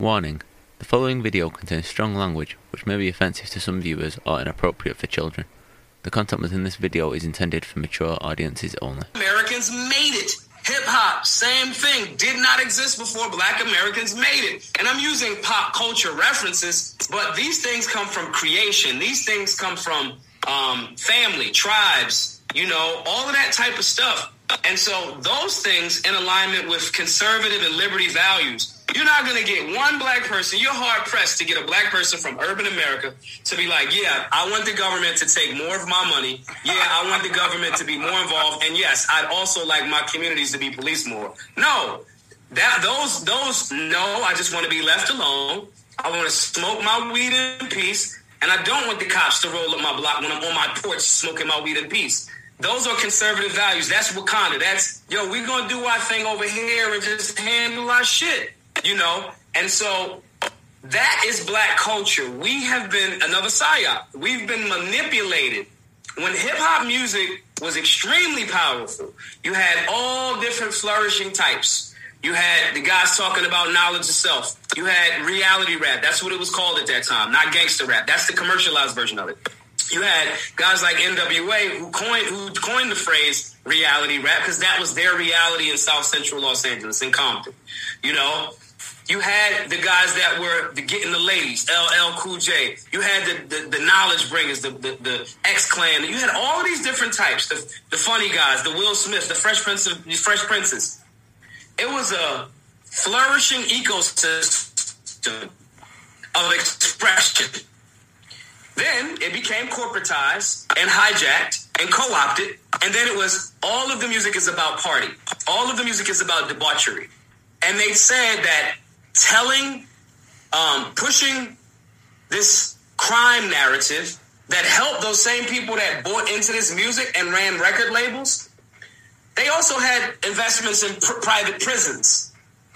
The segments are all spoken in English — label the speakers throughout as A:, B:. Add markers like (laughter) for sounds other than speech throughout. A: Warning: The following video contains strong language which may be offensive to some viewers or inappropriate for children. The content within this video is intended for mature audiences only.
B: Americans made it. Hip hop, same thing, did not exist before black Americans made it. And I'm using pop culture references, but these things come from creation. These things come from um, family, tribes, you know, all of that type of stuff. And so those things in alignment with conservative and liberty values, you're not going to get one black person. You're hard pressed to get a black person from urban America to be like, yeah, I want the government to take more of my money. Yeah, I want the government to be more involved. And yes, I'd also like my communities to be policed more. No, that those those no, I just want to be left alone. I want to smoke my weed in peace, and I don't want the cops to roll up my block when I'm on my porch smoking my weed in peace. Those are conservative values. That's Wakanda. That's yo, we're gonna do our thing over here and just handle our shit. You know? And so that is black culture. We have been another psyop. We've been manipulated. When hip hop music was extremely powerful, you had all different flourishing types. You had the guys talking about knowledge of self. You had reality rap. That's what it was called at that time, not gangster rap. That's the commercialized version of it you had guys like NWA who coined who coined the phrase reality rap because that was their reality in South Central Los Angeles in Compton. You know, you had the guys that were the getting the ladies, LL Cool J. You had the the, the knowledge bringers, the the, the X Clan. You had all of these different types. The the funny guys, the Will Smith, the Fresh Prince of the Fresh Princes. It was a flourishing ecosystem of expression. Then it became corporatized and hijacked and co opted. And then it was all of the music is about party, all of the music is about debauchery. And they said that telling, um, pushing this crime narrative that helped those same people that bought into this music and ran record labels, they also had investments in pr- private prisons.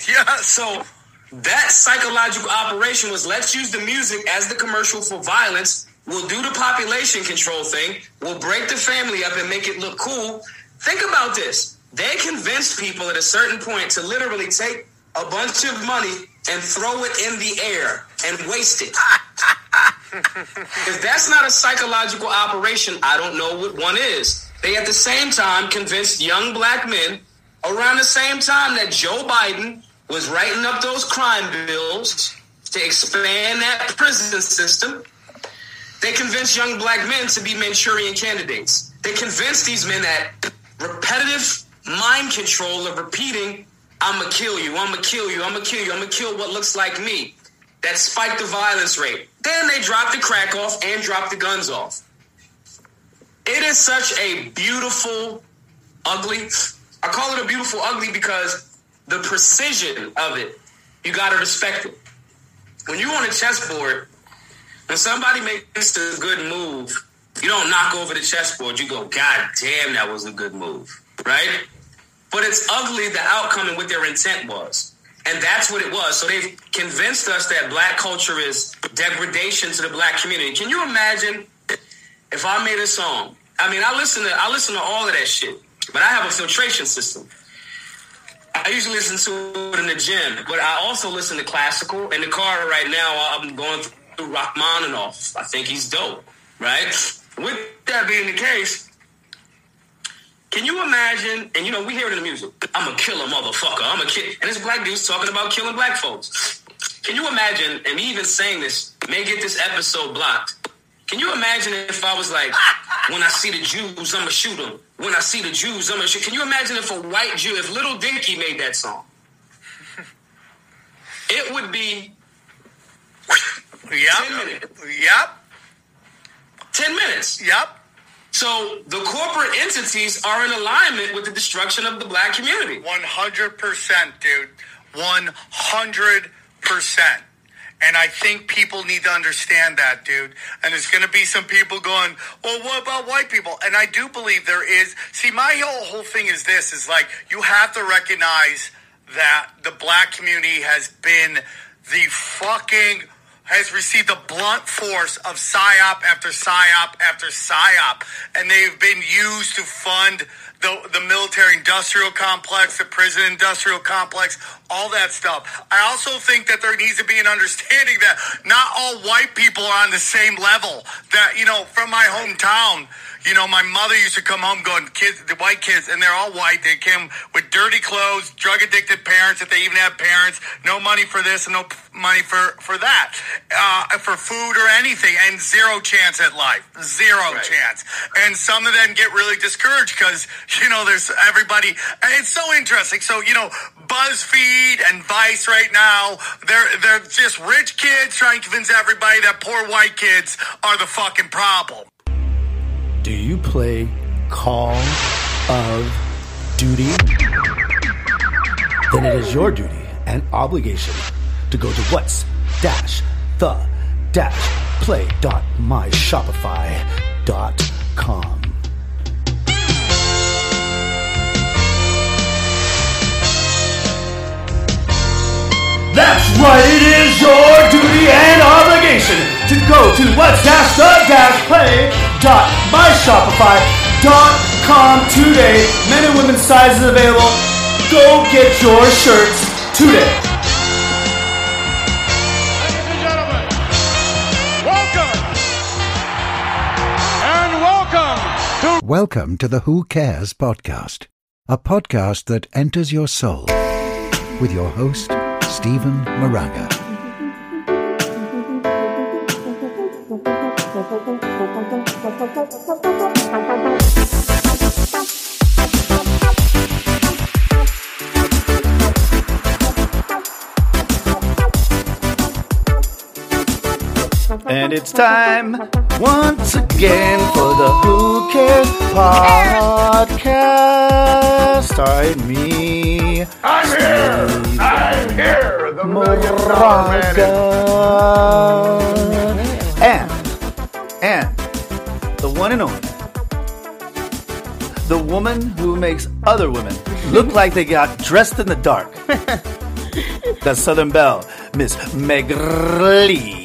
B: Yeah. So that psychological operation was let's use the music as the commercial for violence. We'll do the population control thing. We'll break the family up and make it look cool. Think about this. They convinced people at a certain point to literally take a bunch of money and throw it in the air and waste it. if that's not a psychological operation, I don't know what one is. They at the same time convinced young black men around the same time that Joe Biden was writing up those crime bills to expand that prison system. They convinced young black men to be Manchurian candidates. They convinced these men that repetitive mind control of repeating, I'm gonna kill you, I'm gonna kill you, I'm gonna kill you, I'm gonna kill what looks like me, that spiked the violence rate. Then they dropped the crack off and dropped the guns off. It is such a beautiful, ugly. I call it a beautiful ugly because the precision of it, you gotta respect it. When you on a chessboard, when somebody makes a good move, you don't knock over the chessboard. You go, God damn, that was a good move, right? But it's ugly the outcome and what their intent was. And that's what it was. So they've convinced us that black culture is degradation to the black community. Can you imagine if I made a song? I mean, I listen to I listen to all of that shit, but I have a filtration system. I usually listen to it in the gym, but I also listen to classical. In the car right now, I'm going through Rachmaninoff. I think he's dope, right? With that being the case, can you imagine? And you know, we hear it in the music. I'm a killer motherfucker. I'm a kid, and this black dude's talking about killing black folks. Can you imagine? And me even saying this may get this episode blocked. Can you imagine if I was like, when I see the Jews, I'ma shoot them. When I see the Jews, I'ma shoot. Can you imagine if a white Jew, if Little Dicky made that song? It would be
C: Yep.
B: Ten
C: Yep.
B: ten minutes.
C: Yep.
B: So the corporate entities are in alignment with the destruction of the black community.
C: One hundred percent, dude. One hundred percent. And I think people need to understand that, dude. And there's going to be some people going, "Well, what about white people?" And I do believe there is. See, my whole whole thing is this: is like you have to recognize that the black community has been the fucking has received the blunt force of psyop after psyop after psyop, and they've been used to fund the the military industrial complex, the prison industrial complex, all that stuff. I also think that there needs to be an understanding that not all white people are on the same level. That you know, from my hometown, you know, my mother used to come home going, kids, the white kids, and they're all white. They came with dirty clothes, drug addicted parents, if they even have parents, no money for this and no p- money for, for that, uh, for food or anything, and zero chance at life. Zero chance. And some of them get really discouraged because, you know, there's everybody, and it's so interesting. So, you know, BuzzFeed and Vice right now, they're, they're just rich kids trying to convince everybody that poor white kids are the fucking problem.
D: Do you play Call of Duty? Then it is your duty and obligation to go to what's dash the dash play dot myshopify dot com. That's right, it is your duty and obligation to go to what's dash the dash play dot myshopify dot com today. Men and women sizes available. Go get your shirts today.
E: Ladies and gentlemen, welcome and welcome
F: Welcome to the Who Cares podcast, a podcast that enters your soul with your host, Stephen Moraga.
D: And it's time once again for the Who Cares podcast. Starring me. I'm here. I'm here. The Moraga. And, and the one and only, the woman who makes other women look like they got dressed in the (laughs) dark. the Southern Belle, Miss Meg Lee.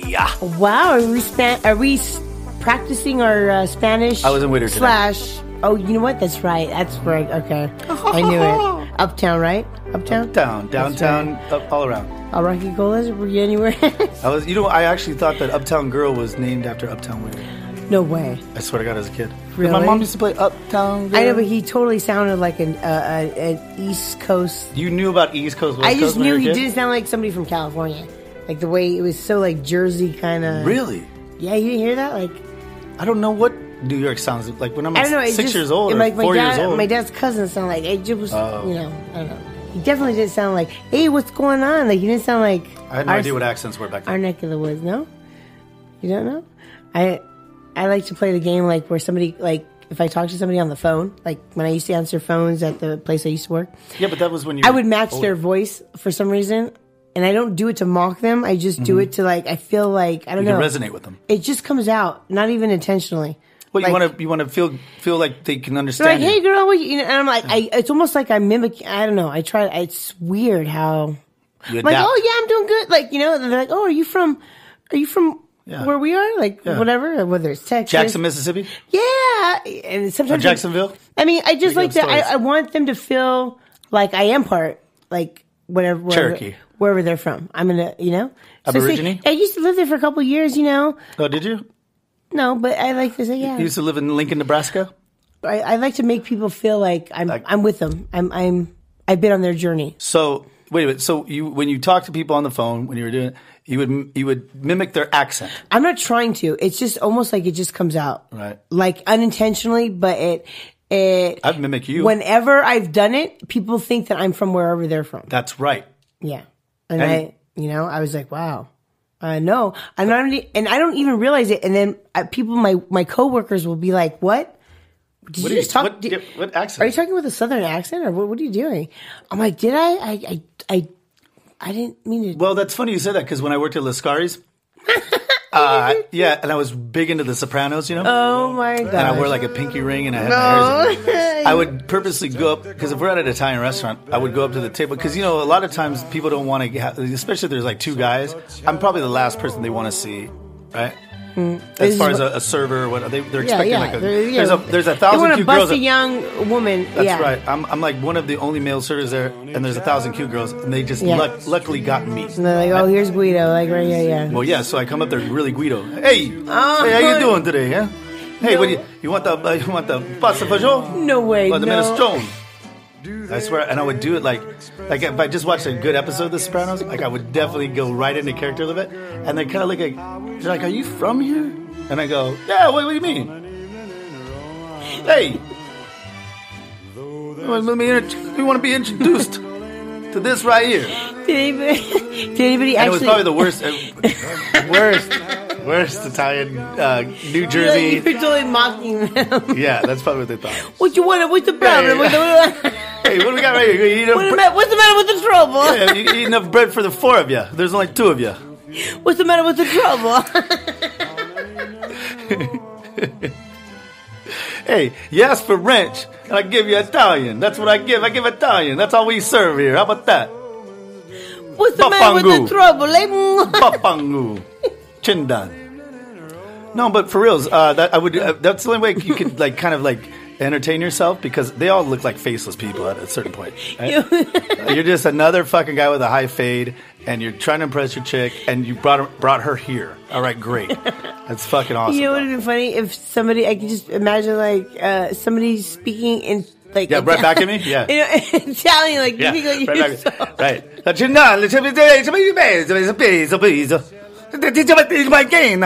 G: Wow, are we span- are we s- practicing our uh, Spanish?
D: I was in Whittier today.
G: Slash. Oh, you know what? That's right. That's right. Okay, I knew it.
D: (laughs)
G: Uptown, right? Uptown.
D: Down,
G: That's
D: downtown,
G: right.
D: up, all around.
G: All Rocky Colas. Were you anywhere? (laughs)
D: I was, you know, I actually thought that Uptown Girl was named after Uptown Whittier.
G: no way.
D: I swear to God, as a kid. 'Cause My
G: Really?
D: mom used to play Uptown Girl.
G: I know, but he totally sounded like an uh, uh, an East Coast.
D: you knew about East Coast. West
G: I just
D: Coast when you
G: knew
D: were
G: he
D: a kid?
G: didn't sound like somebody from California. Like the way it was so like Jersey kind of.
D: Really?
G: Yeah, you didn't hear that? Like
D: I don't know what New York sounds like when I'm
G: I don't know.
D: like
G: It's
D: six
G: just,
D: years old
G: and
D: or
G: like my
D: four
G: dad,
D: years old. Oh.
G: My dad's cousin sound like it just was, you know, I don't know. He definitely didn't sound like, hey, what's going on? Like he didn't sound like
D: I had no
G: our,
D: idea what accents were back
G: our
D: then.
G: neck of the woods. No, you don't know. I I like to play the game like where somebody like if I talk to somebody on the phone, like when I used to answer phones at the place I used to work,
D: Yeah, but that was when you.
G: I
D: were
G: would match their
D: older.
G: voice for some reason, and I don't do it to mock them. I just do it to like I feel like I don't
D: Mm-hmm. You can
G: know.
D: resonate with them.
G: It just comes out, not even intentionally.
D: Well, you
G: Like-
D: want to you want to feel feel like they can
G: They're like,
D: understand.
G: "Hey,
D: you.
G: girl," what you, you know, and I'm like, I, it's almost like I mimic. I don't know. I try. It's weird how
D: You
G: I'm like,
D: adapt.
G: oh yeah, I'm doing good. Like you know, they're like, oh, are you from? Are you from
D: Yeah.
G: where we are? Like
D: Yeah.
G: whatever, whether it's Texas,
D: Jackson, Mississippi,
G: yeah, and
D: or
G: sometimes
D: Jacksonville.
G: I mean, I just
D: They
G: like
D: give
G: that. I,
D: stories.
G: I want them to feel like I am part, like whatever wherever,
D: Cherokee.
G: wherever they're from. I'm gonna, you know, So say,
D: Aborigine?
G: I used to live there for a couple of years, you know.
D: Oh, did you?
G: No, but I like to say, yeah,
D: You used to live in Lincoln, Nebraska.
G: I, I like to make people feel like I'm I'm with them. I'm I'm I've been on their journey.
D: So wait a minute. So you when you talk to people on the phone when you were doing it, you would you would mimic their accent,
G: I'm not trying to. It's just almost like it just comes out,
D: right?
G: like unintentionally, but it it.
D: I'd mimic you.
G: Whenever I've done it, people think that I'm from wherever they're from.
D: That's right.
G: Yeah, and
D: Hey.
G: I you know I was like, wow. Uh, I know, and I don't, e- and I don't even realize it. And then uh, people, my my coworkers will be like, "What? Did
D: What
G: you
D: are
G: just talk?
D: What,
G: did-
D: what
G: Are you
D: accent?
G: talking with a southern accent, or what, what are you doing? I'm like, did I? I, I, I, I didn't mean to. (laughs)
D: well, that's funny you said that because when I worked at Lascari's, Uh, yeah, and I was big into The Sopranos, you know.
G: Oh my god!
D: and I wore like a pinky ring, and I had my hairs.
G: no.
D: I would purposely go up because if we're at an Italian restaurant, I would go up to the table because you know a lot of times people don't want to, ha- especially if there's like two guys. I'm probably the last person they want to see, right? As
G: This
D: far
G: is
D: as a, a server, or what they, they're
G: yeah,
D: expecting
G: yeah.
D: like a,
G: They're- yeah.
D: there's a there's a
G: They
D: thousand
G: wanna
D: cute
G: bust
D: girls.
G: a
D: that-
G: young woman.
D: that's
G: yeah.
D: right. I'm, I'm like one of the only male servers there, and there's a thousand cute girls, and they just
G: Yeah.
D: luck, luckily got me.
G: And they're like, oh, here's Guido. Like, right, yeah, yeah.
D: Well, yeah. So I come up there, really Guido. Hey,
G: Oh,
D: hey, how you
G: good.
D: doing today? Huh? Hey, what do you you want the uh, you want the pasta fagioli?
G: No way,
D: Or the
G: no.
D: minestrone? I swear, and I would do it like, like if I just watched a good episode of The Sopranos, like I would definitely go right into character a little bit, and they kind of look like, they're like, "Are you from here?" And I go, "Yeah." What, what do you mean? Hey, let me. int- We want to be introduced to this right here.
G: Did anybody, did anybody
D: And
G: actually?
D: it was probably the worst,
G: (laughs)
D: uh, worst, worst Italian uh, New
G: You're like-
D: Jersey.
G: You're totally mocking them. (laughs)
D: (laughs) Yeah, that's probably what they thought.
G: what you want? What's the problem? What the-
D: Hey, what do we got (laughs) right here? You eat
G: (laughs) What the
D: enough,
G: ma- What's the matter with the trouble?
D: bre- yeah, you eat enough bread for the four of you. There's only two of you.
G: What's the matter with the (laughs) trouble?
D: (laughs) Hey, you ask for ranch, and I give you Italian. That's what I give. I give Italian. That's all we serve here. How about that?
G: What's the matter with the
D: Bafangu.
G: trouble? Like, (laughs) mm.
D: Papangu, Chindan. No, but for reals, uh, that I would. Uh, that's the only way you could like kind of like entertain yourself because they all look like faceless people at a certain point. right? You're just another fucking guy with a high fade, and you're trying to impress your chick, and you brought her, brought her here. All right, great. That's fucking awesome.
G: you know what would
D: though.
G: have been funny if somebody I could just imagine like uh, somebody speaking in like
D: Yeah, right back at me? Yeah.
G: (laughs) you know, Italian like
D: yeah,
G: you think like
D: right.
G: you're so-
D: back- right. But you know, let me tell you, let me tell you, please, please, please. It's my game.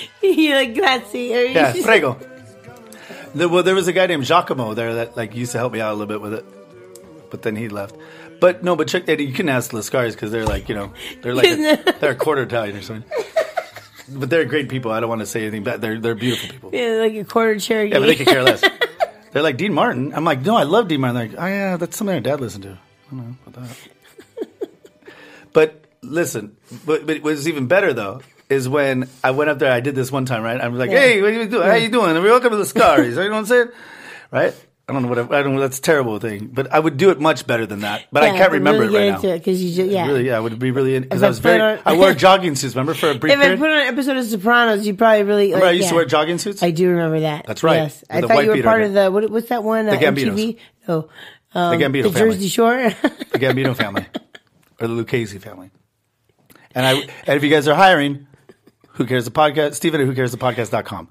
G: (laughs) you're like grazie. Or
D: Yeah,
G: you just-
D: prego. There, well, there was a guy named Giacomo there that like used to help me out a little bit with it, but then he left. But no, but check that you can ask Lascars because they're like you know they're like a, they're a quarter Italian or something. But they're great people. I don't want to say anything bad. They're they're beautiful people.
G: (laughs)
D: Yeah,
G: yeah, like a quarter cherry.
D: but they could care
G: (laughs)
D: less. (laughs) They're like Dean Martin. I'm like, no, I love Dean Martin. They're like, oh yeah, that's something our dad listened to. I don't know about
G: (laughs)
D: that. But listen, but, but what's even better though is when I went up there. I did this one time, right? I'm like,
G: Yeah.
D: hey, what are you doing? How you doing? And we welcome to the Scars. you know what I'm saying? Right? I don't know what I, I don't know. That's a terrible thing. But I would do it much better than that. But I can't remember it right now.
G: because you just yeah.
D: Really, yeah, I would be really in because
G: If I
D: I was very.
G: put on-
D: I wore jogging suits. Remember for a
G: (laughs)
D: brief
G: If I
D: period.
G: put on an episode of Sopranos, you probably really. Like,
D: remember I used
G: yeah.
D: to wear jogging suits.
G: I do remember that.
D: That's right,
G: Yes,
D: with
G: I
D: the
G: thought
D: white
G: you were
D: beat
G: part
D: on
G: of the what, what's that one? Uh,
D: Gambinos.
G: MTV? No, um,
D: Gambino
G: the
D: family.
G: Jersey
D: (laughs)
G: Shore.
D: the Gambino family or the Lucchese family. And I and if you guys are hiring, who cares the podcast? Steven at who cares the podcast.com.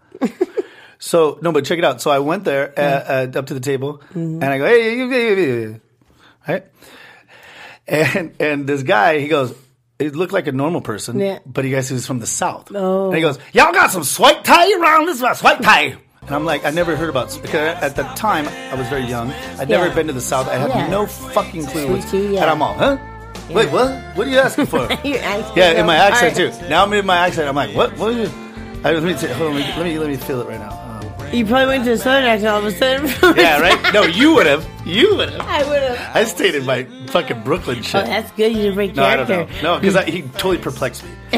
D: So no, but check it out. So I went there uh, uh, up to the table and I go, hey, you- you- you- you," right? And and this guy, he goes, it looked like a normal person,
G: Yeah.
D: but he guys he was from the south.
G: Oh. (laughs)
D: And he goes, y'all got some swipe tie around this is swipe tie. And I'm like, I never heard about because at the time I was very young. I'd never
G: Yeah.
D: been to the south. I had
G: Yeah.
D: no fucking clue.
G: Sweet
D: what's-
G: tea, yeah.
D: And I'm all, huh? Wait, what? What are you
G: (laughs)
D: asking for?
G: Your accent,
D: yeah, in my
G: though.
D: accent
G: All right.
D: too. Now I'm in my accent. I'm like, what? What? Are you? I, let me say, hold on. Let me let me feel it right now. Oh.
G: you probably went to a southern accent all of a sudden.
D: Yeah,
G: (laughs)
D: right. No, you would have. You would have.
G: I would have.
D: I stayed in my fucking Brooklyn shit.
G: Oh, that's good. You didn't break
D: No, I don't
G: character.
D: know. No, because he totally perplexed me. I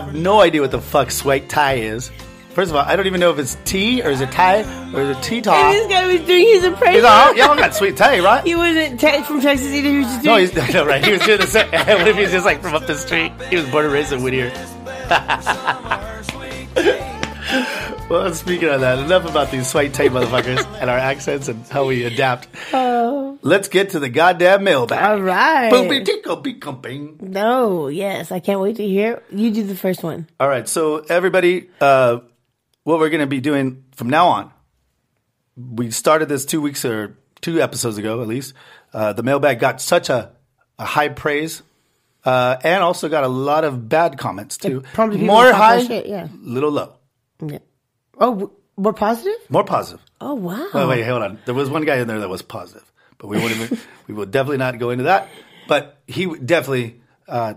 D: have no idea what the fuck sweat tie is. First of all, I don't even know if it's tea or is it tie or is it tea tie.
G: And this guy was doing his impression.
D: He's like, "Oh, y'all got sweet tie, right?
G: (laughs) He wasn't te- from Texas either. He was just
D: No,
G: doing.
D: he's (laughs) no, right. He was doing the same. (laughs) what if he's just like from up the street? He was born and raised in Whittier. (laughs) well, speaking of that, enough about these sweet tie motherfuckers (laughs) and our accents and how we adapt.
G: Oh,
D: Let's get to the goddamn mailbag.
G: all right.
D: Boopy tickle, beacon, bing.
G: No, yes, I can't wait to hear. You do the first one.
D: All right, so everybody, uh, what we're going to be doing from now on, we started this two weeks or two episodes ago at least. Uh, the mailbag got such a, a high praise, uh, and also got a lot of bad comments too.
G: prompted people
D: more
G: to talk about
D: high,
G: shit, yeah.
D: little low,
G: Yeah. Oh, w- we're positive.
D: more positive.
G: Oh wow.
D: Oh wait, hold on. There was one guy in there that was positive, but we won't even. we will definitely not go into that. But he would definitely. Uh,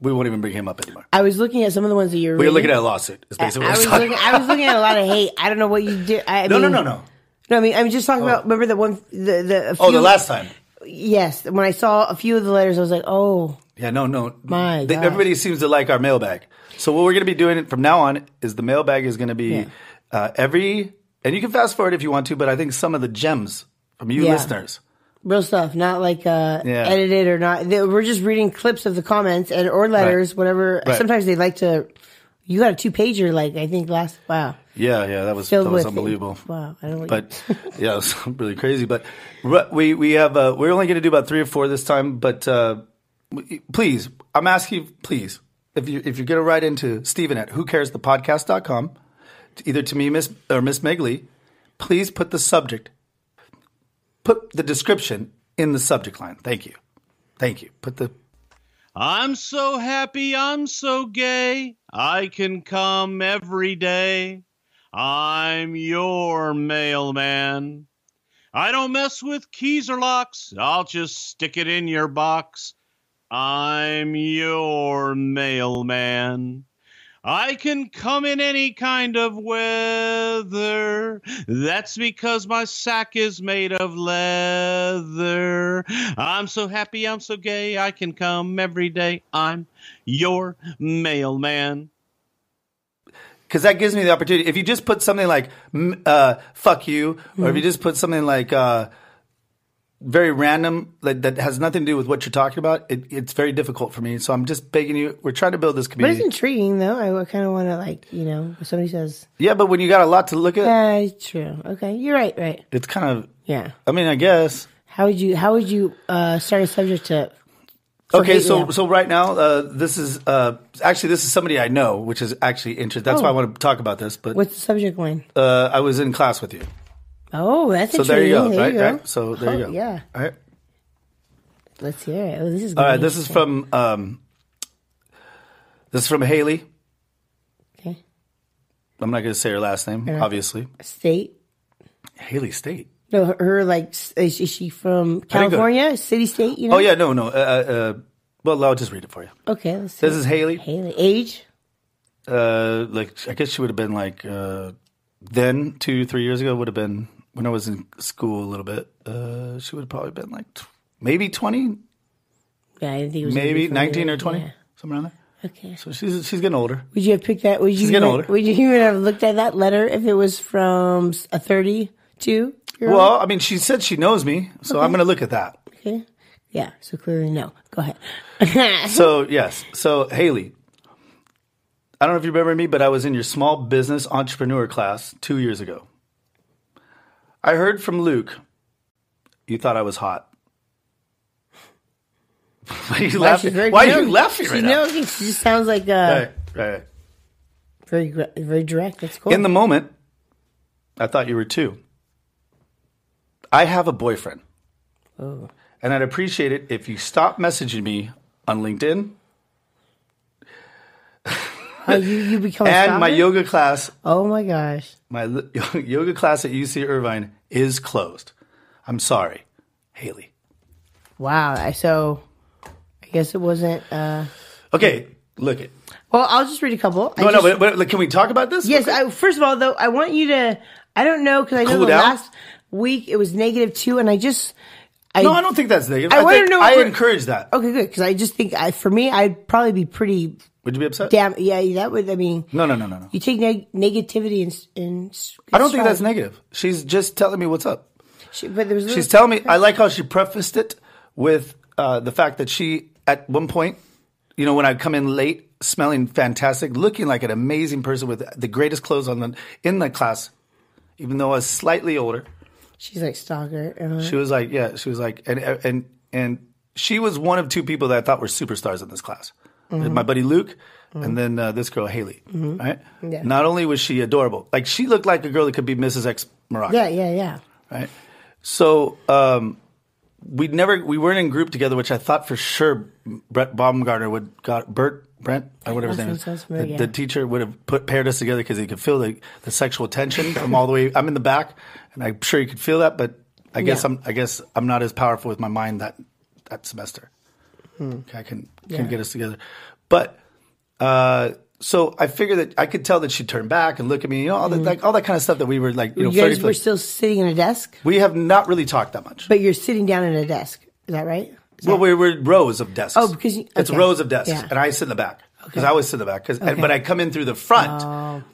D: we won't even bring him up anymore.
G: I was looking at some of the ones that you're.
D: We're looking at a lawsuit. Is
G: I,
D: basically what
G: was
D: we're talking
G: looking, I was looking at a lot of hate. I don't know what you did. I, I
D: No, no,
G: mean-
D: no, no.
G: No, I mean I'm just talking about. Remember the one the the. a
D: Oh, the
G: few-
D: last time.
G: yes, when I saw a few of the letters, I was like, oh,
D: Yeah, no, no.
G: My
D: They-
G: God.
D: Everybody seems to like our mailbag. So what we're going to be doing from now on is the mailbag is going to be
G: Yeah.
D: uh, every, and you can fast forward if you want to, but I think some of the gems from you
G: Yeah.
D: listeners.
G: real stuff, not like uh,
D: Yeah.
G: edited or not. They, we're just reading clips of the comments and or letters,
D: Right.
G: whatever.
D: Right.
G: Sometimes they like to. You got a two pager, like I think last. Wow,
D: Yeah, yeah, that was
G: filled
D: that was
G: with
D: unbelievable.
G: Wow, I don't.
D: But yeah, (laughs) it was really crazy. But re- we we have uh, we're only going to do about three or four this time. But uh, w- please, I'm asking you, please, if you if you're going to write into Stephen at who cares the podcast.com, either to me Miss or Miss Megley, please put the subject, put the description in the subject line. Thank you, thank you. Put the
H: I'm so happy, I'm so gay. I can come every day. I'm your mailman. I don't mess with keys or locks. I'll just stick it in your box. I'm your mailman. I can come in any kind of weather. That's because my sack is made of leather. I'm so happy, I'm so gay. I can come every day. I'm your mailman.
D: because that gives me the opportunity. If you just put something like mm, uh, "fuck you," or
G: Mm-hmm.
D: if you just put something like uh, very random like, that has nothing to do with what you're talking about, it, it's very difficult for me. So I'm just begging you. We're trying to build this
G: but it's
D: community.
G: intriguing though. I kind of want to like you know, if somebody says,
D: yeah, but when you got a lot to look at,
G: "Yeah, it's true." Okay, you're right, right?
D: it's kind of.
G: Yeah.
D: I mean, I guess.
G: How would you? How would you uh, start a subject to? for
D: Okay,
G: hate
D: so
G: mail?
D: so right now, uh, this is uh, actually this is somebody I know, which is actually interesting. That's why I want to talk about this. But
G: Oh. what's the subject line?
D: uh, I was in class with you,
G: Oh, that's
D: so there
G: intriguing.
D: you go. right,
G: you go.
D: right. So there you
G: Oh,
D: go.
G: Yeah,
D: All right.
G: let's hear it. Oh, this is
D: All right,
G: gonna be
D: this is from um, this is from Haley.
G: okay.
D: I'm not going to say her last name, obviously.
G: State.
D: Haley State.
G: No, her, her like s- is is she from California, city, state? You know.
D: uh, Oh yeah, no, no. Uh, uh, well, I'll just read it for you.
G: Okay. Let's see.
D: This is Haley.
G: Haley. Age.
D: Uh, like I guess she would have been like uh, then two, three years ago would have been when I was in school a little bit. Uh, she would have probably been like tw- maybe 20,
G: Yeah, I didn't think it was gonna be
D: maybe
G: from
D: 19
G: there.
D: or 20,
G: Yeah.
D: somewhere around there.
G: Okay.
D: So she's she's getting older.
G: Would you have picked that? Would you
D: getting
G: even,
D: older.
G: Would you even have looked at that letter if it was from s- a thirty-two?
D: Well, I mean, she said she knows me, so I'm going to look at that.
G: Okay. Yeah. So clearly, no. Go (laughs) ahead.
D: So yes, so Haley, I don't know if you remember me, but I was in your small business entrepreneur class two years ago. I heard from Luke. You thought I was hot. (laughs) Why are you
G: Wow,
D: laughing?
G: she's very
D: Why are you
G: nosy.
D: laughing
G: she's
D: right now?
G: nosy. She just sounds like uh,
D: Right, right, right.
G: very gr- very direct. That's cool.
D: In the moment, I thought you were two. I have a boyfriend.
G: Oh.
D: And I'd appreciate it if you stop messaging me on LinkedIn
G: oh, you you become a
D: and my
G: stalker?
D: yoga class
G: Oh my gosh.
D: My li- (laughs) yoga class at UC Irvine is closed. I'm sorry, Haley.
G: Wow. I- So I guess it wasn't. uh
D: Okay, look it.
G: Well, I'll just read a couple. I
D: No, no,
G: just-
D: but, but like, can we talk about this?
G: Yes. I, first of all, though, I want you to. I don't know because I know
D: Cool
G: the
D: down?
G: last week it was negative two, and I just. I,
D: No, I don't think that's negative.
G: I
D: I,
G: wanna
D: think
G: know
D: I
G: if we're-
D: encourage that.
G: Okay, good. Because I just think I, for me, I'd probably be pretty
D: Would you be upset?
G: damn. Yeah, that would. I mean,
D: No, no, no, no, no.
G: you take neg- negativity and. s- and s-
D: I don't think that's
G: stride.
D: negative. She's just telling me what's up.
G: She- but there was a
D: She's
G: little-
D: telling me. I like how she prefaced it with uh, the fact that she, at one point, you know, when I come in late, smelling fantastic, looking like an amazing person with the greatest clothes on the in the class, even though I was slightly older.
G: She's like stalker. Uh,
D: She was like, yeah, she was like, and and and she was one of two people that I thought were superstars in this class.
G: Mm-hmm.
D: My buddy Luke, and then uh, this girl Haley. Right?
G: Yeah.
D: Not only was she adorable, like she looked like a girl that could be Mrs. X Morocco.
G: yeah, yeah, yeah.
D: Right. So um, we never we weren't in group together, which I thought for sure Brett Baumgartner would got Bert Brent or whatever his
G: That
D: name is.
G: sounds
D: The,
G: familiar, yeah.
D: the teacher would have put paired us together because he could feel the, the sexual tension from all the way. I'm in the back, and I'm sure he could feel that. But I guess
G: Yeah.
D: I'm I guess I'm not as powerful with my mind that that semester. Okay, I can can
G: Hmm. Yeah.
D: get us together, but. Uh, so I figured that I could tell that she'd turn back and look at me, you know, all that, like all that kind of stuff that we were like, you know,
G: Mm-hmm. You guys
D: flirting
G: were
D: with.
G: still sitting at a desk,
D: We have not really talked that much.
G: but you're sitting down at a desk. Is that right? Is
D: Well,
G: that-
D: we're, we're rows of desks.
G: Oh, because you-
D: it's
G: okay.
D: rows of desks,
G: Yeah.
D: and I sit in the back because
G: Okay.
D: I always sit in the back. Because
G: Okay. Oh.
D: but I come in through the front,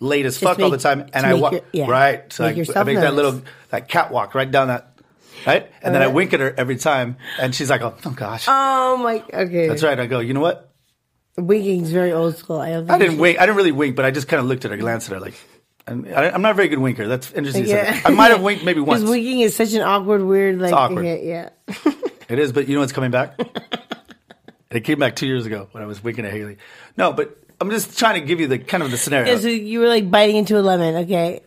D: late as
G: Just
D: fuck all the
G: make-
D: time,
G: to
D: and I
G: make
D: walk
G: your- yeah.
D: right. So
G: Make
D: I- I,
G: yourself
D: make that
G: notice.
D: little that catwalk right down that right, and then I
G: Alright.
D: wink at her every time, and she's like, "Oh, oh gosh."
G: Oh my. Okay.
D: That's right. I go, you know what?
G: Winking's very old school. I don't. Think
D: I didn't
G: you
D: wink. I didn't really wink, but I just kind of looked at her, glanced at her, like, and I, I'm not a very good winker. That's interesting.
G: should-
D: you said that. I might
G: (laughs)
D: have winked maybe
G: 'Cause
D: once.
G: winking is such an awkward, weird, like
D: awkward.
G: okay, yeah.
D: It is, but you know what's coming back? it came back two years ago when I was winking at Haley. No, but I'm just trying to give you the kind of the scenario.
G: yeah. So you were like biting into a lemon. Okay.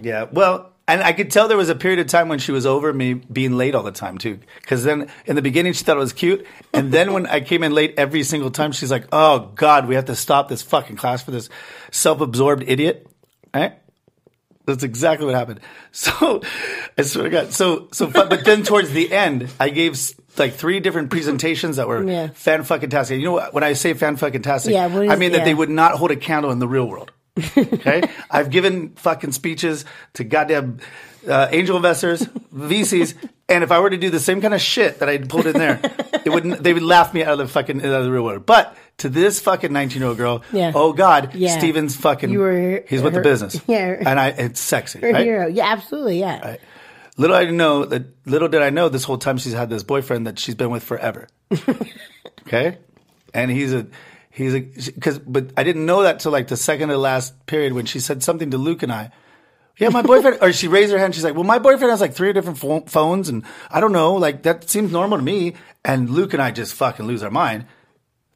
D: Yeah. Well, and I could tell there was a period of time when she was over me being late all the time too. Because then in the beginning she thought it was cute, and then when I came in late every single time, she's like, "Oh God, we have to stop this fucking class for this self-absorbed idiot." Right? That's exactly what happened. (laughs) So I swear to God. So so, but, but then towards the end, I gave s- like three different presentations that were
G: Yeah.
D: fan fucking tastic. You know what? When I say fan fucking tastic,
G: Yeah, what
D: I
G: is-
D: mean that they
G: yeah.
D: would not hold a candle in the real
G: (laughs)
D: world. Okay, I've given fucking speeches to goddamn uh, angel investors, VCs, and if I were to do the same kind of shit that I pulled in there, it wouldn't. They would laugh me out of the fucking out of the real world. But to this fucking nineteen year old girl,
G: Yeah.
D: oh god,
G: Yeah.
D: Steven's fucking.
G: You were
D: he's with the
G: her-
D: business.
G: (laughs) yeah.
D: and I it's sexy.
G: You're a
D: right?
G: hero. Yeah, absolutely. Yeah.
D: Little I know that little did I know this whole time she's had this boyfriend that she's been with
G: (laughs)
D: forever. okay? And he's a he's a cuz but I didn't know that till like the second to last period when she said something to Luke and I. Yeah, my boyfriend or she raised her hand she's like, "Well, my boyfriend has like three different pho- phones and I don't know, like that seems normal to me." And Luke and I just fucking lose our mind.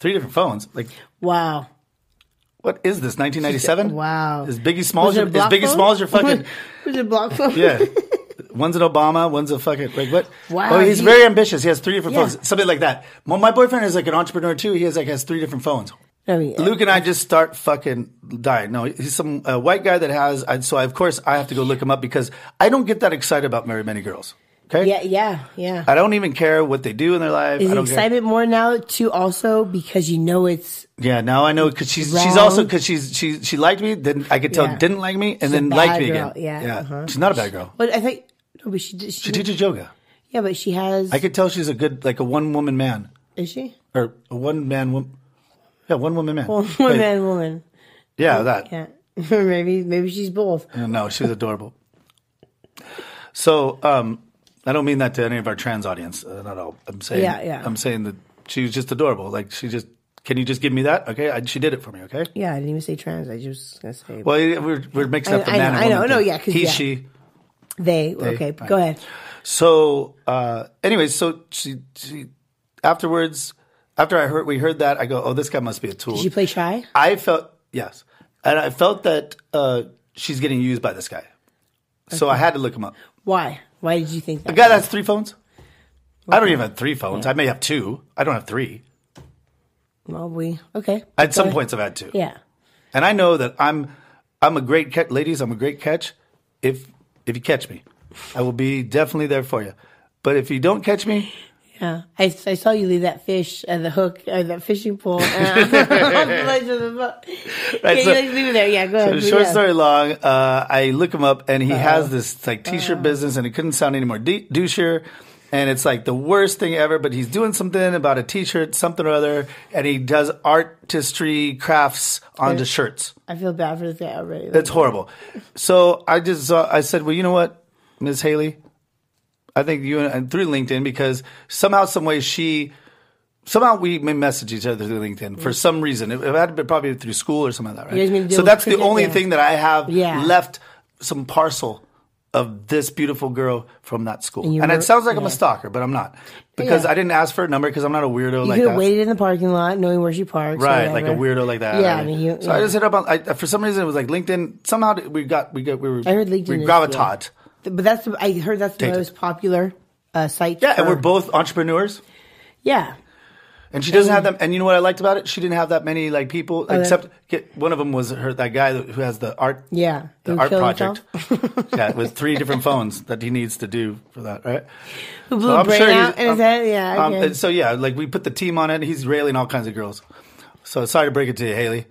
D: Three different phones. Like
G: Wow.
D: what is this? 1997?
G: Wow.
D: Is Biggie Smalls
G: Was it
D: your,
G: a
D: is
G: block
D: Biggie
G: phone?
D: Smalls your fucking
G: (laughs) Was it block phone?
D: yeah. One's an Obama, one's a fucking like what?
G: Wow,
D: Oh, he's
G: he-
D: very ambitious. He has three different
G: Yeah.
D: phones, something like that. Well, my boyfriend is like an entrepreneur too. He has like has three different phones.
G: I mean,
D: Luke and I just start fucking dying. No, he's some uh, white guy that has. I, so I, of course I have to go look him up because I don't get that excited about very many girls. Okay.
G: Yeah. Yeah. Yeah.
D: I don't even care what they do in their life.
G: Is
D: I
G: the
D: don't care.
G: excitement more now too? Also because you know it's
D: Yeah, now I know because she's she's
G: Wrong.
D: also because she's she she liked me. Then I could tell
G: Yeah.
D: didn't like me, and then
G: a
D: liked
G: bad
D: me
G: girl.
D: again.
G: Yeah, uh-huh.
D: she's not a bad girl.
G: But I think no, but she did- she,
D: She teaches yoga.
G: yeah, but she has
D: I could tell she's a good like a one woman man.
G: is she
D: or a one man woman. Yeah, one woman
G: (laughs)
D: man.
G: one
D: Wait,
G: man woman?
D: Yeah, that.
G: Yeah, (laughs) maybe maybe she's both.
D: No, she was adorable. So, um, I don't mean that to any of our trans audience. Uh, not all. I'm saying.
G: Yeah, yeah.
D: I'm saying that she was just adorable. Like she just. Can you just give me that? Okay, I, she did it for me. Okay.
G: Yeah, I didn't even say trans. I just was gonna say
D: Well, we're, we're mixing
G: I-
D: up the
G: I
D: man.
G: know,
D: and
G: I know,
D: woman
G: no,
D: thing.
G: yeah, 'cause,
D: he,
G: yeah.
D: she.
G: they. Okay, go ahead.
D: So, uh, anyway, so she, she afterwards, after I heard we heard that, I go, oh, this guy must be a tool.
G: Did she play shy?
D: I felt yes, and I felt that uh, she's getting used by this guy. So I had to look him up.
G: Why? Why did you think
D: A
G: that?
D: guy that has three phones. I don't even have three phones. I may have two. I don't have three.
G: Well, we okay.
D: At some
G: ahead.
D: points, I've had two.
G: Yeah,
D: And I know that I'm, I'm a great catch, ladies. I'm a great catch. If if you catch me, I will be definitely there for you. But if you don't catch me,
G: yeah. I, I saw you leave that fish at the hook at that fishing pole. and (laughs) on the ledge of the boat.
D: Right,
G: yeah,
D: so-
G: you like leave it there. Yeah, go ahead.
D: So short
G: yeah. Uh-huh.
D: story long, uh, I look him up and he has this like t-shirt business and it couldn't sound any more de- douchier. And it's like the worst thing ever, but he's doing something about a t-shirt, something or other. And he does artistry crafts onto shirts.
G: I feel bad for this guy already.
D: That's horrible. So I just saw, I said, well, you know what, Ms. Haley, I think you and, and through LinkedIn because somehow, some way, she somehow we may message each other through LinkedIn for some reason. It, it had to be probably through school or something like that,
G: Mm. You guys mean
D: right?
G: to
D: So
G: do
D: that's the
G: cricket?
D: only
G: Yeah.
D: thing that I have
G: Yeah.
D: left some parcel of this beautiful girl from that school. And,
G: you
D: it
G: were-
D: sounds like I'm a
G: yeah.
D: stalker, but I'm not because
G: Yeah.
D: I didn't ask for a number because I'm not a weirdo
G: you
D: like
G: could have
D: that.
G: waited in the parking lot, knowing where she parks. or
D: Right, like a
G: whatever.
D: weirdo like that.
G: Yeah,
D: right?
G: I mean, you,
D: so I just hit up on. I, for some reason, it was like LinkedIn. Somehow we got we got we were.
G: I heard LinkedIn
D: We
G: is-
D: gravitate.
G: But that's the, I heard that's the
D: Data.
G: most popular uh, site.
D: Yeah, and
G: for-
D: we're both entrepreneurs.
G: Yeah,
D: And she doesn't have them. And you know what I liked about it? She didn't have that many like
G: Oh,
D: people, except get, one of them was her that guy who has the art.
G: yeah.
D: The
G: Who
D: art
G: killed
D: project.
G: himself?
D: yeah, with three different phones that he needs to do for that, right?
G: Who blew a brain out in his head? Yeah.
D: um,
G: okay.
D: and so yeah, like we put the team on it. And he's railing all kinds of girls. So sorry to break it to you, Haley,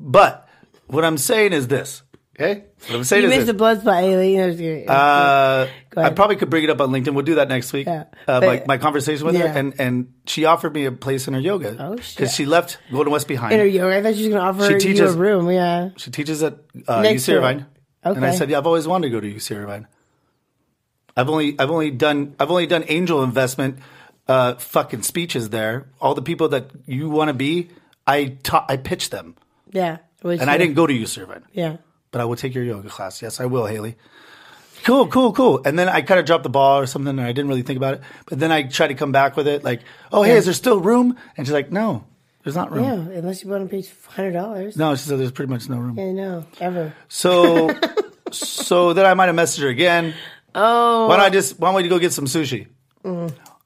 D: but what I'm saying is this: Hey, what I'm saying
G: you
D: is
G: missed the
D: this.
G: blood spot, Haley. You know, it's good.
D: Uh,
G: Go
D: I
G: ahead.
D: probably could bring it up on LinkedIn. We'll do that next week.
G: Yeah.
D: Uh,
G: But-
D: my, my conversation with
G: Yeah.
D: her, and, and she offered me a place in her yoga.
G: Oh, shit.
D: Because she left Golden West behind.
G: in her yoga. I thought she was going to offer
D: She
G: her you a
D: teaches-
G: room. Yeah.
D: She teaches at uh,
G: Next
D: UC
G: year.
D: Irvine. And I
G: Okay.
D: said, "Yeah, I've always wanted to go to UC Irvine. I've only I've only done I've only done angel investment uh, fucking speeches there. All the people that you want to be, I taught I pitched them,
G: Yeah. Which
D: and I didn't go to UC Irvine,
G: Yeah.
D: but I will take your yoga class. Yes, I will, Haley. Cool, cool, cool. And then I kind of dropped the ball or something, and I didn't really think about it. But then I tried to come back with it, like, "Oh, hey,
G: Yeah.
D: is there still room?" And she's like, "No, there's not room."
G: Yeah. Unless you want to pay $100.
D: No, she said, "There's pretty much no room."
G: Yeah, no. Ever.
D: So, so then I might have messaged her again.
G: Oh.
D: Why don't I just? Why don't we go get some sushi?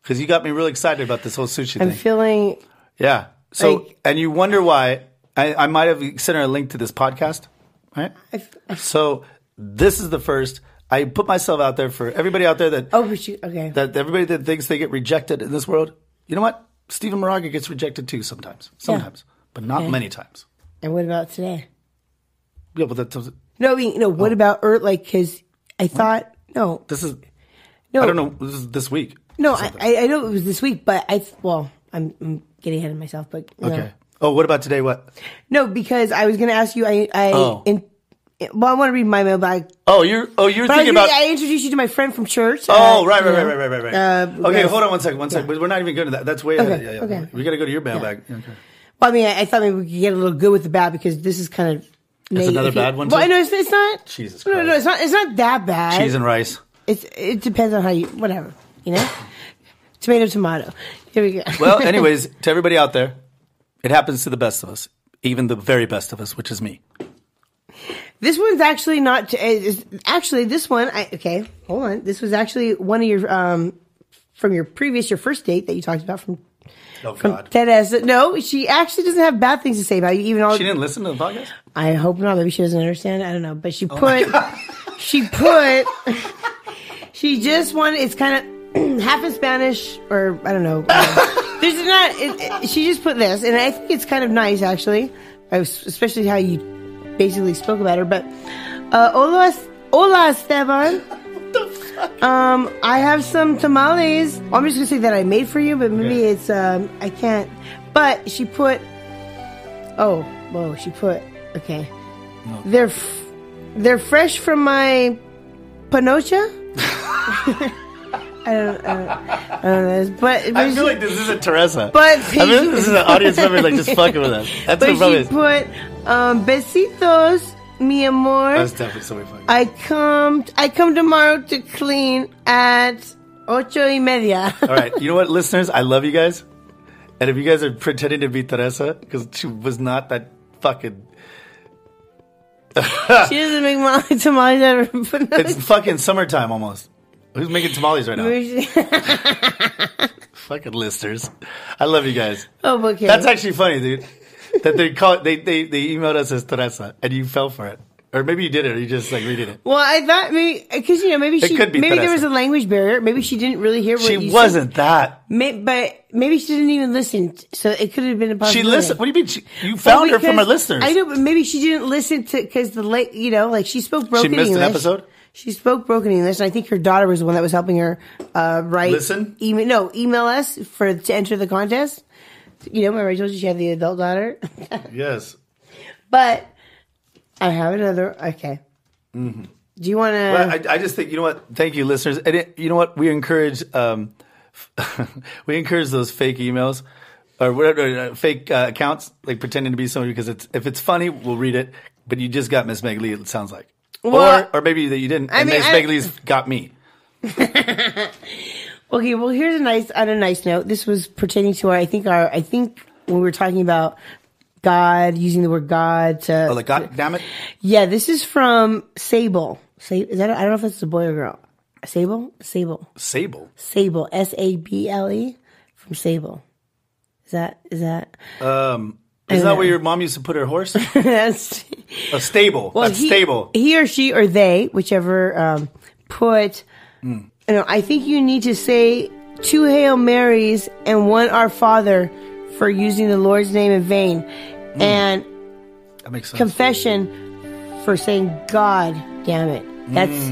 D: Because you got me really excited about this whole sushi
G: Mm. I'm
D: thing.
G: feeling.
D: yeah. So,
G: like-
D: and you wonder why I, I might have sent her a link to this podcast, right? So this is the first. I put myself out there for everybody out there that
G: Oh, but you. Okay.
D: that everybody that thinks they get rejected in this world. You know what? Stephen Moraga gets rejected too sometimes, sometimes, but not many times.
G: and what about today?
D: Yeah, but that,
G: No, I mean, no. What about Earth? Like, because I thought. No.
D: Oh. this is
G: No.
D: I don't know. This is this week.
G: No, I, I I know it was this week, but I. Well, I'm, I'm getting ahead of myself, but. no.
D: Okay. Oh, what about today? What?
G: No, because I was going to ask you. I. I
D: Oh.
G: in, well, I want to read my mailbag
D: Oh, you're oh you're
G: But I,
D: thinking
G: really-
D: about.
G: I introduced you to my friend from church.
D: oh,
G: uh,
D: right, right,
G: you
D: right,
G: know,
D: right, right, right, right.
G: Uh,
D: okay,
G: yes.
D: hold on one second, one second. We're not even going to that. That's way. ahead.
G: Okay,
D: Yeah, yeah.
G: okay.
D: We got to go to your mailbag. Okay.
G: Well, I mean, I, I thought maybe we could get a little good with the bad because this is kind of. It's
D: another bad one,
G: Well,
D: too?
G: I know it's, it's not.
D: Jesus
G: No, no, no,
D: Christ.
G: it's not. It's not that bad.
D: Cheese and rice.
G: It's it depends on how you whatever you know. tomato, tomato. Here we go. (laughs)
D: Well, anyways, (laughs) to everybody out there, it happens to the best of us, even the very best of us, which is me.
G: this one's actually not. To, is, actually, this one. I okay. Hold on. This was actually one of your um from your previous your first date that you talked about from
D: Oh
G: from
D: God.
G: Teresa. No, she actually doesn't have bad things to say about you. Even all
D: She didn't listen to the podcast.
G: I hope not. Maybe she doesn't understand. I don't know. But she put, (laughs) she put, (laughs) she just wanted. It's kind of (clears throat) half in Spanish, or I don't know. There's not. It, it- she just put this, and I think it's kind of nice actually, I was- especially how you basically spoke about her. But uh, hola, hola, Esteban. Um, I have some tamales. I'm just gonna say that I made for you, but maybe it's um, I can't. But she put Oh, whoa, she put okay. They're f- they're fresh from my panocha.
D: (laughs)
G: I don't, I don't, I don't know, this, but but,
D: I feel
G: she,
D: like this isn't Teresa.
G: But
D: I mean, this is an audience member
G: (laughs)
D: like just fucking with us. That's the
G: but
D: problem.
G: she
D: is.
G: put um, besitos, mi amor.
D: That's definitely somebody fucking.
G: I come I come tomorrow to clean at ocho y
D: (laughs)
G: media.
D: All right, you know what, listeners? I love you guys, and if you guys are pretending to be Teresa, because she was not that fucking
G: she doesn't make my (laughs) tamales out of
D: It's
G: (laughs)
D: fucking summertime almost. Who's making tamales right now?
G: panocha.
D: fucking listeners. I love you guys.
G: oh, okay.
D: That's actually funny, dude. That they call they, they they emailed us as Teresa and you fell for it. Or maybe you did it or you just like redid it.
G: Well, I thought maybe because you know maybe
D: It
G: she
D: could be
G: maybe there
D: Teresa.
G: was a language barrier. Maybe she didn't really hear what
D: She
G: you said.
D: wasn't that.
G: May, but maybe she didn't even listen. So it could have been a
D: She
G: possibility.
D: listened. What do you mean? She, you
G: Well,
D: found her from our
G: because-
D: listeners.
G: I know, but maybe she didn't listen to because the late you know like she spoke
D: She
G: broken
D: missed an
G: English.
D: episode.
G: She spoke broken English, and I think her daughter was the one that was helping her uh, write.
D: Listen?
G: email no email us for to enter the contest. You know, remember I told you she had the adult daughter, (laughs)
D: Yes.
G: but I have another. Okay, do you want to?
D: Well, I, I just think you know what. Thank you, listeners, and it, you know what we encourage. Um, (laughs) we encourage those fake emails or whatever uh, fake uh, accounts, like pretending to be somebody because it's if it's funny, we'll read it. But you just got Miss Meg Lee. It sounds like,
G: Well,
D: or or maybe that you didn't.
G: I
D: and
G: mean,
D: Miss
G: I-
D: Meg Lee's got me.
G: Okay, well, here's a nice on a nice note. This was pertaining to our, I think our, I think when we were talking about God using the word God to,
D: Oh, like God damn it!
G: Uh, yeah, this is from Sable. Sa- is that? A, I don't know if it's a boy or girl. Sable, Sable,
D: Sable.
G: Sable, S A B L E, from Sable. Is that? Is that? (laughs)
D: Is Um, that where your mom used to put her horse?
G: That's
D: A stable. That's
G: he,
D: stable.
G: He or she or they, whichever, um, put.
D: Hmm,
G: You know, I think you need to say two Hail Marys and one Our Father for using the Lord's name in vain, and
D: That Mm. makes sense.
G: confession for saying God damn it. That's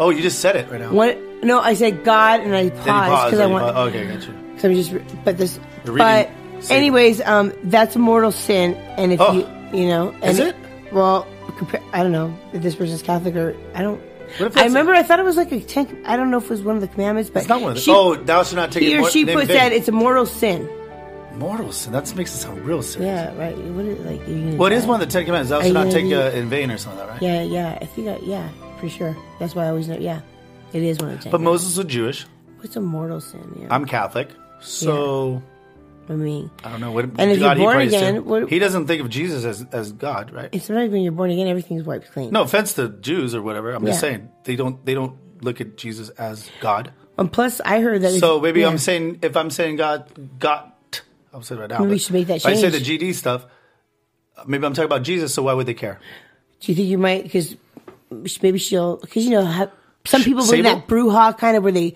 D: Oh, you just said it right now.
G: what. No, I said God and I paused
D: Then you paused,
G: because I
D: then you
G: want.
D: paused. Okay, gotcha.
G: So I'm just, re- but this,
D: You're
G: but
D: reading. See.
G: anyways, um, that's a mortal sin, and if
D: Oh.
G: you, you know, and
D: Is it?
G: Well, compa- I don't know if this person's Catholic or I don't. I
D: What if that's-
G: remember I thought it was like a ten. I don't know if it was one of the commandments, but
D: It's not one of the.
G: she-
D: oh, thou should not take
G: he
D: it
G: or
D: more-
G: she
D: name
G: puts
D: vain.
G: that it's a mortal sin.
D: mortal sin. That makes it sound real serious.
G: Yeah, right. What is like? you
D: Well, it is one of the Ten Commandments. Thou
G: Are
D: should
G: you
D: not
G: gonna
D: take
G: be-
D: uh, in vain or something, like that, right?
G: Yeah, yeah. I think I, yeah, for sure. That's why I always know. Yeah, it is one of the. Ten
D: But Moses was Jewish.
G: What's a mortal sin? Yeah,
D: I'm Catholic, so
G: I mean,
D: I don't know what.
G: And if you're
D: God he
G: born
D: prays to.
G: again, what-
D: he doesn't think of Jesus as as God, right?
G: and sometimes when you're born again, everything's wiped clean.
D: No offense to Jews or whatever. I'm just
G: Yeah.
D: saying they don't they don't look at Jesus as God.
G: And Um, plus, I heard that.
D: So
G: it's-
D: maybe
G: yeah.
D: I'm saying if I'm saying God, God, I'm saying it right now.
G: Maybe we
D: but
G: should make that
D: if I say the
G: change.
D: GD stuff. uh, Maybe I'm talking about Jesus, so why would they care?
G: Do you think you might? Because maybe she'll. Because you know, how, some people believe
D: Sable?
G: that brouhaha kind of where they.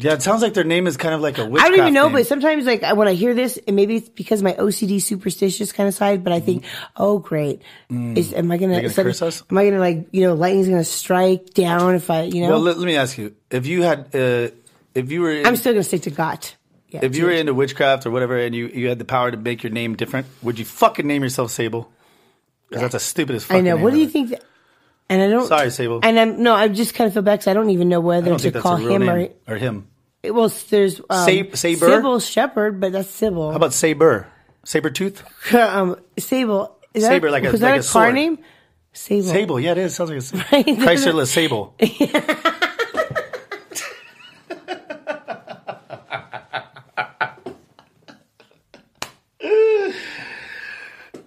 D: Yeah, it sounds like their name is kind of like a
G: I
D: witchcraft.
G: don't even know,
D: name.
G: but sometimes like I- when I hear this, and maybe it's because my OCD superstitious kind of side, but I think,
D: Mm-hmm.
G: oh great, is am I gonna,
D: Mm. gonna
G: is that-
D: curse us?
G: Am I gonna like you know lightning's gonna strike down if I you know?
D: Well, let, let me ask you: if you had, uh, if you were, in,
G: I'm still gonna stick to God. Yeah,
D: if you
G: to-
D: were into witchcraft or whatever, and you you had the power to make your name different, would you fucking name yourself Sable? Because that's the stupidest. Fucking
G: I know.
D: name
G: What do you
D: ever.
G: think? That, and I don't.
D: Sorry, Sable.
G: And I'm no. I just kind of feel bad because I don't even know
D: I
G: whether
D: don't
G: to
D: think that's a
G: call
D: real
G: him
D: name
G: or
D: or him.
G: well, there's um,
D: Sab- Saber?
G: Sybil Shepherd, but that's Sybil.
D: How about Saber? Saber Tooth?
G: (laughs) um, Sable. Is that,
D: Saber, like a-
G: was that
D: like a
G: a, car
D: sword.
G: name? Sable. (laughs)
D: Sable, yeah, it is. Sounds like a Chrysler Sable.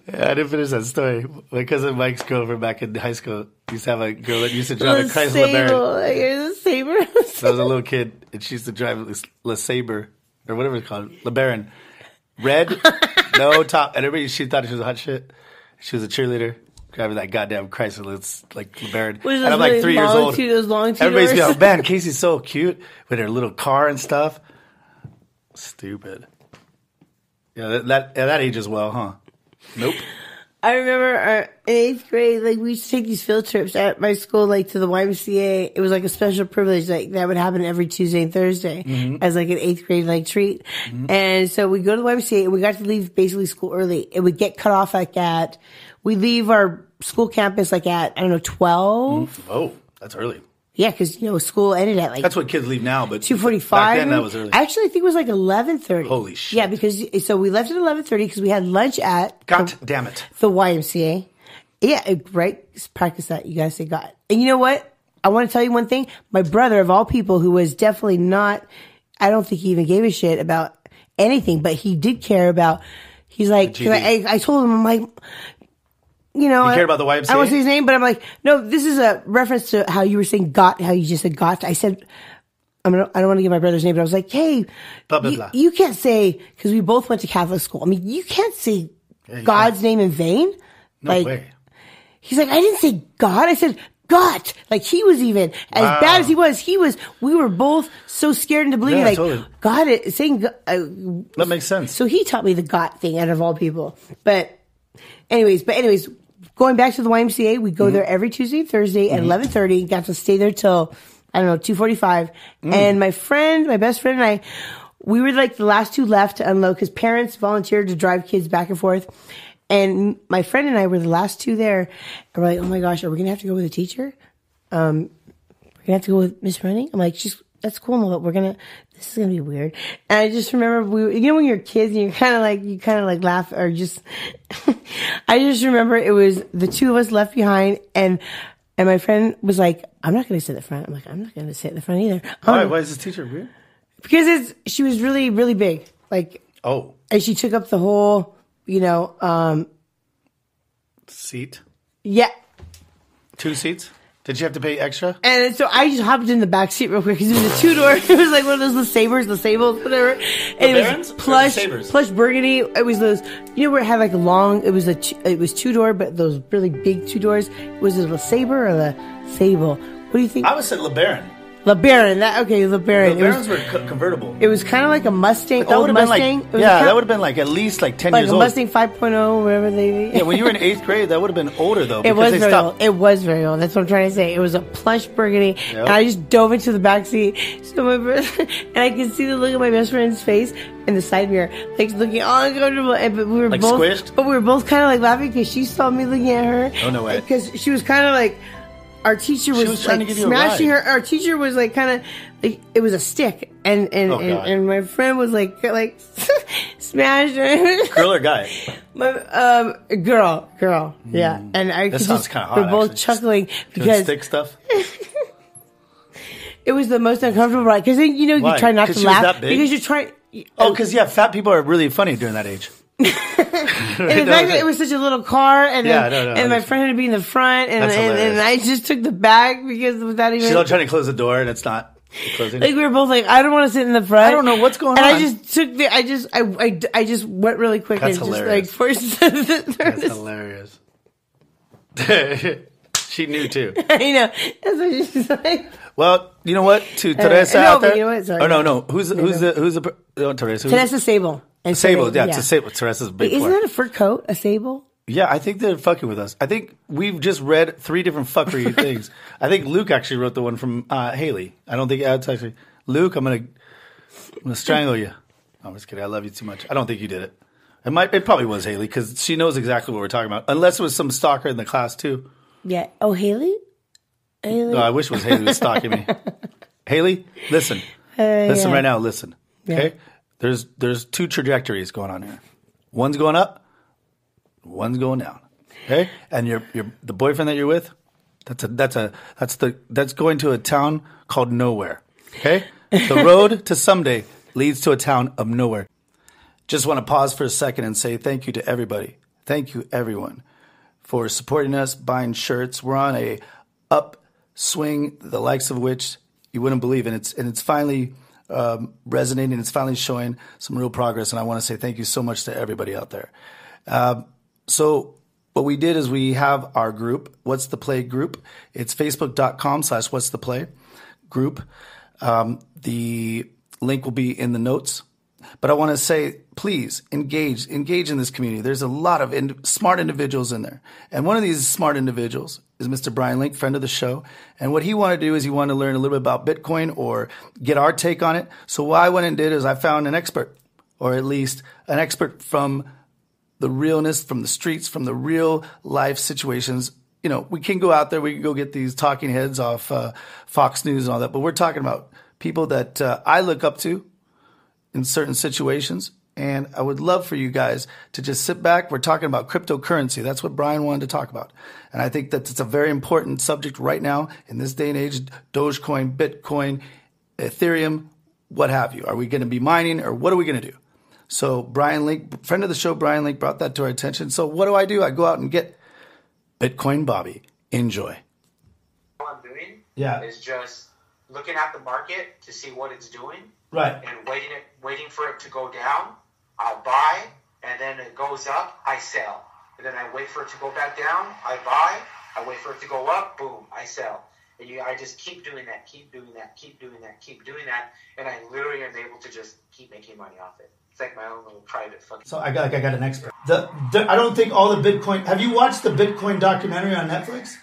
D: Yeah, I didn't finish that story. My cousin Mike's girlfriend back in high school used to have a girl that used to drive a
G: Little
D: Chrysler Baron.
G: Sable. Like, it's a Saber.
D: So I was a little kid, and she used to drive this Le Sabre, or whatever it's called, Le Baron.
G: (laughs)
D: Red, no top. And everybody, she thought she was a hot shit. She was a cheerleader, driving that goddamn Chrysler, it's like Le Baron.
G: Was
D: And
G: those
D: I'm like
G: really
D: three years
G: long
D: old.
G: two- those long two
D: Everybody's
G: doors?
D: like,
G: (laughs)
D: "Oh, man, Casey's so cute with her little car and stuff. Stupid. Yeah, that, that, yeah, that age as well, huh? Nope.
G: (laughs) I remember our, in eighth grade, like we used to take these field trips at my school, like to the YMCA. It was like a special privilege, like that would happen every Tuesday and Thursday
D: Mm-hmm.
G: as like an eighth grade like treat. And so we go to the YMCA and we got to leave basically school early. It would get cut off like at, we leave our school campus like at, I don't know, 12.
D: Oh, that's early.
G: Yeah. Cause you know, school ended at like
D: That's what kids leave now, but
G: two forty
D: Back
G: five.
D: then, that was early.
G: Actually, I think it was like eleven thirty.
D: Holy shit.
G: Yeah, because so we left at eleven thirty because we had lunch at
D: God damn it.
G: the YMCA. Yeah, it- right. Just practice that. You gotta say God. And you know what? I want to tell you one thing. My brother, of all people, who was definitely not, I don't think he even gave a shit about anything, but he did care about. He's like,
D: The
G: 'cause I,
D: GD.
G: I told him, I'm like, you know, I
D: cared about the
G: I
D: YMCA?
G: won't say his name, but I'm like, no, this is a reference to how you were saying God, how you just said God. I said, I'm gonna, I don't want to give my brother's name, but I was like, hey,
D: Blah, blah,
G: you,
D: blah.
G: you can't say because we both went to Catholic school. I mean, you can't say God's name in vain.
D: No
G: like
D: way.
G: he's like, I didn't say God. I said God. Like he was even as bad as he was. He was. We were both so scared into believing
D: Yeah,
G: like
D: totally.
G: God is saying. uh, Go- I,
D: That makes sense.
G: so he taught me the God thing out of all people. But anyways, but anyways, going back to the YMCA, we
D: Mm-hmm.
G: go there every Tuesday and Thursday at eleven thirty. Got to stay there till I don't know two forty five.
D: Mm.
G: And my friend, my best friend, and I, we were like the last two left to unload because parents volunteered to drive kids back and forth. And my friend and I were the last two there. And we're like, oh my gosh, are we gonna have to go with a teacher? we have to go with Miss Running. I'm like, she's that's cool, and all, but we're gonna this is gonna be weird. And I just remember we, were- you know, when you're kids and you're kind of like you kind of like laugh or just. (laughs) I just remember it was the two of us left behind, and and my friend was like, I'm not gonna sit at the front. I'm like, I'm not gonna sit at the front either, I'm-
D: Why, why is this teacher weird?
G: because it's she was really really big, like,
D: Oh,
G: and she took up the whole, you know, um,
D: seat.
G: yeah.
D: Two seats? Did you have to pay extra?
G: And so I just hopped in the back seat real quick because it was a two door. (laughs) it was like one of those the Sabers, the Sables, whatever. And it
D: Barons or
G: was
D: the
G: plush,
D: Sabres?
G: plush burgundy. It was those, you know, where it had like a long. It was a, t- it was two door, but those really big two doors. Was it a Saber or the Sable? What do you think?
D: I was at LeBaron.
G: LeBaron. That okay, LeBaron. It was
D: were co- convertible.
G: it was kind of like a Mustang,
D: That
G: old
D: would have been like,
G: Mustang. It was
D: yeah,
G: kinda
D: that would have been like at least like ten
G: like
D: years
G: a
D: old.
G: Mustang 5.0, whatever they.
D: Yeah, when you were in eighth grade, that would have been older though.
G: It
D: because
G: was
D: they
G: very
D: stopped.
G: old. It was very old. That's what I'm trying to say. It was a plush burgundy, and I just dove into the back seat. (laughs) So my best, and I could see the look of my best friend's face in the side mirror, like looking all uncomfortable. And but we were
D: Like
G: both,
D: squished?
G: but we were both kind of like laughing because she saw me looking at her.
D: Oh, no way.
G: Because she was kind of like. Our teacher was,
D: was trying
G: like
D: to give you a
G: smashing
D: ride.
G: her. Our teacher was like kind of, like, it was a stick, and and,
D: Oh,
G: and,
D: God.
G: and my friend was like like (laughs) smashed her.
D: Girl
G: (laughs)
D: or guy?
G: My, um, girl, girl, yeah, and I
D: Hmm. That
G: could
D: sounds
G: just-
D: kinda
G: we're
D: hot,
G: both
D: actually.
G: chuckling
D: Doing
G: because
D: stick stuff.
G: it was the most uncomfortable ride. Because then you know
D: Why?
G: you try not
D: 'Cause
G: to
D: she was
G: laugh
D: that big?
G: because you're
D: (laughs)
G: trying.
D: Oh, because yeah, fat people are really funny during
G: (laughs)
D: that age.
G: And the fact that it was such a little car, and
D: Yeah,
G: then,
D: I know, I know,
G: and my
D: understand.
G: friend had to be in the front, and
D: That's
G: and, and I
D: hilarious.
G: just took the back because without even
D: (laughs) She's all trying to close the door and it's not closing.
G: like we were both like I don't want to sit in the front.
D: I don't know what's going
G: and
D: on.
G: I just took the I just I I, I just went really quick
D: That's
G: and
D: hilarious.
G: just like forced (laughs) the
D: That's hilarious. (laughs) she knew too.
G: I know. That's what she's like.
D: Well, you know what? To Teresa
G: Uh, no,
D: out
G: but
D: there.
G: you know what? Sorry.
D: Oh no, no. Who's who's the who's the per- oh, Teresa? who's-
G: Vanessa Sable and
D: Sable, yeah,
G: Sable.
D: it's a Sable. Teresa's a big
G: Isn't
D: one.
G: that a fur coat? A sable?
D: yeah, I think they're fucking with us. I think we've just read three
G: (laughs)
D: different fuckery things. I think Luke actually wrote the one from uh, Haley. I don't think that's actually Luke. I'm gonna, I'm gonna strangle you. I'm just kidding. I love you too much. I don't think you did it. It might. It probably was Haley because she knows exactly what we're talking about. Unless it was some stalker in the class too.
G: Yeah. Oh, Haley. Haley.
D: No, I wish it was Haley was
G: (laughs)
D: stalking me. Haley, listen, listen
G: Uh, yeah.
D: right now. Listen, okay. There's there's two trajectories going on here. One's going up, one's going down. Okay, and your your the boyfriend that you're with, that's a that's a that's the that's going to a town called nowhere. Okay, the road to someday leads to a town of nowhere. Just want to pause for a second and say thank you to everybody. Thank you everyone for supporting us, buying shirts. We're on a upswing, the likes of which you wouldn't believe, and it's and it's finally um, resonating. It's finally showing some real progress, and I want to say thank you so much to everybody out there. Um, So what we did is we have our group, What's the Play group. It's facebook.com slash What's the Play group. Um, the link will be in the notes. But I want to say, please engage, engage in this community. There's a lot of in- smart individuals in there. And one of these smart individuals is Mr. Brian Link, friend of the show. And what he wanted to do is he wanted to learn a little bit about Bitcoin or get our take on it. So what I went and did is I found an expert, or at least an expert from the realness from the streets, from the real life situations. You know, we can go out there, we can go get these talking heads off uh, Fox News and all that, but we're talking about people that uh, I look up to in certain situations. And I would love for you guys to just sit back. We're talking about cryptocurrency. That's what Brian wanted to talk about. And I think that it's a very important subject right now in this day and age Dogecoin, Bitcoin, Ethereum, what have you. Are we going to be mining or what are we going to do? So Brian Link, friend of the show, Brian Link brought that to our attention. So what do I do? I go out and get Bitcoin Bobby. Enjoy.
I: all I'm doing
D: Yeah.
I: is just looking at the market to see what it's doing
D: Right.
I: and waiting it, waiting for it to go down. I'll buy, and then it goes up, I sell. And then I wait for it to go back down, I buy. I wait for it to go up, boom, I sell. And you, I just keep doing that, keep doing that, keep doing that, keep doing that, and I literally am able to just keep making money off it. It's like my own little private fucking.
D: So I got like I got an expert. The, the I don't think all the Bitcoin. Have you watched the Bitcoin documentary on Netflix?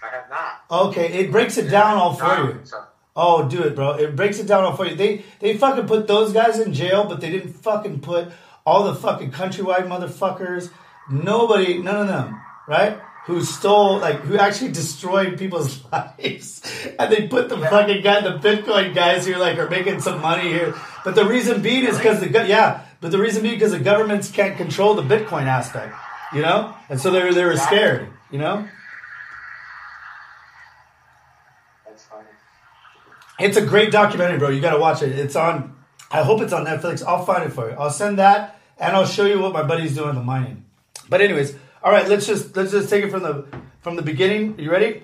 I: I have not.
D: Okay, it breaks it down all for you.
I: So,
D: Oh, do it, bro. It breaks it down all for you. They they fucking put those guys in jail, but they didn't fucking put all the fucking countrywide motherfuckers. Nobody, none of them, right? Who stole, like, who actually destroyed people's (laughs) lives. And they put the fucking guy, the Bitcoin guys who, like, are making some money here. But the reason being is because the, go- yeah, but the reason being because the governments can't control the Bitcoin aspect, you know? And so they were, they were scared, you know?
I: that's funny.
D: It's a great documentary, bro. You got to watch it. It's on. I hope it's on Netflix. I'll find it for you. I'll send that, and I'll show you what my buddy's doing in the mining. But anyways, all right. Let's just let's just take it from the from the beginning. You ready?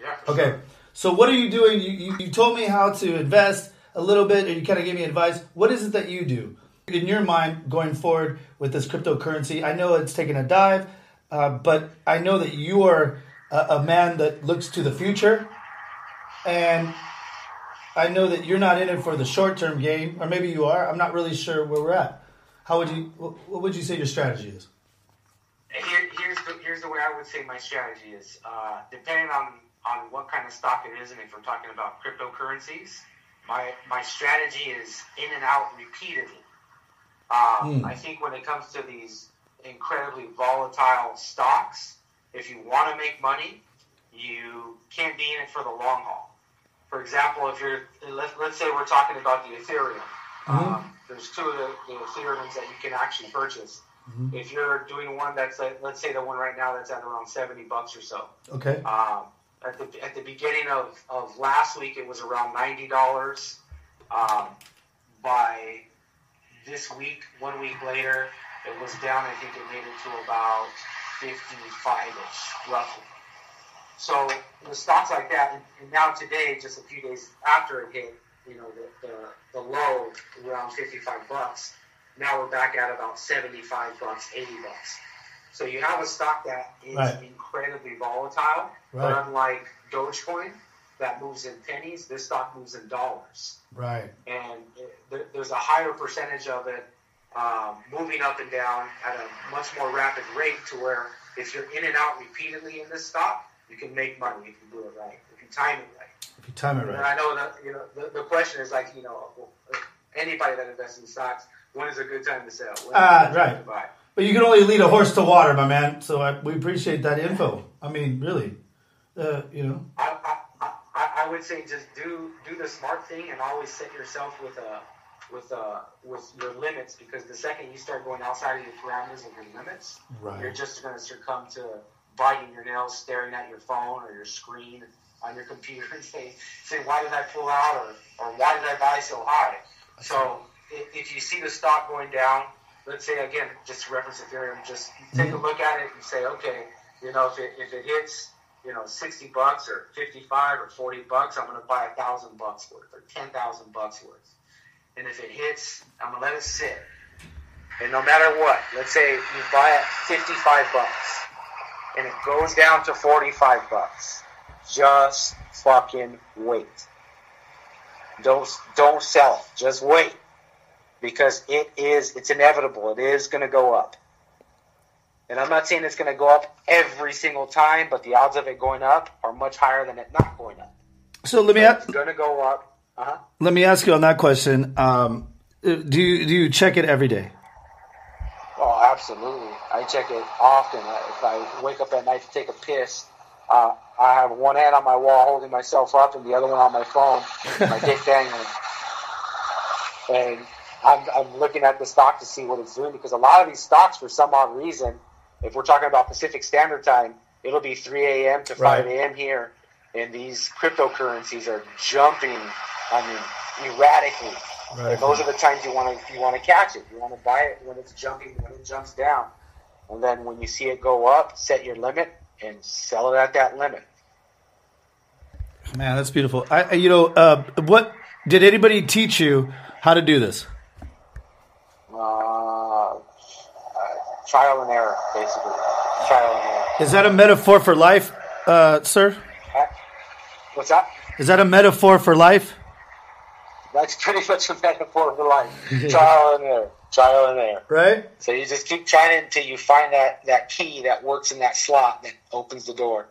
I: Yeah. for sure.
D: Okay. So what are you doing? You you, you told me how to invest a little bit, and you kind of gave me advice. What is it that you do in your mind going forward with this cryptocurrency? I know it's taking a dive, uh, but I know that you are a, a man that looks to the future and I know that you're not in it for the short term gain, or maybe you are. I'm not really sure where we're at. How would you? wh- What would you say your strategy is?
I: Here, here's the here's the way I would say my strategy is uh, depending on on what kind of stock it is, and if we're talking about cryptocurrencies, my my strategy is in and out repeatedly.
D: Mm.
I: Um, I think when it comes to these incredibly volatile stocks, if you want to make money, you can't be in it for the long haul. For example, if you're let, let's say we're talking about the Ethereum, um, there's two of the, the Ethereums that you can actually purchase. If you're doing one that's at, let's say the one right now that's at around seventy bucks or so,
D: Okay.
I: um, at the at the beginning of, of last week, it was around ninety dollars. Um, by this week, one week later, it was down. I think it made it to about fifty-five ish, roughly. So with stocks like that, and, and now today, just a few days after it hit, you know, the, the, the low around fifty-five bucks. Now we're back at about seventy-five bucks, eighty bucks. So you have a stock that is
D: Right.
I: incredibly volatile,
D: Right.
I: but unlike Dogecoin, that moves in pennies, this stock moves in dollars.
D: Right.
I: And it, there, there's a higher percentage of it um, moving up and down at a much more rapid rate to where if you're in and out repeatedly in this stock, you can make money if you do it right, if you time it right.
D: If you time it
I: And
D: right.
I: I know that you know the, the question is like you know anybody that invests in stocks, when is a good time to sell? When is
D: Ah,
I: a good time
D: right.
I: to buy?
D: But you can only lead a horse to water, my man. So I, we appreciate that info. I mean, really, uh, you know.
I: I, I- I, I, I would say just do do the smart thing and always set yourself with a with a with your limits because the second you start going outside of your parameters of your limits,
D: Right.
I: you're just going to succumb to biting your nails, staring at your phone or your screen on your computer (laughs) and say, say why did I pull out or, or why did I buy so high? So if, if you see the stock going down, let's say again, just to reference Ethereum, just take a look at it and say, okay, you know, if it, if it hits, you know, 60 bucks or 55 or 40 bucks, I'm going to buy a thousand bucks worth or 10,000 bucks worth. And if it hits, I'm going to let it sit. And no matter what, let's say you buy at 55 bucks and it goes down to 45 bucks. Just fucking wait. Don't don't sell it. Just wait. Because it is it's inevitable. It is going to go up. And I'm not saying it's going to go up every single time, but the odds of it going up are much higher than it not going up.
D: So let me ask,
I: It's going to go up. Uh-huh.
D: let me ask you on that question. Um, uh, do you do you check it every day?
I: Oh, absolutely. I check it often. I, if I wake up at night to take a piss, uh, I have one hand on my wall holding myself up and the other one on my phone, my dick dangling. And I'm, I'm looking at the stock to see what it's doing because a lot of these stocks, for some odd reason, if we're talking about Pacific Standard Time, it'll be 3 a.m. to 5
D: Right.
I: a.m. here. And these cryptocurrencies are jumping, I mean, erratically. And those are the times you want to you want to catch it. You want to buy it when it's jumping, when it jumps down, and then when you see it go up, set your limit and sell it at that limit.
D: Man, that's beautiful. I, I- you know, uh, what did anybody teach you how to do this?
I: Uh, uh, trial and error, basically. Trial and error.
D: Is that a metaphor for life, uh, sir?
I: What's that?
D: Is that a metaphor for life?
I: That's pretty much a metaphor for life. trial and error. Trial and error.
D: Right.
I: So you just keep trying until you find that, that key that works in that slot that opens the door.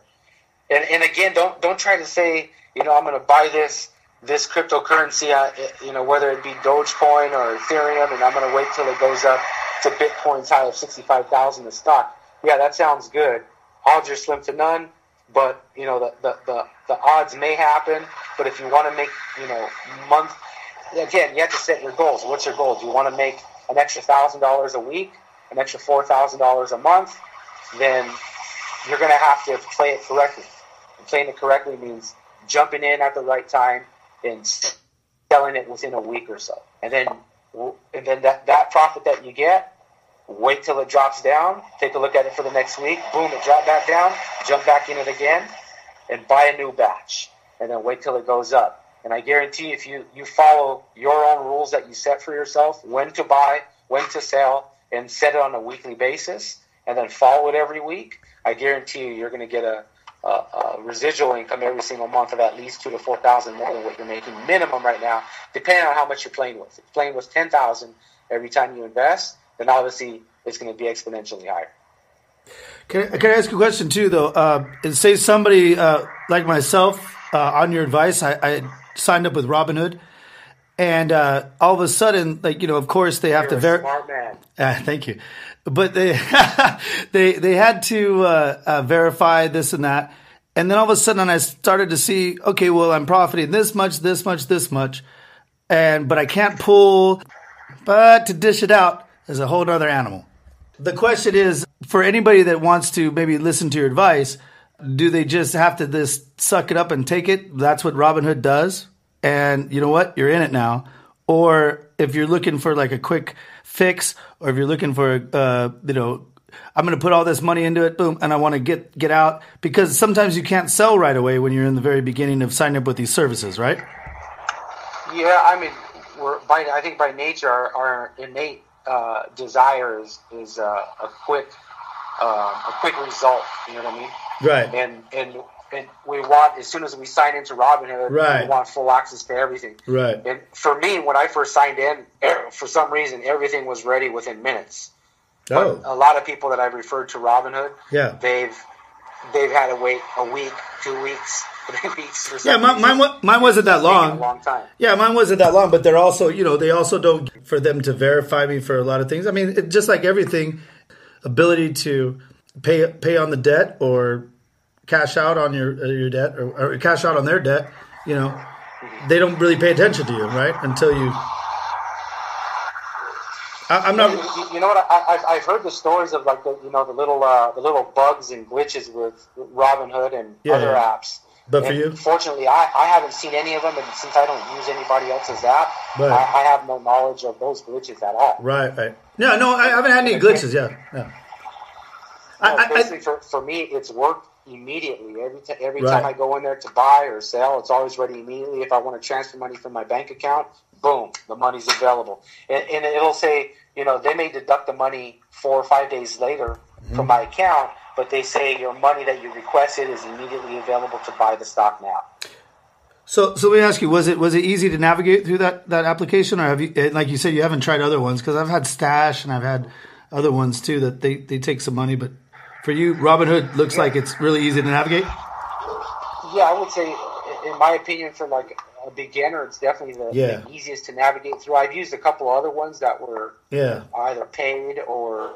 I: And and again, don't don't try to say you know I'm going to buy this this cryptocurrency, uh, you know whether it be Dogecoin or Ethereum, and I'm going to wait till it goes up to Bitcoin's high of sixty five thousand a stock. Yeah, that sounds good. Odds are slim to none, but you know the the, the, the odds may happen. But if you want to make you know month again, you have to set your goals. What's your goal? Do you want to make an extra thousand dollars a week, an extra four thousand dollars a month? Then you're going to have to play it correctly. And playing it correctly means jumping in at the right time and selling it within a week or so. And then, and then that, that profit that you get, wait till it drops down, take a look at it for the next week, boom, it dropped back down, jump back in it again, and buy a new batch. And then wait till it goes up. And I guarantee if you, you follow your own rules that you set for yourself, when to buy, when to sell, and set it on a weekly basis, and then follow it every week, I guarantee you you're going to get a uh, uh, residual income every single month of at least two to four thousand more than what you're making minimum right now, depending on how much you're playing with. If you're playing with ten thousand every time you invest, then obviously it's going to be exponentially higher.
D: Can, can I ask you a question too, though? Uh, and say somebody uh, like myself, uh, on your advice, I, I signed up with Robinhood, and uh, all of a sudden, like you know, of course they have
I: You're
D: to
I: a
D: verify. (laughs)
I: smart man.
D: Uh, thank you. But they (laughs) they they had to uh, uh, verify this and that, and then all of a sudden I started to see, okay, well I'm profiting this much, this much, this much, and but I can't pull, but to dish it out is a whole other animal. The question is for anybody that wants to maybe listen to your advice, do they just have to just suck it up and take it? That's what Robinhood does. And you know what? You're in it now. Or if you're looking for like a quick fix, or if you're looking for, uh, you know, I'm going to put all this money into it, boom, and I want to get get out because sometimes you can't sell right away when you're in the very beginning of signing up with these services, right?
I: Yeah, I mean, we're by I think by nature our, our innate uh, desire is, is uh, a quick um a quick result. You know what I mean?
D: Right.
I: And and and we want as soon as we sign into Robinhood,
D: Right.
I: we want full access to everything.
D: Right.
I: And for me, when I first signed in, (clears throat) er, for some reason everything was ready within minutes. But a lot of people that I've referred to Robinhood,
D: Oh. Yeah.
I: they've they've had to wait a week, two weeks, (laughs) three weeks. Or
D: yeah, mine, mine, wa- mine wasn't that
I: a
D: long.
I: long time.
D: Yeah, mine wasn't that long, but they're also, you know, they also don't for them to verify me for a lot of things. I mean, it, just like everything, ability to pay pay on the debt or cash out on your uh, your debt or, or cash out on their debt, you know, they don't really pay attention to you, right? Until you. I, I'm
I: You-
D: not.
I: you, you know what? I, I've, I've heard the stories of like the you know the little uh, the little bugs and glitches with Robinhood and
D: Yeah,
I: other
D: yeah.
I: apps.
D: But for
I: And
D: you?
I: fortunately, I, I haven't seen any of them, and since I don't use anybody else's app,
D: Right.
I: I, I have no knowledge of those glitches at all.
D: Right, right. No, no, I haven't had any glitches. Yeah, yeah. I,
I: No,
D: I,
I: basically,
D: I,
I: for, for me, it's worked immediately. Every t- every
D: Right.
I: time I go in there to buy or sell, it's always ready immediately. If I want to transfer money from my bank account, boom, the money's available, and, and it'll say, you know, they may deduct the money four or five days later from my account, but they say your money that you requested is immediately available to buy the stock now.
D: So, so let me ask you: Was it was it easy to navigate through that that application, or have you, eh, like you said, you haven't tried other ones? Because I've had Stash and I've had other ones too that they they take some money, but for you, Robinhood looks like it's really easy to navigate.
I: Yeah, I would say, i- in my opinion, for like a beginner, it's definitely the,
D: Yeah.
I: the easiest to navigate through. I've used a couple other ones that were
D: Yeah,
I: either paid or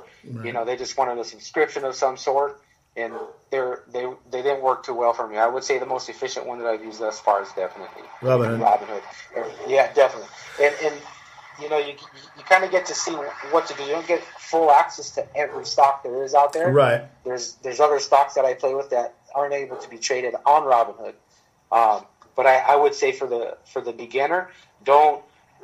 I: you know they just wanted a subscription of some sort and they're they they didn't work too well for me i would say the most efficient one that i've used thus far is definitely
D: Robinhood.
I: robinhood Or- yeah definitely and and you know you you kind of get to see what to do you don't get full access to every stock there is out there
D: Right.
I: there's there's other stocks that i play with that aren't able to be traded on robinhood um, but I, I would say for the for the beginner, don't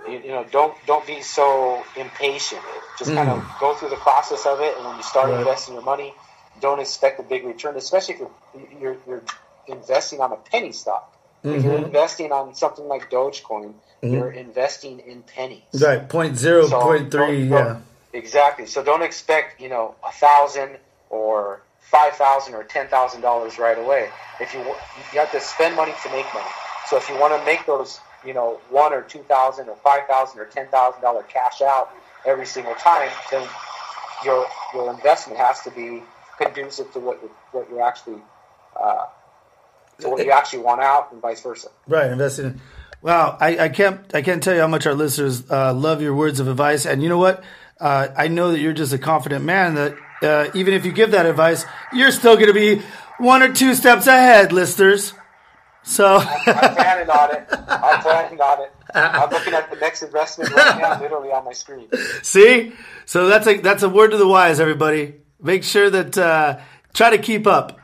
I: you, you know don't don't be so impatient. (laughs) Just kind of go through the process of it, and when you start
D: Right.
I: investing your money, don't expect a big return, especially if you're you're, you're investing on a penny stock. If
D: Mm-hmm.
I: you're investing on something like Dogecoin, you're investing in pennies.
D: right. Point zero,
I: So
D: point three.
I: don't-
D: Yeah,
I: don't- Exactly. So don't expect you know a thousand or five thousand or ten thousand dollars right away. If you wa- you have to spend money to make money. So if you want to make those you know one or two thousand or five thousand or ten thousand dollar cash out every single time, then your your investment has to be conducive to what you what you're actually. Uh, to what you actually want out, and vice versa.
D: right. Invested in. Wow, I, I can't I can't tell you how much our listeners uh, love your words of advice, and you know what? Uh, I know that you're just a confident man. That uh, even if you give that advice, you're still going to be one or two steps ahead, listeners. So. (laughs)
I: I'm planning on it. I'm planning on it. I'm looking at the next investment right now, literally on my screen.
D: See, so that's a that's a word to the wise, everybody. Make sure that uh, try to keep up.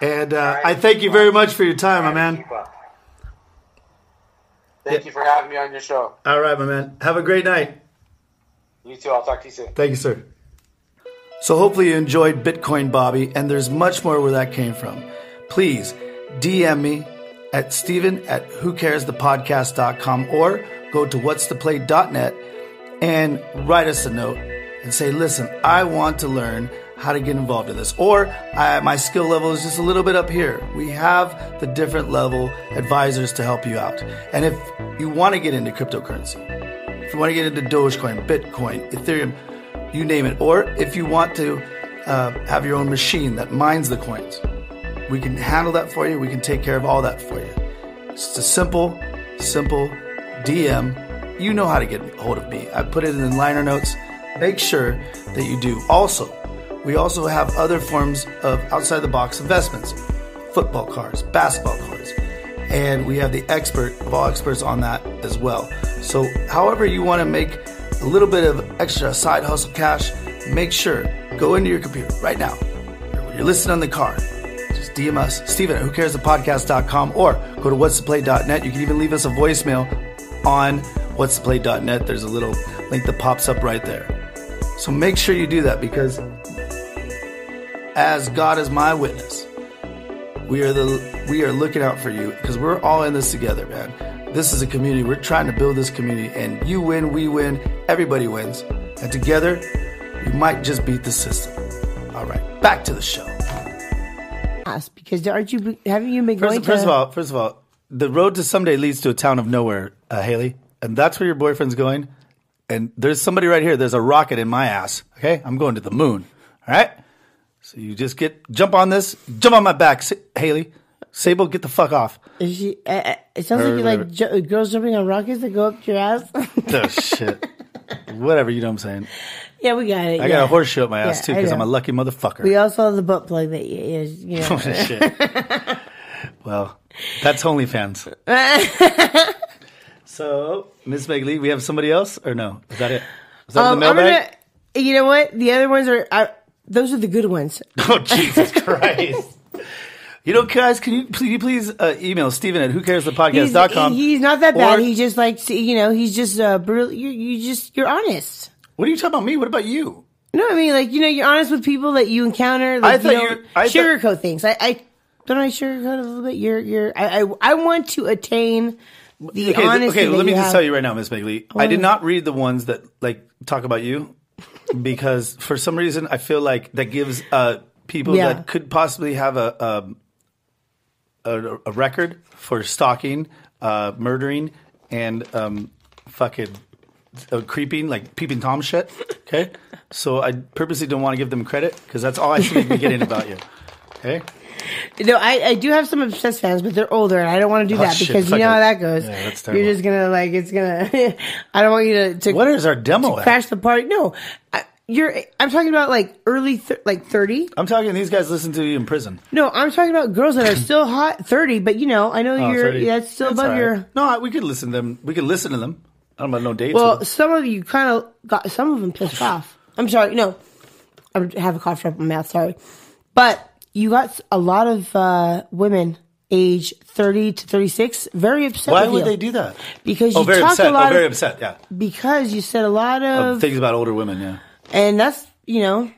D: And uh, I thank you very much for your time, my man.
I: Keep up. Thank you for having me on your show.
D: All right, my man. Have a great night.
I: You too. I'll talk to you soon.
D: Thank you, sir. So hopefully you enjoyed Bitcoin Bobby, and there's much more where that came from. Please DM me at Steven at who cares the podcast.com or go to what's the play.net and write us a note and say, listen, I want to learn how to get involved in this. Or I, my skill level is just a little bit up here. We have the different level advisors to help you out. And if you want to get into cryptocurrency, if you want to get into Dogecoin, Bitcoin, Ethereum, you name it, or if you want to uh, have your own machine that mines the coins, we can handle that for you. We can take care of all that for you. It's just a simple, simple DM. You know how to get a hold of me. I put it in the liner notes. Make sure that you do. Also, we also have other forms of outside the box investments football cards, basketball cards, and we have the expert of all experts on that as well. So, however, you want to make a little bit of extra side hustle cash, make sure go into your computer right now. When you're listed on the card, just DM us, Steven at who cares the podcast.com or go to what's the play.net. You can even leave us a voicemail on what's the play.net. There's a little link that pops up right there. So make sure you do that because as God is my witness, we are the we are looking out for you because we're all in this together, man. This is a community. We're trying to build this community, and you win, we win, everybody wins, and together we might just beat the system. All right, back to the show.
G: Us, because aren't you haven't you been going
D: First, first
G: to
D: of all, first of all, the road to someday leads to a town of nowhere, uh, Haley, and that's where your boyfriend's going. And there's somebody right here. There's a rocket in my ass. Okay, I'm going to the moon. All right. So you just get jump on this, jump on my back, Sa- Haley. Sable, get the fuck off.
G: Is she, uh, uh, it sounds like you like ju- girls jumping on rockets that go up your
D: (laughs)
G: ass. (laughs)
D: Oh shit. Whatever, you know what I'm saying.
G: Uh, yeah, we got it.
D: I got a horseshoe up my ass
G: Yeah,
D: too
G: I
D: because
G: know.
D: I'm a lucky motherfucker.
G: We all saw the butt plug that you, is, you
D: (laughs)
G: know. (laughs)
D: Shit. well,
G: (laughs)
D: that's OnlyFans. so, Miss Meg Lee, we have somebody else or no? Is that it? Is that
G: Um,
D: the
G: I'm gonna,
D: mailbag?
G: you know what? The other ones are, are those are the good ones.
D: (laughs)
G: (laughs)
D: Oh, Jesus Christ. You know, guys, can you please, please uh, email Steven at who cares the
G: He's,
D: podcast.com?
G: he- he's not that bad.
D: Or-
G: he just likes, to- you know, he's just uh, brutal. You, you just you're honest.
D: what are you talking about me? What about you?
G: No, I mean like you know you're honest with people that you encounter. Like,
D: I thought
G: you
D: you-
G: don't
D: I thought-
G: sugarcoat things. I, I don't I sugarcoat a little bit. You're you're I I, I want to attain the
D: Okay, th-
G: honesty.
D: okay
G: that
D: let me
G: you
D: just
G: have.
D: tell you right now, Miss Begley. I did not read the ones that like talk
G: (laughs)
D: about you because for some reason I feel like that gives uh, people
G: Yeah.
D: that could possibly have a um, a, a record for stalking, uh, murdering, and um, fucking uh, creeping, like peeping tom shit. Okay, so I purposely don't want to give them credit because that's all I should be getting about you. Okay,
G: No, I, I do have some obsessed fans, but they're older, and I don't want to do
D: Oh,
G: that
D: shit,
G: because you
D: fuck
G: know
D: it.
G: how that goes.
D: Yeah, that's terrible.
G: You're just gonna like it's gonna. (laughs) I don't want you to, to
D: what is our demo? At?
G: crash the party. No, I, you're. I'm talking about like early, th- like thirty.
D: I'm talking. These guys listen to you in prison.
G: No, I'm talking about girls that are still hot thirty. But you know, I know
D: Oh,
G: you're.
D: 30.
G: That's still above
D: all right.
G: your.
D: No, I- we could listen to them. We could listen to them. I don't know no dates. with
G: Well,
D: them.
G: some of you kind of got some of them
D: (laughs)
G: pissed off. I'm sorry. No, I have a cough drop in my mouth. Sorry, but you got a lot of uh, women age 30 to 36 very upset.
D: why
G: with
D: would
G: you.
D: they do that?
G: Because you
D: Oh, very
G: talked
D: upset.
G: a lot.
D: Oh, very
G: of,
D: upset. Yeah,
G: because you said a lot
D: Of
G: of,
D: things about older women. Yeah,
G: and that's you know.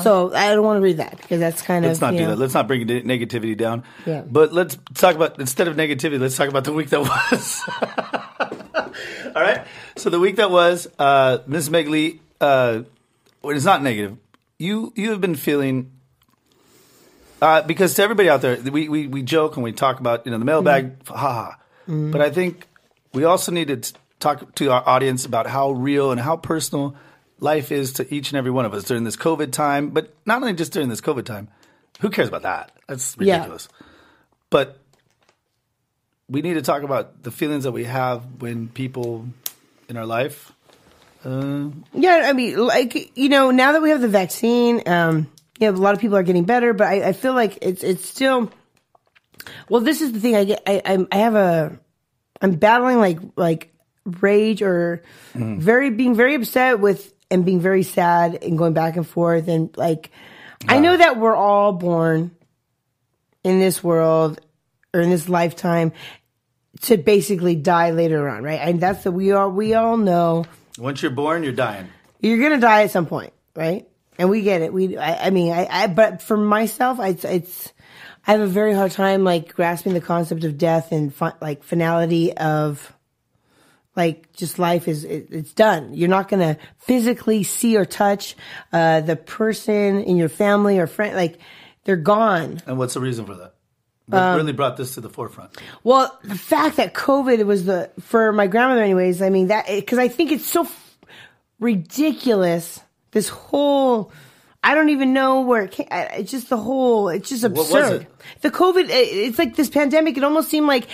G: So I don't want to read that because that's kind
D: let's
G: of
D: not
G: you
D: do
G: know,
D: that. Let's not bring ne- negativity down.
G: Yeah.
D: But let's talk about instead of negativity, let's talk about the week that was. (laughs) all right. So the week that was, uh, Ms. Megley, uh, well, it's not negative. You you have been feeling uh, because to everybody out there, we, we, we joke and we talk about you know the mailbag,
G: Mm-hmm.
D: ha ha. But I think we also need to t- talk to our audience about how real and how personal life is to each and every one of us during this COVID time. But not only just during this COVID time, who cares about that? That's
G: Yeah.
D: ridiculous. But we need to talk about the feelings that we have when people in our life. uh,
G: Yeah, I mean, like you know, now that we have the vaccine, um, you know, a lot of people are getting better, but I, I feel like it's it's still. Well, this is the thing. I get. I I'm, I have a. I'm battling like like rage or very being very upset with and being very sad and going back and forth and like I know that we're all born in this world or in this lifetime to basically die later on, right? And that's the we are we all know
D: Once you're born, you're dying.
G: you're gonna die at some point, right? And we get it. We, I, I mean, I, I, but for myself, I, it's, I have a very hard time like grasping the concept of death and fi- like finality of like just life is it, it's done you're not going to physically see or touch uh, the person in your family or friend like they're gone
D: And what's the reason for that? What really brought this to the forefront?
G: well the fact that covid was the for my grandmother anyways i mean that because i think it's so f- ridiculous this whole I don't even know where it came. I- It's just the whole. It's just absurd.
D: was it?
G: The COVID. it- It's like this pandemic. It almost seemed like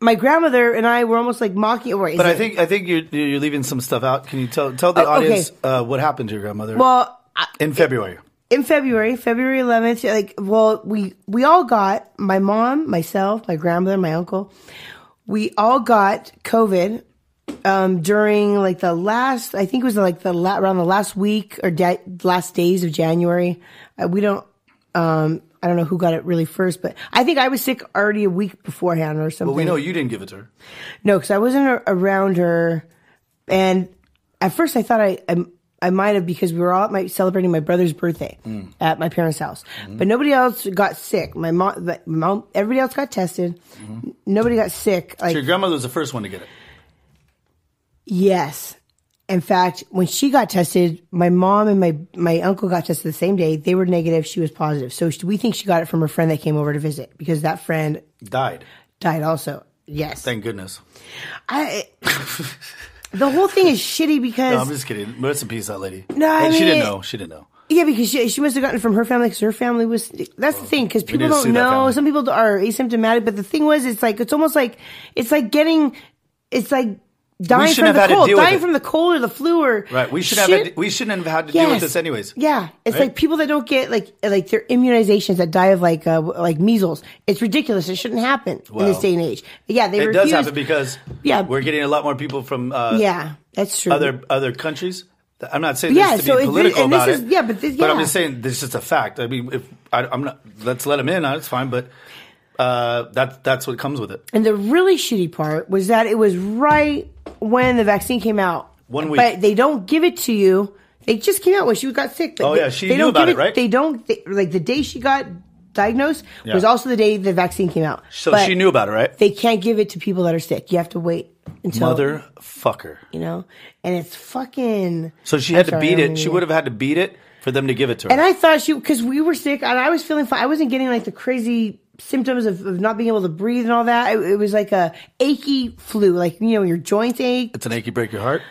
G: my grandmother and I were almost like mocking. Or
D: But I think I think you're you're leaving some stuff out. Can you tell tell the
G: Oh, okay.
D: audience uh, what happened to your grandmother
G: well, I,
D: in February?
G: in February, February 11th, like, well, we, we all got, my mom, myself, my grandmother, my uncle, we all got COVID, um, during like the last, I think it was like the la- around the last week or da- last days of January. Uh, we don't, um, I don't know who got it really first, but I think I was sick already a week beforehand or something.
D: But we know you didn't give it to her.
G: No, because I wasn't a- around her, and at first I thought I I, I might have because we were all at my celebrating my brother's birthday
D: Mm.
G: at my parents' house, but nobody else got sick. My mom, my mom everybody else got tested. N- Nobody got sick. Like
D: Mm-hmm. Your grandmother was the first one to get it.
G: yes, in fact, when she got tested, my mom and my my uncle got tested the same day. They were negative. She was positive. So she- we think she got it from her friend that came over to visit because that friend
D: Died.
G: died also. Yes,
D: Thank goodness.
G: I.
D: (laughs)
G: The whole thing is shitty because
D: No, I'm just kidding. Rest in peace, that lady.
G: No, I
D: And she
G: mean-
D: didn't know. She didn't know.
G: Yeah, because she, she must have gotten it from her family because her family was. That's the thing because people
D: didn't see
G: don't
D: that
G: know.
D: family.
G: Some people are asymptomatic, but the thing was, it's like it's almost like it's like getting, it's like dying
D: shouldn't
G: from
D: have
G: the
D: had to
G: cold,
D: deal with
G: dying
D: it.
G: from the cold or the flu or
D: Right. We should have.
G: shit.
D: Had, we shouldn't have had to deal with
G: Yes.
D: this anyways.
G: Yeah, it's
D: Right?
G: like people that don't get like like their immunizations that die of like uh, w- like measles. It's ridiculous. It shouldn't happen
D: Well,
G: in this day and age. Yeah, they
D: It
G: refuse.
D: does happen because
G: Yeah.
D: we're getting a lot more people from uh,
G: yeah, that's true.
D: other other countries. I'm not saying
G: Yeah,
D: this to
G: so
D: be
G: it-
D: political
G: and this
D: about
G: is-
D: it.
G: yeah, but this-
D: but I'm
G: yeah.
D: just saying this is just a fact. I mean, if I, I'm not, let's let them in. uh, It's fine, but uh, that that's what comes with it.
G: And the really shitty part was that it was right when the vaccine came out.
D: One week.
G: But they don't give it to you. They just came out when she got sick. but
D: Oh,
G: they-
D: yeah, she
G: they
D: knew
G: don't
D: about
G: give
D: it, right?
G: They don't, they, like, the day she got diagnosed was
D: Yeah.
G: also the day the vaccine came out.
D: So
G: But
D: she knew about it, right?
G: They can't give it to people that are sick. You have to wait until.
D: Motherfucker.
G: You know? And it's fucking.
D: So she
G: I'm
D: had to
G: sorry, I
D: beat
G: don't
D: it.
G: mean
D: She
G: to-
D: would have had to beat it for them to give it to her.
G: And I thought she, because we were sick and I was feeling fine. I wasn't getting like the crazy symptoms of, of not being able to breathe and all that. It, it was like a achy flu, like, you know, your joints ache.
D: it's an achy break your heart.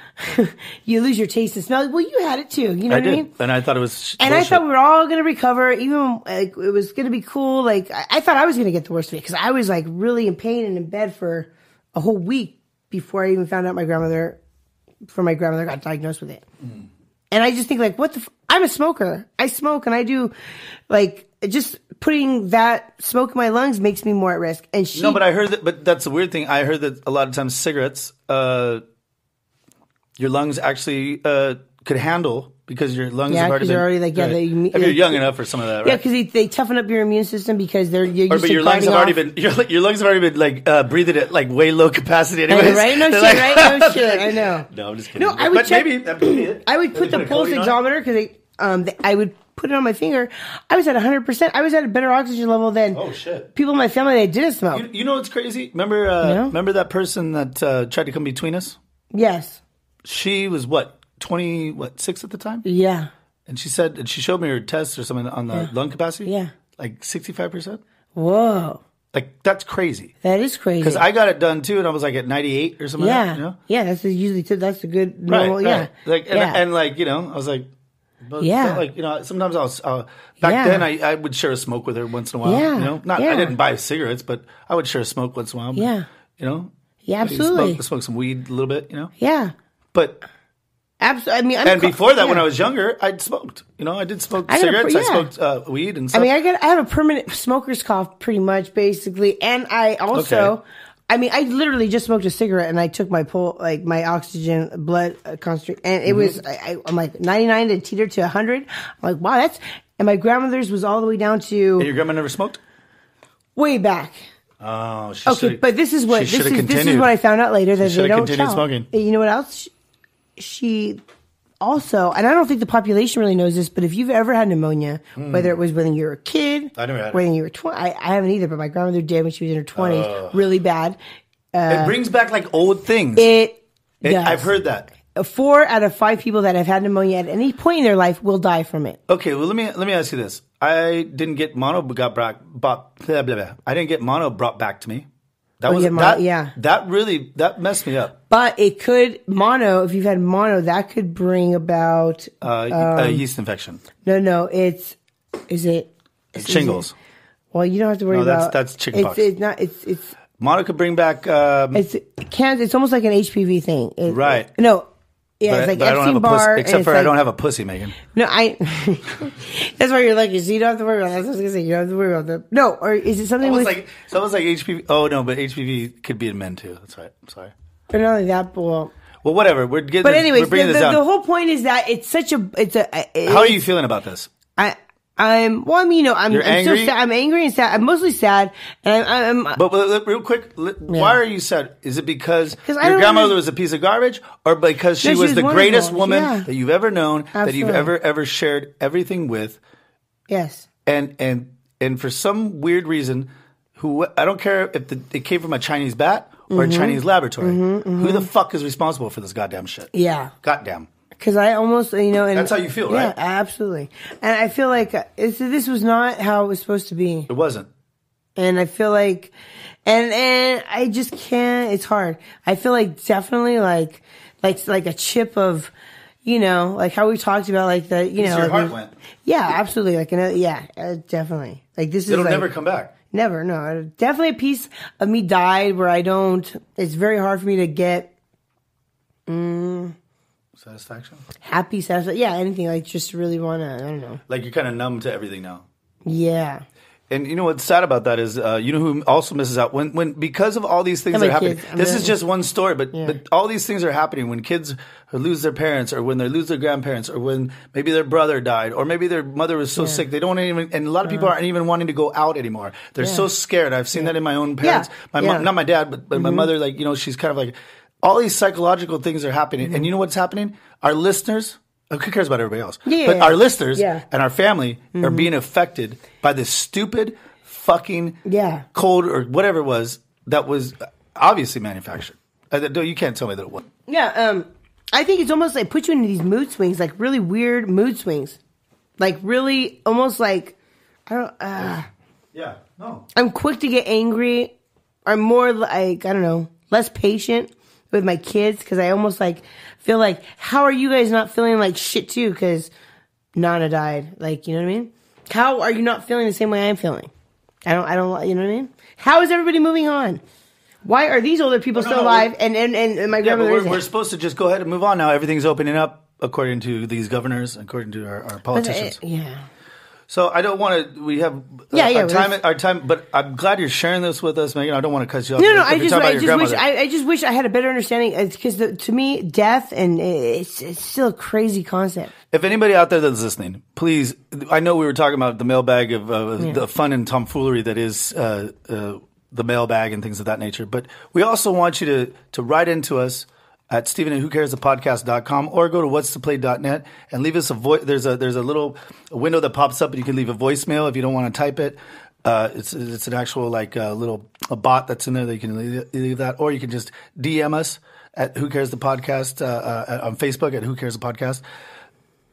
G: you lose your taste and smell. Well, you had it too. You know
D: I
G: what I
D: did,
G: mean?
D: and I thought it was.
G: And
D: bullshit.
G: I thought we were all going to recover. Even like it was going to be cool. Like I, I thought I was going to get the worst of it because I was like really in pain and in bed for a whole week before I even found out my grandmother, before my grandmother got diagnosed with it.
E: Mm.
G: And I just think like, what the? F- I'm a smoker. I smoke and I do, like, just putting that smoke in my lungs makes me more at risk. And she,
D: No, but I heard that. But that's the weird thing. I heard that a lot of times cigarettes, uh, your lungs actually uh, could handle because your lungs
G: Yeah,
D: have already
G: 'cause you're
D: been-
G: already, like, yeah, they-
D: if you're
G: they-
D: young enough for some of that,
G: yeah,
D: right?
G: because they, they toughen up your immune system because they're you're
D: or,
G: used
D: but
G: to
D: your lungs
G: fighting
D: have already
G: off-
D: been (laughs) your, li- your lungs have already been like uh, breathing at like way low capacity. Anyways,
G: right? No
D: (laughs) They're
G: shit, right? No shit,
D: (laughs)
G: I know.
D: No, I'm just kidding.
G: No, I would
D: but
G: check-
D: maybe that could be it.
G: I would
D: They
G: put the
D: put a
G: pulse
D: coating on it?
G: oximeter because um, th- I would put it on my finger. I was at 100%. I was at a better oxygen level than
D: Oh, shit.
G: people in my family that didn't smoke.
D: You, you know what's crazy? Remember, uh,
G: No.
D: remember that person that uh, tried to come between us?
G: yes.
D: She was what twenty, what six at the time?
G: Yeah.
D: And she said, and she showed me her test or something on the lung capacity.
G: Yeah.
D: Like 65%.
G: Whoa.
D: Like, that's crazy.
G: That is crazy.
D: Because I got it done too, and I was like at 98 or something.
G: yeah.
D: Like that, you know?
G: Yeah. That's a- usually, t- that's a good
D: Right.
G: normal.
D: right.
G: Yeah.
D: Like, and,
G: yeah.
D: and like, you know, I was like, but
G: Yeah.
D: yeah. Like, you know, sometimes I was, uh, back
G: Yeah.
D: then I, I would share a smoke with her once in a while.
G: Yeah.
D: You know, not,
G: Yeah.
D: I didn't buy cigarettes, but I would share a smoke once in a while. But,
G: Yeah.
D: You know?
G: yeah,
D: I smoke-
G: absolutely.
D: Smoke, some weed a little bit, you know?
G: yeah.
D: But,
G: Absolutely. I mean, I'm
D: and
G: co-
D: before that, when
G: yeah.
D: I was younger, I'd smoked. You know, I did smoke
G: I got a pr-
D: cigarettes, I
G: yeah.
D: smoked uh, weed and
G: I
D: stuff.
G: mean, I get I have a permanent smoker's cough, pretty much, basically, and I also,
D: Okay.
G: I mean, I literally just smoked a cigarette and I took my pull, like my oxygen blood uh, concentration, and it was
D: Mm-hmm.
G: I, I, I'm like 99 to teeter to 100. I'm like, wow, that's and my grandmother's was all the way down to
D: Your grandma never smoked?
G: way back.
D: Oh, she
G: Okay,
D: shoulda-
G: but this is what
D: she
G: this is
D: shoulda
G: this is
D: continued.
G: what I found out later that
D: She
G: they
D: shoulda
G: don't
D: continued
G: tell.
D: smoking.
G: And You know what else? She, she also, and I don't think the population really knows this, but if you've ever had pneumonia, whether it was when you were a kid,
D: Hmm. I never had it.
G: when you were twenty, I, I haven't either, but my grandmother did when she was in her twenties, really bad.
D: it brings back like old things.
G: uh, It
D: It-
G: Yes.
D: I've heard that.
G: Four out of five people that have had pneumonia at any point in their life will die from it.
D: Okay, well let me let me ask you this. I didn't get mono got brought bought, blah, blah, blah. I didn't get mono brought back to me. That
G: Oh,
D: was
G: yeah, mono-
D: that,
G: yeah.
D: That really that messed me up.
G: But it could mono. If you've had mono, that could bring about um,
D: Uh, y- a yeast infection,
G: no, no. It's is it
D: shingles.
G: well, you don't have to worry
D: No, that's-
G: about
D: that's chickenpox.
G: It's, it's not. It's it's
D: Mono could bring back. Um,
G: it's it can. It's almost like an HPV thing. It-
D: Right.
G: no. Yeah,
D: but
G: it's like
D: but I don't have a
G: Epstein Barr.
D: pussy, except for I don't have a pussy, Megan.
G: No, I. (laughs) that's why you're lucky. So you don't have to worry about that. That's what I was gonna say. You don't have to worry about that. No, or is it something
D: Someone's
G: with?
D: like someone's like HPV. Oh no, but HPV could be in men too. That's right. I'm sorry.
G: but not only that, but well,
D: Well, whatever. We're getting.
G: but
D: this-
G: anyways,
D: we're
G: the,
D: bringing
G: the,
D: this down.
G: the whole point is that it's such a. It's a.
D: How are you feeling about this?
G: I I'm well. I mean, you know, I'm
D: You're
G: I'm
D: angry?
G: so sad. I'm angry and sad. I'm mostly sad, and I'm. I'm
D: But, but, but real quick, li- why are you sad? Is it because
G: 'Cause I
D: your
G: don't
D: grandmother
G: really-
D: was a piece of garbage, or because she
G: No, she
D: was
G: was
D: the
G: wonderful.
D: greatest woman
G: Yeah.
D: that you've ever known, that you've
G: Absolutely.
D: ever ever shared everything with,
G: yes.
D: and and and for some weird reason, who I don't care if the, it came from a Chinese bat or
G: Mm-hmm.
D: a Chinese laboratory, who the fuck is responsible for this goddamn shit?
G: Yeah.
D: Goddamn.
G: Because I almost, you know, and
D: That's how you feel,
G: yeah,
D: right?
G: absolutely. And I feel like uh, it's, this was not how it was supposed to be.
D: It wasn't.
G: And I feel like, and and I just can't. It's hard. I feel like definitely like like like a chip of, you know, like how we talked about like the you know
D: your
G: like
D: heart
G: we-
D: went.
G: Yeah, absolutely. Like another, yeah, uh, definitely. Like this is
D: It'll
G: like-
D: never come back.
G: Never, no. I- Definitely a piece of me died where I don't. It's very hard for me to get mm,
D: Satisfaction.
G: happy, satisfied. Yeah, anything. Like just really want to. I don't know.
D: Like you're kind of numb to everything now.
G: Yeah,
D: And you know what's sad about that is, uh, you know who also misses out when, when because of all these things
G: And
D: that are
G: my
D: happening.
G: kids. I'm
D: This
G: really-
D: is just one story, but but all these things are happening when kids lose their parents, or when they lose their grandparents, or when maybe their brother died, or maybe their mother was so sick they don't even. And a lot of
G: Uh-huh.
D: people aren't even wanting to go out anymore. They're so scared. I've seen that in my own parents. My
G: Yeah. Mm-hmm.
D: mom, not my dad, but, but my mother. Like you know, she's kind of like all these psychological things are happening.
G: Mm-hmm.
D: And you know what's happening? Our listeners. Who cares about everybody else?
G: Yeah, yeah,
D: but
G: yeah.
D: our listeners
G: Yeah. Mm-hmm.
D: and our family are being affected by this stupid fucking
G: Yeah.
D: cold or whatever it was that was obviously manufactured. Uh, that- no, you can't tell me that it wasn't.
G: yeah. Um, I think it's almost like put you into these mood swings, like really weird mood swings, like really almost like I don't. Uh,
D: Yeah, no.
G: I'm quick to get angry. I'm more like I don't know, less patient with my kids because I almost like feel like how are you guys not feeling like shit too? Because Nana died. Like you know what I mean? How are you not feeling the same way I'm feeling? I don't. I don't. You know what I mean? How is everybody moving on? Why are these older people
D: no,
G: still
D: no,
G: alive? And and and my
D: Yeah, but
G: grandmother
D: we're,
G: isn't?
D: we're supposed to just go ahead and move on now. Everything's opening up according to these governors, according to our, our
G: But uh,
D: politicians.
G: it- yeah.
D: so I don't want to. We have uh,
G: Yeah, yeah,
D: our
G: we-
D: time. Our time, but I'm glad you're sharing this with us, Megan. I don't want to cut you off.
G: No, no,
D: If
G: I
D: you're
G: just,
D: talking about
G: I
D: your
G: just wish,
D: grandmother-
G: I, I just wish I had a better understanding because to me, death and uh, it's, it's still a crazy concept.
D: If anybody out there that's listening, please, I know we were talking about the mailbag of uh,
G: Yeah.
D: the fun and tomfoolery that is uh, uh, the mailbag and things of that nature, but we also want you to, to write into us at Stephen and Who Cares the podcast.com or go to what's to play.net and leave us a voice. There's a, there's a little window that pops up and you can leave a voicemail if you don't want to type it. Uh, it's it's an actual like uh, little a bot that's in there that you can leave, leave that, or you can just DM us at Who Cares the Podcast uh, uh, on Facebook at Who Cares the Podcast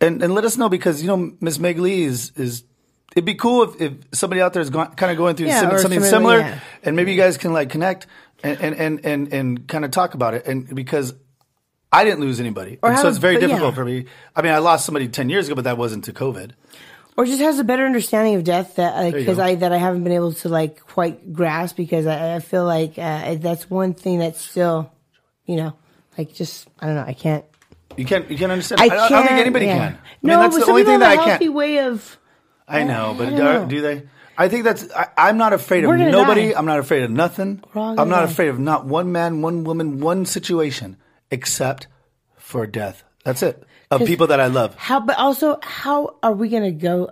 D: and and let us know because you know Miss Meg Lee is is it'd be cool if, if somebody out there is go, kind of going through
G: Yeah,
D: sim-
G: or
D: something
G: somebody,
D: similar,
G: yeah.
D: and maybe you guys can like connect and and and and, and kind of talk about it, and because. I didn't lose anybody, and
G: have
D: so
G: a-
D: it's very
G: but yeah.
D: difficult for me. I mean, I lost somebody ten years ago, but that wasn't to COVID.
G: or just has a better understanding of death that
D: you
G: because
D: go.
G: I that I haven't been able to like quite grasp because I, I feel like uh, that's one thing that's still, you know, like just I don't know I can't
D: You can't, you can't understand.
G: I,
D: I,
G: can't,
D: don't, I don't think anybody
G: yeah.
D: can. I mean,
G: no,
D: that's
G: but
D: the
G: some
D: only
G: people
D: thing
G: have
D: that
G: a
D: I
G: healthy
D: can't.
G: way of
D: I know, but
G: I
D: do
G: don't know.
D: do they? I think that's. I, I'm not afraid of
G: We're gonna
D: nobody.
G: die.
D: I'm not afraid of nothing.
G: We're all gonna
D: I'm not
G: die.
D: afraid of not one man, one woman, one situation, except for death. That's it. Of people that I love.
G: how, but also how are we gonna go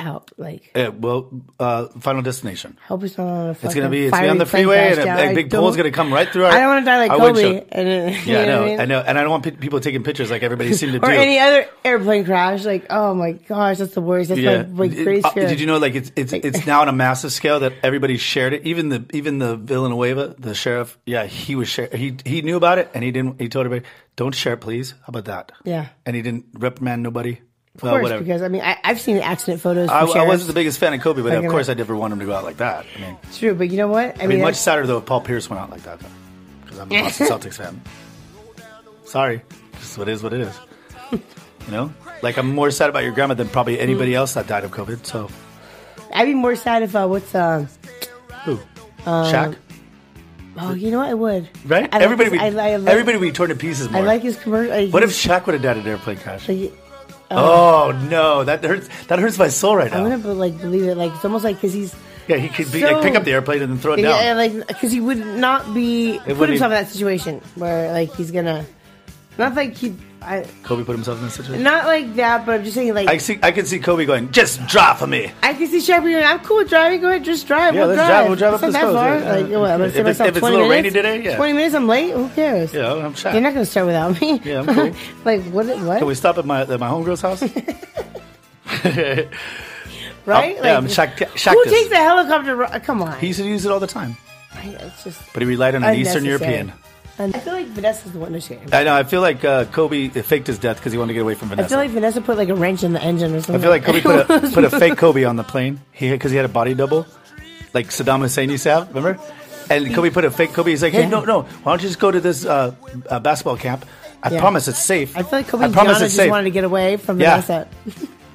G: out. Like,
D: Yeah, Eh, well, uh, Final Destination.
G: help us not on a fucking
D: It's gonna be it's gonna
G: fiery
D: be on the
G: plane
D: freeway,
G: crash
D: and
G: down.
D: a,
G: I
D: a big
G: don't-
D: pole's gonna come right through. Our,
G: I don't want to die like
D: our
G: Kobe.
D: windshield.
G: And, it- (laughs)
D: Yeah,
G: you
D: I
G: know
D: know,
G: what
D: I,
G: mean?
D: know, and I don't want pe- people taking pictures like everybody seemed to
G: (laughs) Or
D: do.
G: any other airplane crash. Like, oh my gosh, that's the worst. That's
D: yeah.
G: my like,
D: It-
G: greatest
D: uh,
G: fear.
D: did you know like it's
G: (laughs)
D: it's it's now on a massive scale that everybody shared it. Even the even the Villanueva, the sheriff, yeah, he was share, he he knew about it and he didn't. He told everybody, "Don't share, it, please." How about that?
G: Yeah.
D: and he didn't reprimand nobody. Of
G: Of course, because I mean, I, I've seen accident photos. From
D: I, I
G: sheriffs.
D: wasn't the biggest fan of Kobe, but
G: Like,
D: of
G: I'm
D: course, I
G: like-
D: never wanted him to go out like that. I mean,
G: True, but you know what? I
D: I mean,
G: mean,
D: much
G: that's-
D: sadder though if Paul Pierce went out like that, though,
G: (laughs)
D: because I'm a Boston Celtics fan. Sorry, just what it is what it
G: (laughs)
D: is. You know, like I'm more sad about your grandma than probably
G: Hmm.
D: anybody else that died of COVID. So,
G: I'd be more sad if uh, what's um.
D: who? Shaq,
G: Oh, you know what? I would.
D: right?
G: I like
D: everybody,
G: his-
D: would,
G: I, I like,
D: everybody would be torn to pieces
G: I
D: more.
G: like his commercial. I,
D: what if Shaq would have died in an airplane crash?
G: Like,
D: oh no, that hurts. That hurts my soul right
G: I
D: now.
G: wouldn't be- like believe it. Like it's almost like because he's
D: yeah, he could be,
G: so-
D: like, pick up the airplane and then throw it down.
G: yeah, like because he would not be put
D: wouldn't
G: himself
D: even-
G: in that situation where like he's gonna not like he I
D: Kobe put himself in this situation.
G: not like that, but I'm just saying like
D: I
G: I,
D: see. I can see Kobe going, "Just drive for me."
G: can see Sharpie going, I'm cool with driving. Go ahead, just drive.
D: Yeah,
G: we'll
D: let's
G: drive.
D: drive, we'll drive
G: It's not
D: up this
G: that far.
D: coast, yeah,
G: Like
D: yeah.
G: what? I'm gonna
D: If
G: save
D: it's-
G: myself
D: if it's a
G: 20
D: little
G: minutes.
D: rainy today, yeah.
G: 20 minutes. I'm late. Who cares?
D: Yeah, I'm Shaq.
G: You're not gonna start without me.
D: Yeah, I'm cool.
G: (laughs) like what? What?
D: Can we stop at my at my
G: (laughs)
D: homegirl's house? (laughs)
G: right?
D: yeah, I'm Shaq- Shaq
G: Who
D: this.
G: takes a helicopter? ri- Come on.
D: He used to use it all the time,
G: it's just.
D: but he relied on an Eastern
G: unnecessary.
D: European.
G: And I feel like Vanessa's the one to shame.
D: I know. I feel like uh, Kobe faked his death because he wanted to get away from
G: I
D: Vanessa.
G: feel like Vanessa put like a wrench in the engine or something.
D: Kobe put a,
G: (laughs)
D: put a fake Kobe on the plane. He because he had a body double, like Saddam Hussein used to have. Remember? And Kobe put a fake Kobe. He's like, "Hey,
G: Yeah.
D: no, no. Why don't you just go to this uh, uh, basketball camp? I
G: Yeah.
D: promise it's safe.
G: I feel like Kobe
D: I
G: and
D: promise
G: Gianna
D: it's
G: just
D: safe."
G: wanted to get away from
D: Yeah.
G: Vanessa.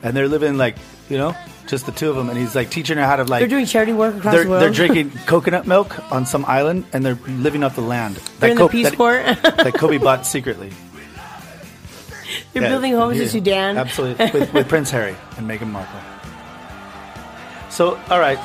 D: and they're living like you know, just the two of them. And he's like teaching her how to like
G: They're doing charity work across
D: they're,
G: the world.
D: they're drinking coconut milk on some island and they're living off the land. That
G: They're in the Peace
D: that,
G: Corps.
D: that Kobe bought secretly.
G: (laughs) (laughs) They're
D: Yeah,
G: building homes
D: yeah.
G: in Sudan.
D: Absolutely. With,
G: (laughs)
D: with Prince Harry and Meghan Markle. So, all right.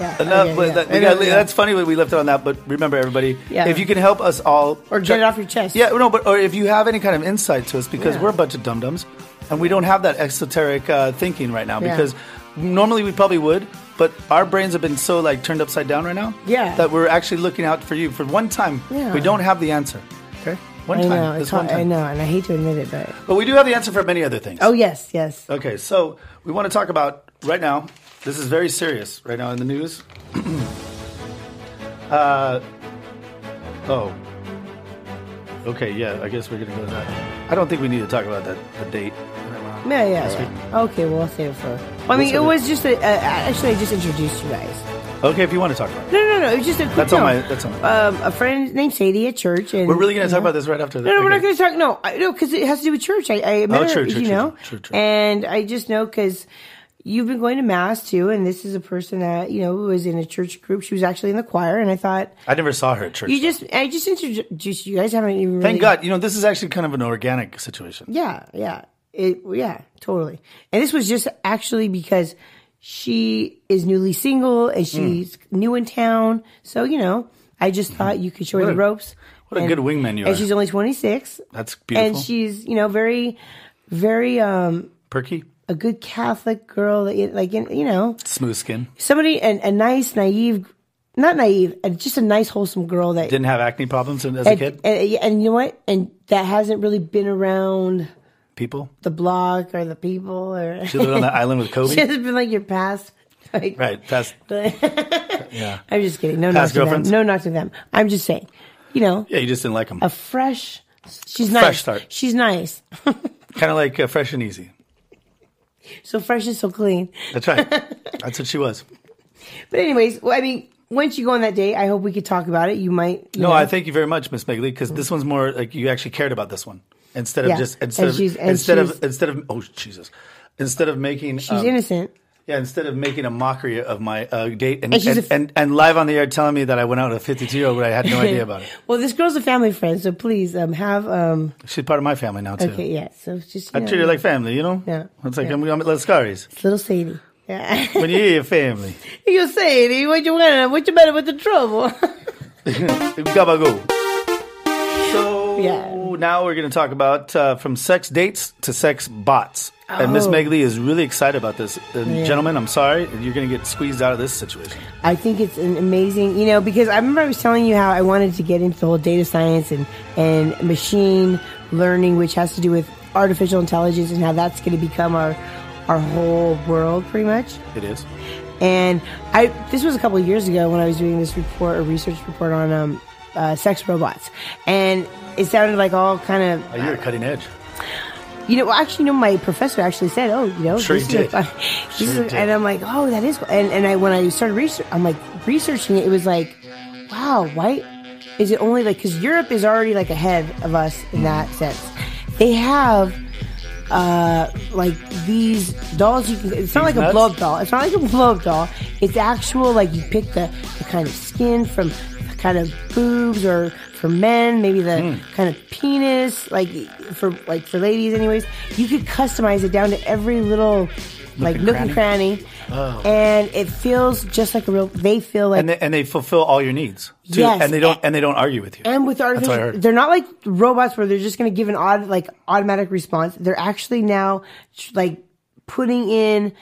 G: Yeah.
D: Enough.
G: Okay,
D: with
G: yeah.
D: that- we
G: Okay,
D: gotta-
G: yeah.
D: That's funny that we left it on that, but remember, everybody,
G: Yeah.
D: if you can help us all.
G: Or get it off your chest.
D: Yeah, no, but or if you have any kind of insight to us, because
G: Yeah.
D: we're a bunch of dum dums and we don't have that esoteric uh, thinking right now,
G: Yeah.
D: because normally we probably would. But our brains have been so like turned upside down right now,
G: Yeah.
D: that we're actually looking out for you. For one time,
G: Yeah.
D: we don't have the answer. Okay, one
G: I
D: time,
G: know.
D: this
G: It's
D: one
G: hard,
D: time.
G: I know, and I hate to admit it, but
D: But we do have the answer for many other things.
G: oh yes, yes.
D: Okay, so we want to talk about right now. This is very serious right now in the news. (clears throat) uh, oh. Okay, yeah, I guess we're going to go to that. I don't think we need to talk about that, the date.
G: Yeah, yeah. yeah. Okay, well, I'll save it for. Well, I mean,
D: save
G: it
D: it.
G: was just a. Uh, actually, I just introduced you guys.
D: Okay, if you want to talk about it.
G: No, no, no. It was just a quick.
D: That's on
G: note.
D: my- that's on my-
G: Um, a friend named Sadie at church, and
D: We're really going to
G: Yeah.
D: talk about this right after the
G: No, no, we're not
D: okay.
G: going to talk. No, I, no, because it has to do with church. I, I met
D: Oh,
G: her,
D: true, true,
G: you
D: true,
G: know,
D: true, true.
G: and I just know because you've been going to mass too, and this is a person that you know was in a church group. She was actually in the choir, and I thought
D: I never saw her at church.
G: you just, I just introduced you guys haven't even. Really,
D: Thank God. You know, this is actually kind of an organic situation.
G: Yeah, yeah, it, yeah, totally. And this was just actually because she is newly single and
D: Hmm.
G: she's new in town, so you know, I just thought you could show her
D: Hmm. What
G: the
D: a-
G: ropes.
D: what a
G: and-
D: good wingman you
G: And
D: are.
G: she's only twenty six.
D: That's beautiful.
G: And she's, you know, very, very, um,
D: Perky,
G: a good Catholic girl that, you- like, in- you know,
D: smooth skin,
G: somebody, and a nice, naive, not naive, uh, just a nice, wholesome girl that,
D: didn't have acne problems as a
G: and,
D: kid.
G: and, and you know what? And that hasn't really been around
D: People.
G: the block or the people or,
D: She lived on that island
G: (laughs)
D: with
G: she
D: Kobe.
G: hasn't been like your past. Like,
D: Right, that's.
G: yeah. (laughs) I'm just kidding. No knock
D: Past
G: to them.
D: girlfriends?
G: No knock to them. I'm just saying, you know,
D: Yeah, you just didn't like them.
G: a fresh, she's nice.
D: Fresh start.
G: She's nice.
D: Kind of like uh, fresh and easy.
G: So fresh and so clean. (laughs)
D: That's right. That's what she was.
G: But anyways, well, I mean, once you go on that date, I hope we could talk about it. You might. You
D: No,
G: know.
D: I thank you very much, Miss Megley, because this one's more like you actually cared about this one instead of
G: Yeah.
D: just
G: And
D: instead of
G: she's- and
D: instead
G: she's-
D: of instead of oh Jesus, instead of making um,
G: she's innocent.
D: yeah instead of making a mockery of my uh, date and
G: And
D: and,
G: she's
D: and,
G: a f-
D: and live on the air telling me that I went out with a fifty two year old, but I
G: (laughs)
D: had no idea about it.
G: Well, this girl's a family friend, so please um have um
D: She's part of my family now too.
G: okay yeah. So it's just
D: I
G: you
D: treat her
G: know,
D: like family, you know.
G: Yeah.
D: it's like
G: Yeah.
D: I'm, I'm at Lascari's.
G: it's little Sadie. Yeah,
D: When you're your family,
G: (laughs) you Sadie, what you want? What you better with the trouble?
D: gabago. So
G: Yeah.
D: now we're going to talk about uh, from sex dates to sex bots. And Miss
G: Oh.
D: Meg Lee is really excited about this. And
G: Yeah.
D: gentlemen, I'm sorry, you're going to get squeezed out of this situation.
G: I think it's an amazing, you know, because I remember I was telling you how I wanted to get into the whole data science and, and machine learning, which has to do with artificial intelligence and how that's going to become our, our whole world pretty much.
D: It is.
G: And I this was a couple of years ago when I was doing this report, a research report on um, uh, sex robots, and it sounded like all kind
D: Oh,
G: of
D: you're cutting edge.
G: you know. Well, actually, no, my professor actually said, "Oh, you know,
D: Sure
G: this
D: he
G: is a
D: did.
G: (laughs) fun- this is a-
D: did.
G: and I'm like, "Oh, that is." cool." And and I when I started research, I'm like researching it. It was like, wow, why is it only like because Europe is already like ahead of us in that sense? They have. Uh, like these dolls, you can, it's not like a
D: nuts?
G: blow up doll. It's not like a blow up doll. It's actual like you pick the, the kind of skin from the kind of boobs or for men, maybe the kind of penis, like for like for ladies anyways. You could customize it down to every little like
D: and
G: nook and cranny. And it feels just like a real they feel Uh, like
D: And they, and they fulfill all your needs. Too.
G: Yes.
D: And they don't and they don't argue with you.
G: and with
D: That's what I
G: artificial,
D: heard.
G: they're not like robots where they're just going to give an odd, like automatic response. They're actually now like putting in,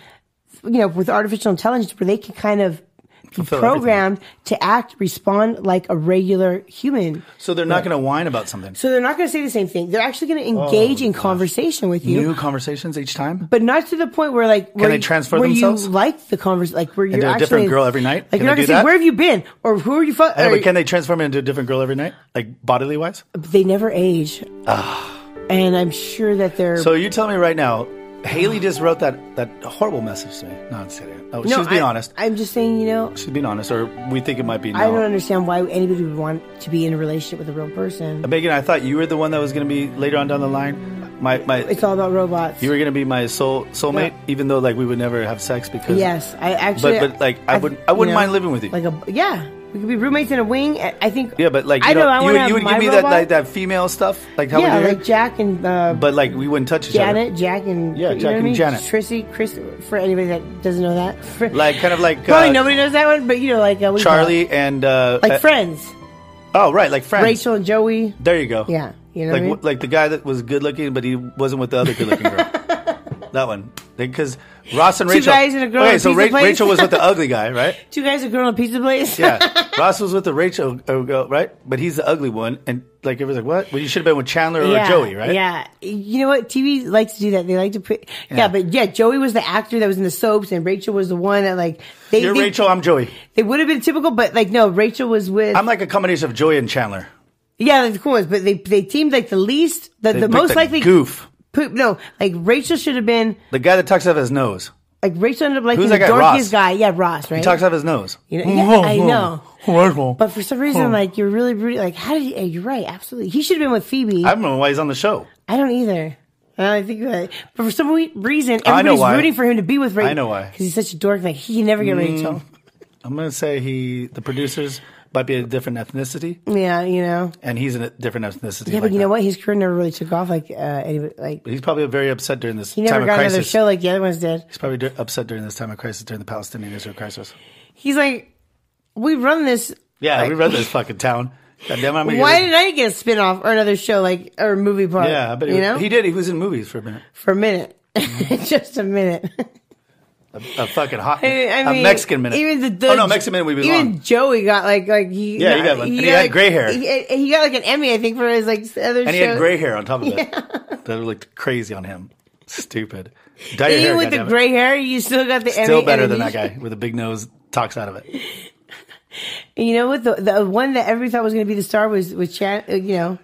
G: you know, with artificial intelligence where they can kind of be
D: Fulfill
G: programmed to act, respond like a regular human.
D: So they're not going to whine about something.
G: So they're not going to say the same thing. They're actually going to engage in conversation with you.
D: Oh, New conversations each time.
G: but not to the point where like where
D: they
G: you-
D: transfer
G: where
D: themselves?
G: you like the convers like where you're
D: they're a
G: actually
D: different girl every night?
G: Like
D: Can
G: you're not gonna
D: they do
G: say
D: that?
G: where have you been or who are you? Fu-
D: Hey,
G: or-
D: but can they transform into a different girl every night, like Ah. bodily wise?
G: they never age. And I'm sure that they're
D: So you tell me right now, Haley just wrote that that horrible message to me. No, I'm just kidding. Oh,
G: No,
D: she's being
G: I-
D: honest.
G: I'm just saying, you know,
D: She's being honest, or we think it might be. No.
G: I don't understand why anybody would want to be in a relationship with a real person.
D: Megan, I thought you were the one that was going to be later on down the line. My my,
G: It's all about robots.
D: you were going to be my soul soulmate,
G: Yeah.
D: even though like we would never have sex because
G: yes, I actually.
D: But- but, like, I wouldn't- I wouldn't mind living with you.
G: Like a yeah, we could be roommates in a wing. I I think.
D: Yeah, but like you
G: I know,
D: know,
G: I
D: you
G: want
D: would-
G: to
D: you would give me that like that female stuff, like how
G: yeah,
D: we do.
G: like Jack and uh,
D: but like we wouldn't touch each
G: Janet, Jack and
D: Yeah,
G: you know
D: Jack
G: what I
D: and
G: mean?
D: Janet.
G: Trissy, Chris. For anybody that doesn't know that, For-
D: other. Like kind of like
G: probably
D: uh,
G: nobody knows that one, but you know, like uh, we call it-
D: Charlie and uh, uh,
G: like Friends,
D: Oh right, like friends.
G: Rachel and Joey.
D: There you go.
G: Yeah, you know
D: like
G: what I mean?
D: wh- like the guy that was good looking, but he wasn't with the other good looking girl.
G: (laughs)
D: that one, because Ross and
G: Two
D: Rachel.
G: guys and a girl
D: Okay,
G: in a
D: so
G: pizza place.
D: Rachel was
G: (laughs)
D: with the ugly guy, right?
G: Two guys, a girl, and a pizza place. (laughs)
D: Yeah, Ross was with the Rachel uh, girl, right? But he's the ugly one, and like everyone's like, "What? Well, you should have been with Chandler or Joey, right?"
G: Yeah. You know what? TV likes to do that. They like to put, yeah.
D: Yeah.
G: but yeah, Joey was the actor that was in the soaps and Rachel was the one that like, they,
D: You're
G: they,
D: Rachel. I'm Joey.
G: they would have been typical, but like, no, Rachel was with,
D: I'm like a combination of Joey and Chandler.
G: yeah, like the cool ones, but they, they teamed like the least, the,
D: They
G: the
D: picked
G: most
D: a
G: likely
D: goof,
G: poop. No, like Rachel should have been,
D: the guy that talks out of his nose.
G: like Rachel ended up liking
D: Who's
G: the
D: that guy?
G: dorkiest
D: Ross.
G: guy. Yeah, Ross, right?
D: He talks out of his nose.
G: You know, yeah, I
D: (laughs)
G: know. But for some reason,
D: Hmm.
G: like, you're really, really, like, how did you, yeah, you're right, absolutely. He should have been with Phoebe.
D: I don't know why he's on the show.
G: I don't either. I don't think that. But for some we- reason,
D: I know
G: everybody's
D: why.
G: rooting for him to be with Rachel.
D: I know why.
G: Because he's such a dork. Like, he can never get Rachel.
D: Mm, I'm gonna say he, the producers, might be a different ethnicity,
G: Yeah, you know.
D: and he's in a different ethnicity.
G: Yeah,
D: Mm. like
G: but you
D: that.
G: know what? His career never really took off. Like, uh, anybody, like
D: He's probably very upset during this
G: he never
D: time
G: got
D: of
G: another
D: crisis.
G: show like the other ones did.
D: He's probably dur- upset during this time of crisis during the Palestinian-Israel crisis.
G: He's like, we run this.
D: Yeah,
G: Like-
D: we run this fucking town. God damn, it, I'm gonna
G: Why
D: get
G: did I get a spin off or another show like or movie part?
D: Yeah, but he,
G: you
D: was-
G: know,
D: he Mm. did. He was in movies for a minute.
G: for a minute, (laughs) just a minute.
D: A fucking hot, minute.
G: I mean,
D: a Mexican minute.
G: Even the, the
D: oh no, Mexican minute would be
G: even
D: long.
G: Joey got like like he
D: Yeah, he got one. And he had
G: like-
D: gray hair.
G: He, he got like an Emmy, I think, for his like other.
D: And he had
G: show. (laughs)
D: gray hair on top of it. That looked crazy on him. Stupid. Dye your
G: Even
D: hair,
G: with the
D: goddammit.
G: gray hair, you still got the
D: Still
G: Emmy
D: better than that
G: nomination.
D: guy with a big nose talks out of it.
G: And (laughs) You know what? The, the one that everybody thought was going to be the star was was Chan. uh, You know,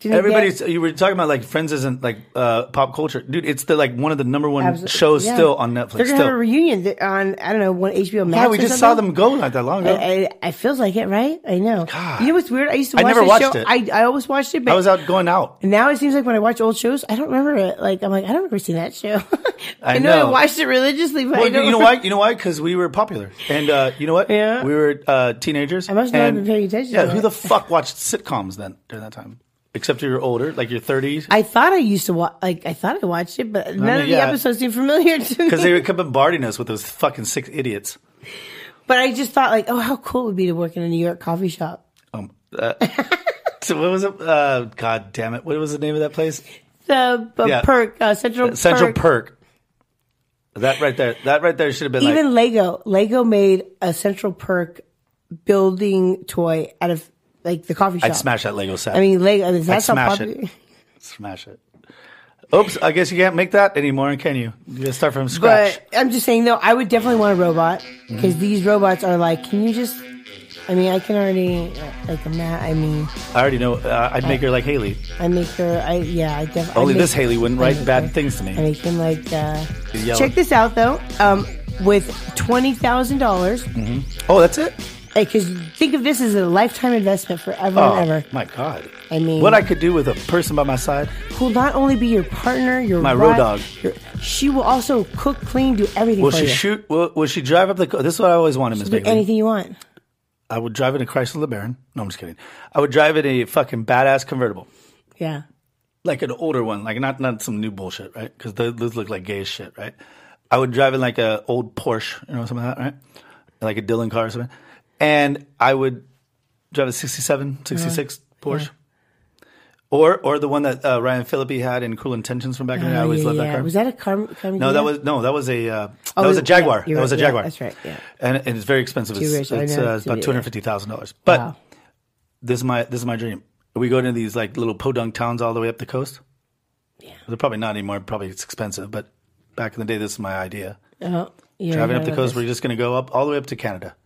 G: didn't
D: Everybody's
G: get-
D: you were talking about like Friends isn't like uh, pop culture, dude. It's the like one of the number one
G: Absol-
D: shows
G: yeah.
D: still on Netflix.
G: They're gonna
D: still.
G: have a reunion th- on I don't know one HBO Max.
D: yeah, we
G: or
D: just saw
G: something.
D: them go not that long ago.
G: I, I, I feels like it, right? I know. You know what's weird? I used to
D: I
G: watch
D: never
G: this
D: watched
G: show.
D: it.
G: I I always watched it, but
D: I was out going out.
G: now it seems like when I watch old shows, I don't remember it. Like I'm like I don't remember seeing that show. (laughs)
D: I
G: know.
D: know.
G: I watched it religiously, but I
D: Well,
G: don't
D: you know
G: remember-
D: why? You know why? Because we were popular, and uh, you know what?
G: Yeah.
D: we were uh, teenagers. I
G: must not have been paying attention
D: Yeah,
G: to
D: who
G: it. (laughs)
D: the fuck watched sitcoms then during that time? Except you're older, like you're 30s,
G: (laughs) I thought I used to watch. Like I thought I watched it, but none of the
D: yeah.
G: episodes seem familiar to me.
D: because they would come bombarding us with those fucking six idiots.
G: But I just thought like, oh, how cool it would be to work in a New York coffee shop.
D: Um,
G: (laughs)
D: uh, so what was it? Uh, God damn it! What was the name of that place?
G: The uh,
D: Yeah.
G: perk, uh, Central
D: Central
G: Perk.
D: Perk. That right there, that right there should have been like,
G: Even Lego, Lego made a Central Perk building toy out of like the coffee shop.
D: I'd smash that Lego set.
G: I mean, Lego. I mean, that's how
D: smash
G: popular.
D: it. smash it. Oops, I guess you can't make that anymore, can you? You gotta start from scratch.
G: But I'm just saying though, I would definitely want a robot because these robots are like, can you just? I mean, I can already like I'm not. I mean,
D: I already know. Uh, I'd make her like Haley.
G: I make her. I yeah. I definitely.
D: Only this Haley wouldn't write bad things to me.
G: I make him like. Uh,
D: Yellow.
G: check this out though. Um, with twenty thousand dollars,
D: Oh, that's it.
G: because think of this as a lifetime investment forever
D: Oh
G: and ever.
D: my god!
G: I mean-
D: what I could do with a person by my side.
G: Who'll not only be your partner, your
D: My
G: wife,
D: road dog.
G: your- she will also cook, clean, do everything
D: Will
G: for
D: she
G: you.
D: shoot? Will, will she drive up the? co- This is what I always wanted, Miss
G: do
D: Bailey.
G: anything you want.
D: I would drive in a Chrysler LeBaron. No, I'm just kidding. I would drive in a fucking badass convertible,
G: Yeah.
D: like an older one, like not not some new bullshit, right? Because those look like gay as shit, right? I would drive in like a old Porsche, you know, something like that, right? Like a Dylan car or something. And I would drive a 67, 66
G: Uh-huh.
D: Porsche. Or, or the one that uh, Ryan Philippi had in Cruel Intentions from back in the day. I
G: Oh,
D: always
G: yeah,
D: loved
G: yeah.
D: that car.
G: Was that a car? car
D: No, that was no, that was a uh, that was a Jaguar.
G: you're
D: that was a
G: right, Oh, yeah,
D: Jaguar.
G: that's right, yeah.
D: and, and it's very expensive. It's,
G: rich, I
D: it's,
G: know,
D: uh,
G: it's
D: it's about
G: too-
D: two hundred fifty thousand dollars. But
G: Wow.
D: this is my this is my dream. We go to these like little podunk towns all the way up the coast. Yeah, they're probably not anymore. Probably it's expensive, but back in the day, this is my idea.
G: Oh, yeah,
D: Driving
G: I
D: up the
G: know
D: coast,
G: this. Oh,
D: we're just going to go up all the way up to Canada,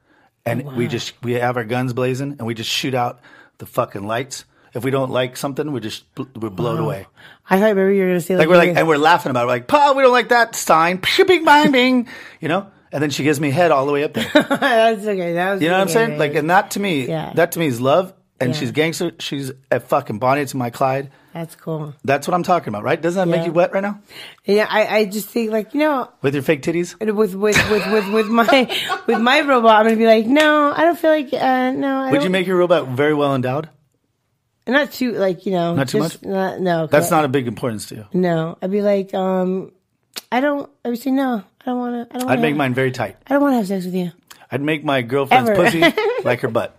D: and we just we have our guns blazing, and we just shoot out the fucking lights. If we don't like something, we just bl- we're blown away.
G: I thought maybe you were going to say
D: Like we're like,
G: maybe-
D: and we're laughing about it. We're like, Pa, we don't like that sign. (laughs) Shipping, bang, bing. You know? And then she gives me head all the way
G: (laughs)
D: up there. You
G: (laughs) that's okay. That was
D: know what I'm
G: okay,
D: saying?
G: yeah,
D: Like,
G: yeah.
D: and that to me,
G: Yeah.
D: that to me is love. And
G: Yeah.
D: she's gangster. She's a fucking Bonnie to my Clyde.
G: that's cool.
D: That's what I'm talking about, right? Doesn't that
G: Yeah.
D: make you wet right now
G: Yeah, I, I just think like you know,
D: with your fake titties?
G: with with with with with
D: (laughs)
G: my with my robot, I'm gonna be like, no, I don't feel like uh, no. I
D: Would you
G: don't-
D: make your robot very well endowed?
G: not too like you know
D: Not too
G: just
D: much?
G: Not, no,
D: That's not a big importance to you.
G: no. I'd be like, um, I don't. I would say Oh, no. I don't want to. I don't. Wanna,
D: I'd make mine very tight.
G: I don't want to have sex with you.
D: I'd make my girlfriend's
G: Ever. (laughs)
D: pussy like her butt.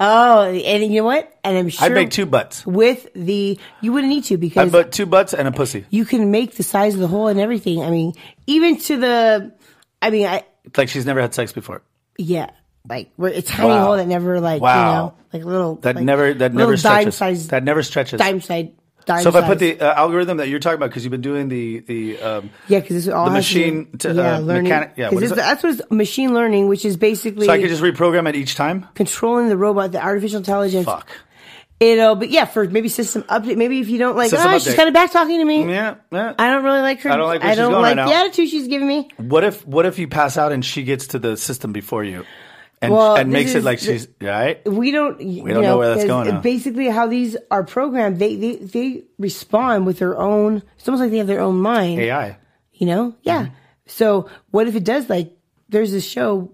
G: Oh, and you know what? And I'm sure
D: I'd make two butts.
G: with the you wouldn't need to
D: I'd
G: because
D: put two butts and a pussy.
G: you can make the size of the hole and everything. I mean, even to the, I mean, I
D: Like she's never had sex before.
G: yeah, like where a tiny
D: Wow.
G: hole that never like you
D: Wow.
G: know like little
D: That
G: like,
D: never that
G: little
D: never
G: dime
D: stretches.
G: size
D: That never stretches.
G: dime side dime.
D: So if I
G: size.
D: put the uh, algorithm that you're talking about, because you've been doing the the um,
G: yeah, because it's all
D: the
G: has to do-
D: machine to,
G: yeah
D: uh,
G: learning
D: mechanic- yeah,
G: 'cause
D: what is
G: it's-
D: it?
G: that's what's machine learning, which is basically
D: so I could just reprogram it each time.
G: controlling the robot, the artificial intelligence.
D: Fuck.
G: It'll, but yeah, for maybe system update. Maybe if you don't like,
D: System
G: oh, she's
D: update.
G: kind of back talking to me.
D: Yeah. yeah.
G: I don't really like her.
D: I don't like where
G: I
D: she's
G: don't
D: going
G: like
D: right now.
G: the attitude she's giving me.
D: what if what if you pass out and she gets to the system before you, and
G: Well,
D: and
G: this
D: makes it
G: is
D: like
G: the-
D: she's right.
G: we don't we
D: don't know where that's going now.
G: basically how these are programmed they, they they respond with their own it's almost like they have their own mind
D: AI.
G: you know yeah
D: Mm-hmm.
G: so what if it does like there's this show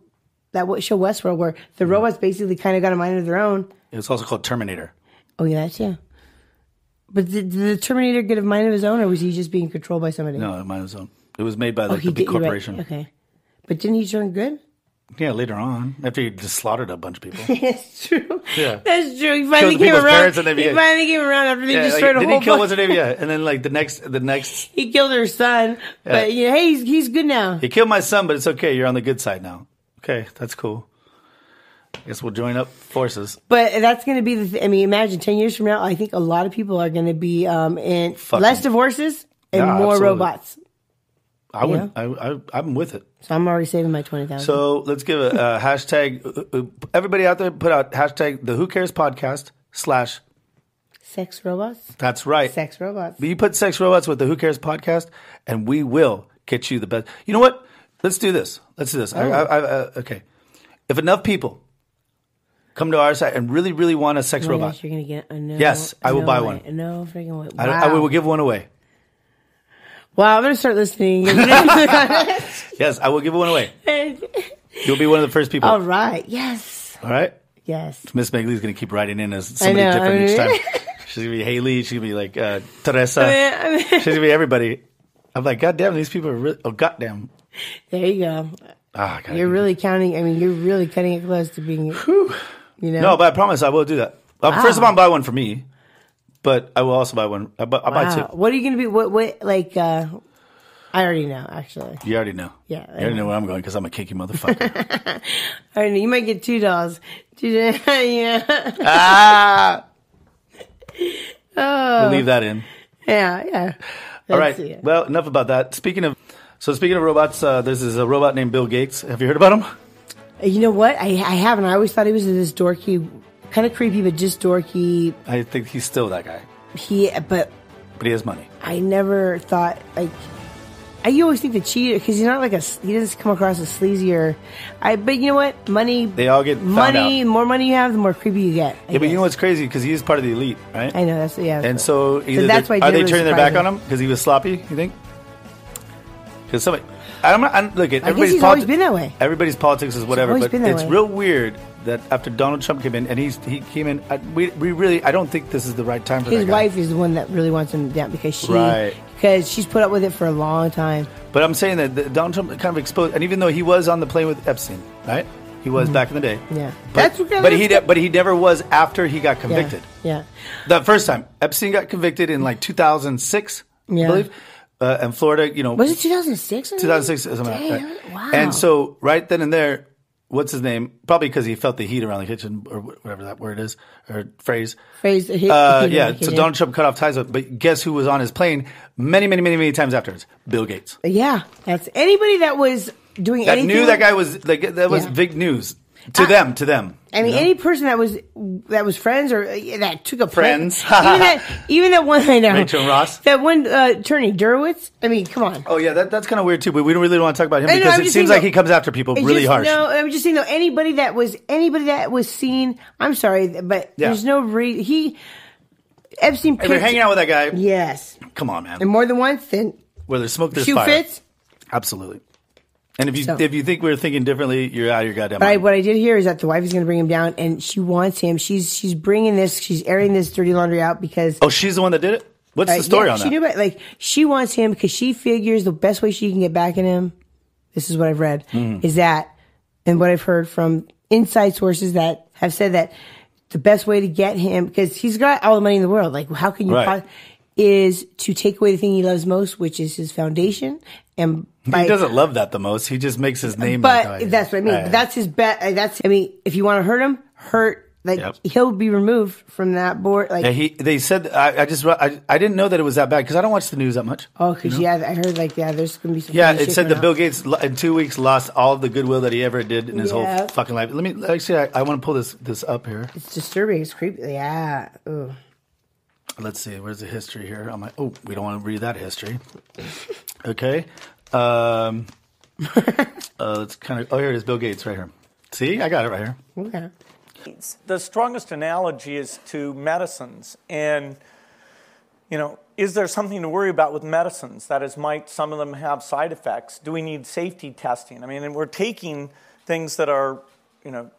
G: that what show westworld where
D: Mm-hmm.
G: the robots basically kind of got a mind of their own
D: It's also called Terminator.
G: oh yeah that's yeah but did, did the terminator get a mind of his own or was he just being controlled by somebody Oh,
D: No, mine was own. It was made by like
G: he
D: the big
G: did- you're right.
D: corporation.
G: okay but didn't he turn good
D: Yeah, later on after you just slaughtered a bunch
G: (laughs)
D: of people.
G: That's true.
D: Yeah.
G: That's true. He finally came
D: people's
G: around.
D: parents and they
G: He
D: began-
G: finally came around after they
D: yeah, like,
G: destroyed a
D: didn't
G: whole
D: he kill
G: bunch.
D: what's her name? Yeah, and then like the next the next
G: (laughs) he killed her son, (laughs) but you know, hey, he's, he's good now.
D: He killed my son, but it's okay. You're on the good side now. Okay, that's cool. I guess we'll join up forces.
G: But that's going to be the. Th- I mean, imagine ten years from now. I think a lot of people are going to be um in
D: Fuck
G: less
D: them.
G: divorces and
D: Yeah,
G: more
D: absolutely.
G: robots.
D: I would. I, I. I'm with it.
G: So I'm already saving my twenty thousand.
D: So let's give a, uh hashtag. Everybody out there, put out hashtag the Who Cares podcast slash.
G: sex robots,
D: That's right.
G: sex robots.
D: You put sex robots with the Who Cares podcast, and we will get you the best. You know what? Let's do this. Let's do this.
G: Oh.
D: I, I, I, uh, okay. If enough people come to our site and really, really want a sex
G: Oh my
D: robot,
G: gosh, you're going to get a no.
D: Yes, I will
G: no
D: buy
G: way,
D: one.
G: a No freaking way. Wow.
D: I, I will give one away.
G: wow, I'm going to start listening. All
D: Yes, I will give one away. You'll be one of the first (laughs) people.
G: right. Yes.
D: All right.
G: Oh. Yes.
D: Miss Megley's going to keep writing in as somebody
G: know,
D: different each
G: I
D: time.
G: mean- (laughs)
D: She's going to be Haley. She's going to be like uh, Teresa.
G: I mean-
D: She's going to be everybody. I'm like, God damn, these people are really, oh, God damn.
G: There you go.
D: Ah, God.
G: You're really counting. I mean, you're really cutting it close to being. You know.
D: No, but I promise I will do that. Uh, First of all, I'll buy one for me, but I will also buy one. I'll buy, I'll buy
G: Wow.
D: two.
G: What are you going to be? What? What? Like, uh, I already know, actually.
D: You already know.
G: Yeah,
D: You already know where I'm going because I'm a kicky
G: (laughs)
D: motherfucker.
G: I already know. You might get two dolls. (laughs) Two da- yeah.
D: ah! We'll leave that in.
G: Oh. Yeah, yeah.
D: All
G: Let's
D: right.
G: see it.
D: Well, enough about that. Speaking of, so speaking of robots, uh, this is a robot named Bill Gates. Have you heard about him?
G: Uh, You know what? I, I haven't. I always thought he was this dorky, kind of creepy, but just dorky.
D: I think he's still that guy,
G: He, but
D: but he has money.
G: I never thought like. I you always think the cheater because he's not like a s- he doesn't come across as sleazy or, I but you know what money
D: They all get found
G: money
D: out.
G: the more money you have the more creepy you get I
D: Yeah, but you
G: guess.
D: know what's crazy? Because he is part of the elite, right?
G: I know that's yeah
D: And so, either
G: that's
D: they-
G: why
D: are they
G: Jenna was
D: turning their back on
G: surprising.
D: him because he was sloppy? You think? Because somebody, I'm not. I'm, look, at
G: I guess
D: everybody's
G: he's
D: politi-
G: always been that way.
D: Everybody's politics is whatever,
G: always
D: but
G: been that
D: it's
G: way.
D: real weird that after Donald Trump came in, and he's he came in. I, we, we really, I don't think this is the right time for
G: his
D: that guy.
G: wife is the one that really wants him down because she
D: Right.
G: because she's put up with it for a long time
D: But I'm saying that the, Donald Trump kind of exposed, and even though he was on the plane with Epstein, right? He was back in the day.
G: Mm-hmm. Yeah.
D: but,
G: That's what-
D: but he de- but he never was after he got
G: Yeah.
D: convicted.
G: yeah
D: The first time Epstein got convicted in like 2006, I
G: Yeah.
D: believe, uh, and Florida, you know,
G: was it 2006
D: 2006 or something. like
G: Damn,
D: that.
G: wow
D: And so right then and there, what's his name? Probably because he felt the heat around the kitchen or wh- whatever that word is or phrase.
G: Phrase, hit-
D: Uh,
G: hit
D: yeah.
G: him,
D: So
G: hit
D: Donald
G: him.
D: Trump cut off ties with, but guess who was on his plane many, many, many, many times afterwards? Bill Gates.
G: yeah that's anybody that was doing
D: that
G: anything
D: knew that guy was like that was
G: Yeah.
D: big news to
G: I-
D: them to them
G: I mean,
D: you know?
G: any person that was that was friends or uh, that took a plane-
D: Friends.
G: (laughs) even
D: (laughs)
G: that even that one I know,
D: Rachel and Ross.
G: that one uh, attorney Derwitz. I mean, come on.
D: oh yeah that, that's kind of weird too but we don't really want to talk about him
G: I know,
D: because
G: I'm
D: it
G: just
D: seems
G: saying
D: like he
G: though-
D: comes after people
G: It's
D: really
G: just,
D: harsh
G: No, I'm just saying though. Anybody that was anybody that was seen. I'm sorry, but
D: Yeah.
G: there's no re- he. Epstein.
D: if you're hanging out with that guy
G: Yes,
D: come on
G: and
D: man
G: more than once. Then
D: where there's smoke there's
G: shoe
D: fire
G: fits.
D: absolutely and if you
G: So-
D: if you think we're thinking differently you're out of your goddamn
G: But I,
D: mind.
G: what I did hear is that the wife is going to bring him down, and she wants him. She's she's bringing this. She's airing this dirty laundry out because
D: oh she's the one that did it what's
G: Uh,
D: the story
G: yeah,
D: on
G: she
D: that
G: knew about like she wants him because she figures the best way she can get back at him. This is what I've read
D: Mm-hmm.
G: is that, and what I've heard from inside sources that have said that the best way to get him because he's got all the money in the world. Like, how can you?
D: Right.
G: pos- is to take away the thing he loves most, which is his foundation, and by,
D: he doesn't love that the most he just makes his name
G: But
D: that guy.
G: that's what I mean.
D: Right.
G: That's his bet. uh, That's I mean, if you want to hurt him, hurt. Like
D: Yep.
G: he'll be removed from that board. Like
D: yeah, he they said I, I just I, I didn't know that it was that bad because I don't watch the news that much
G: oh, because yeah, I heard like yeah, there's gonna be some
D: Yeah,
G: funny
D: it
G: shit
D: said
G: going
D: that
G: on.
D: Bill Gates lo- in two weeks lost all of the goodwill that he ever did in his whole
G: Yeah.
D: fucking life. Let me actually, I, I want to pull this this up here.
G: It's disturbing. It's creepy. Yeah. Ooh.
D: Let's see, where's the history here? I'm like, oh, we don't want to read
G: (laughs)
D: that history. Okay, um, (laughs) uh, it's kind of. Oh, here it is, Bill Gates, right here. See, I got it right here.
G: Okay.
J: the strongest analogy is to medicines. And, you know, is there something to worry about with medicines? That is, might some of them have side effects? Do we need safety testing? I mean, and we're taking things that are, you know,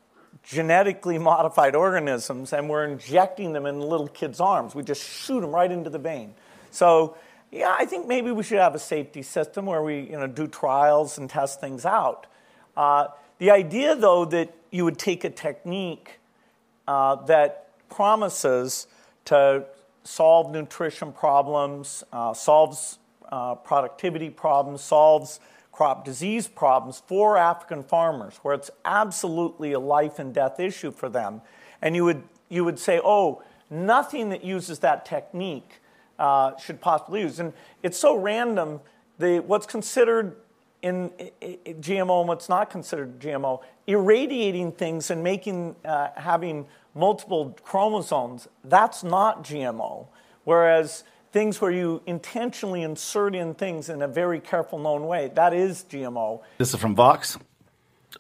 J: genetically modified organisms and we're injecting them in little kids' arms. We just shoot them right into the vein. So, yeah, I think maybe we should have a safety system where we, you know, do trials and test things out. Uh, the idea, though, that you would take a technique uh, that promises to solve nutrition problems, uh, solves uh, productivity problems, solves crop disease problems for African farmers, where it's absolutely a life and death issue for them. And you would, you would say, oh, nothing that uses that technique uh, should possibly use. And it's so random. The, what's considered in i- i- GMO and what's not considered GMO, irradiating things and making uh, having multiple chromosomes, that's not GMO. Whereas things where you intentionally insert in things in a very careful, known way, that is GMO.
D: This is from Vox,